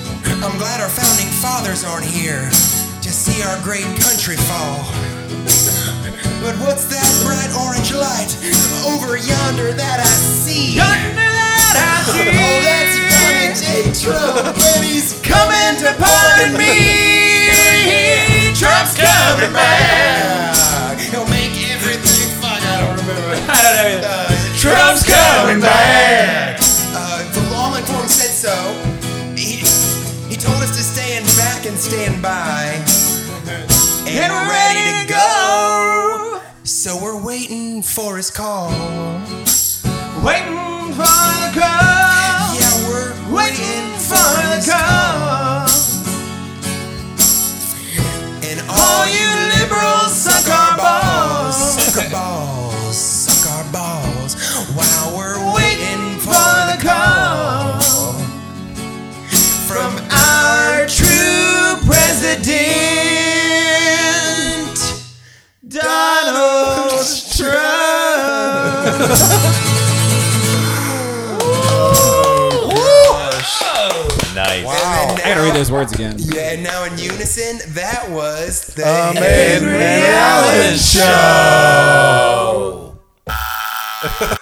Speaker 4: I'm glad our founding fathers aren't here to see our great country fall. But what's that bright orange light over yonder that I see? Yonder that I see. Oh, that's Donald J. Trump, and he's coming to pardon me. Trump's coming back. He'll make everything fun. I don't remember. I don't know. Trump's coming back. Uh, the law informed said so. He, he told us to stand back and stand by. And, we're ready to go. So we're waiting for his call. Waiting for the call. Yeah, we're waiting for the call. And all you liberals suck our balls. Suck our balls. Suck our balls. While we're waiting for the call from our true president, Donald Trump.
Speaker 6: Nice.
Speaker 4: Wow.
Speaker 7: I gotta read those words again.
Speaker 4: yeah, and now in unison, that was the
Speaker 7: Henry Allen
Speaker 4: Show.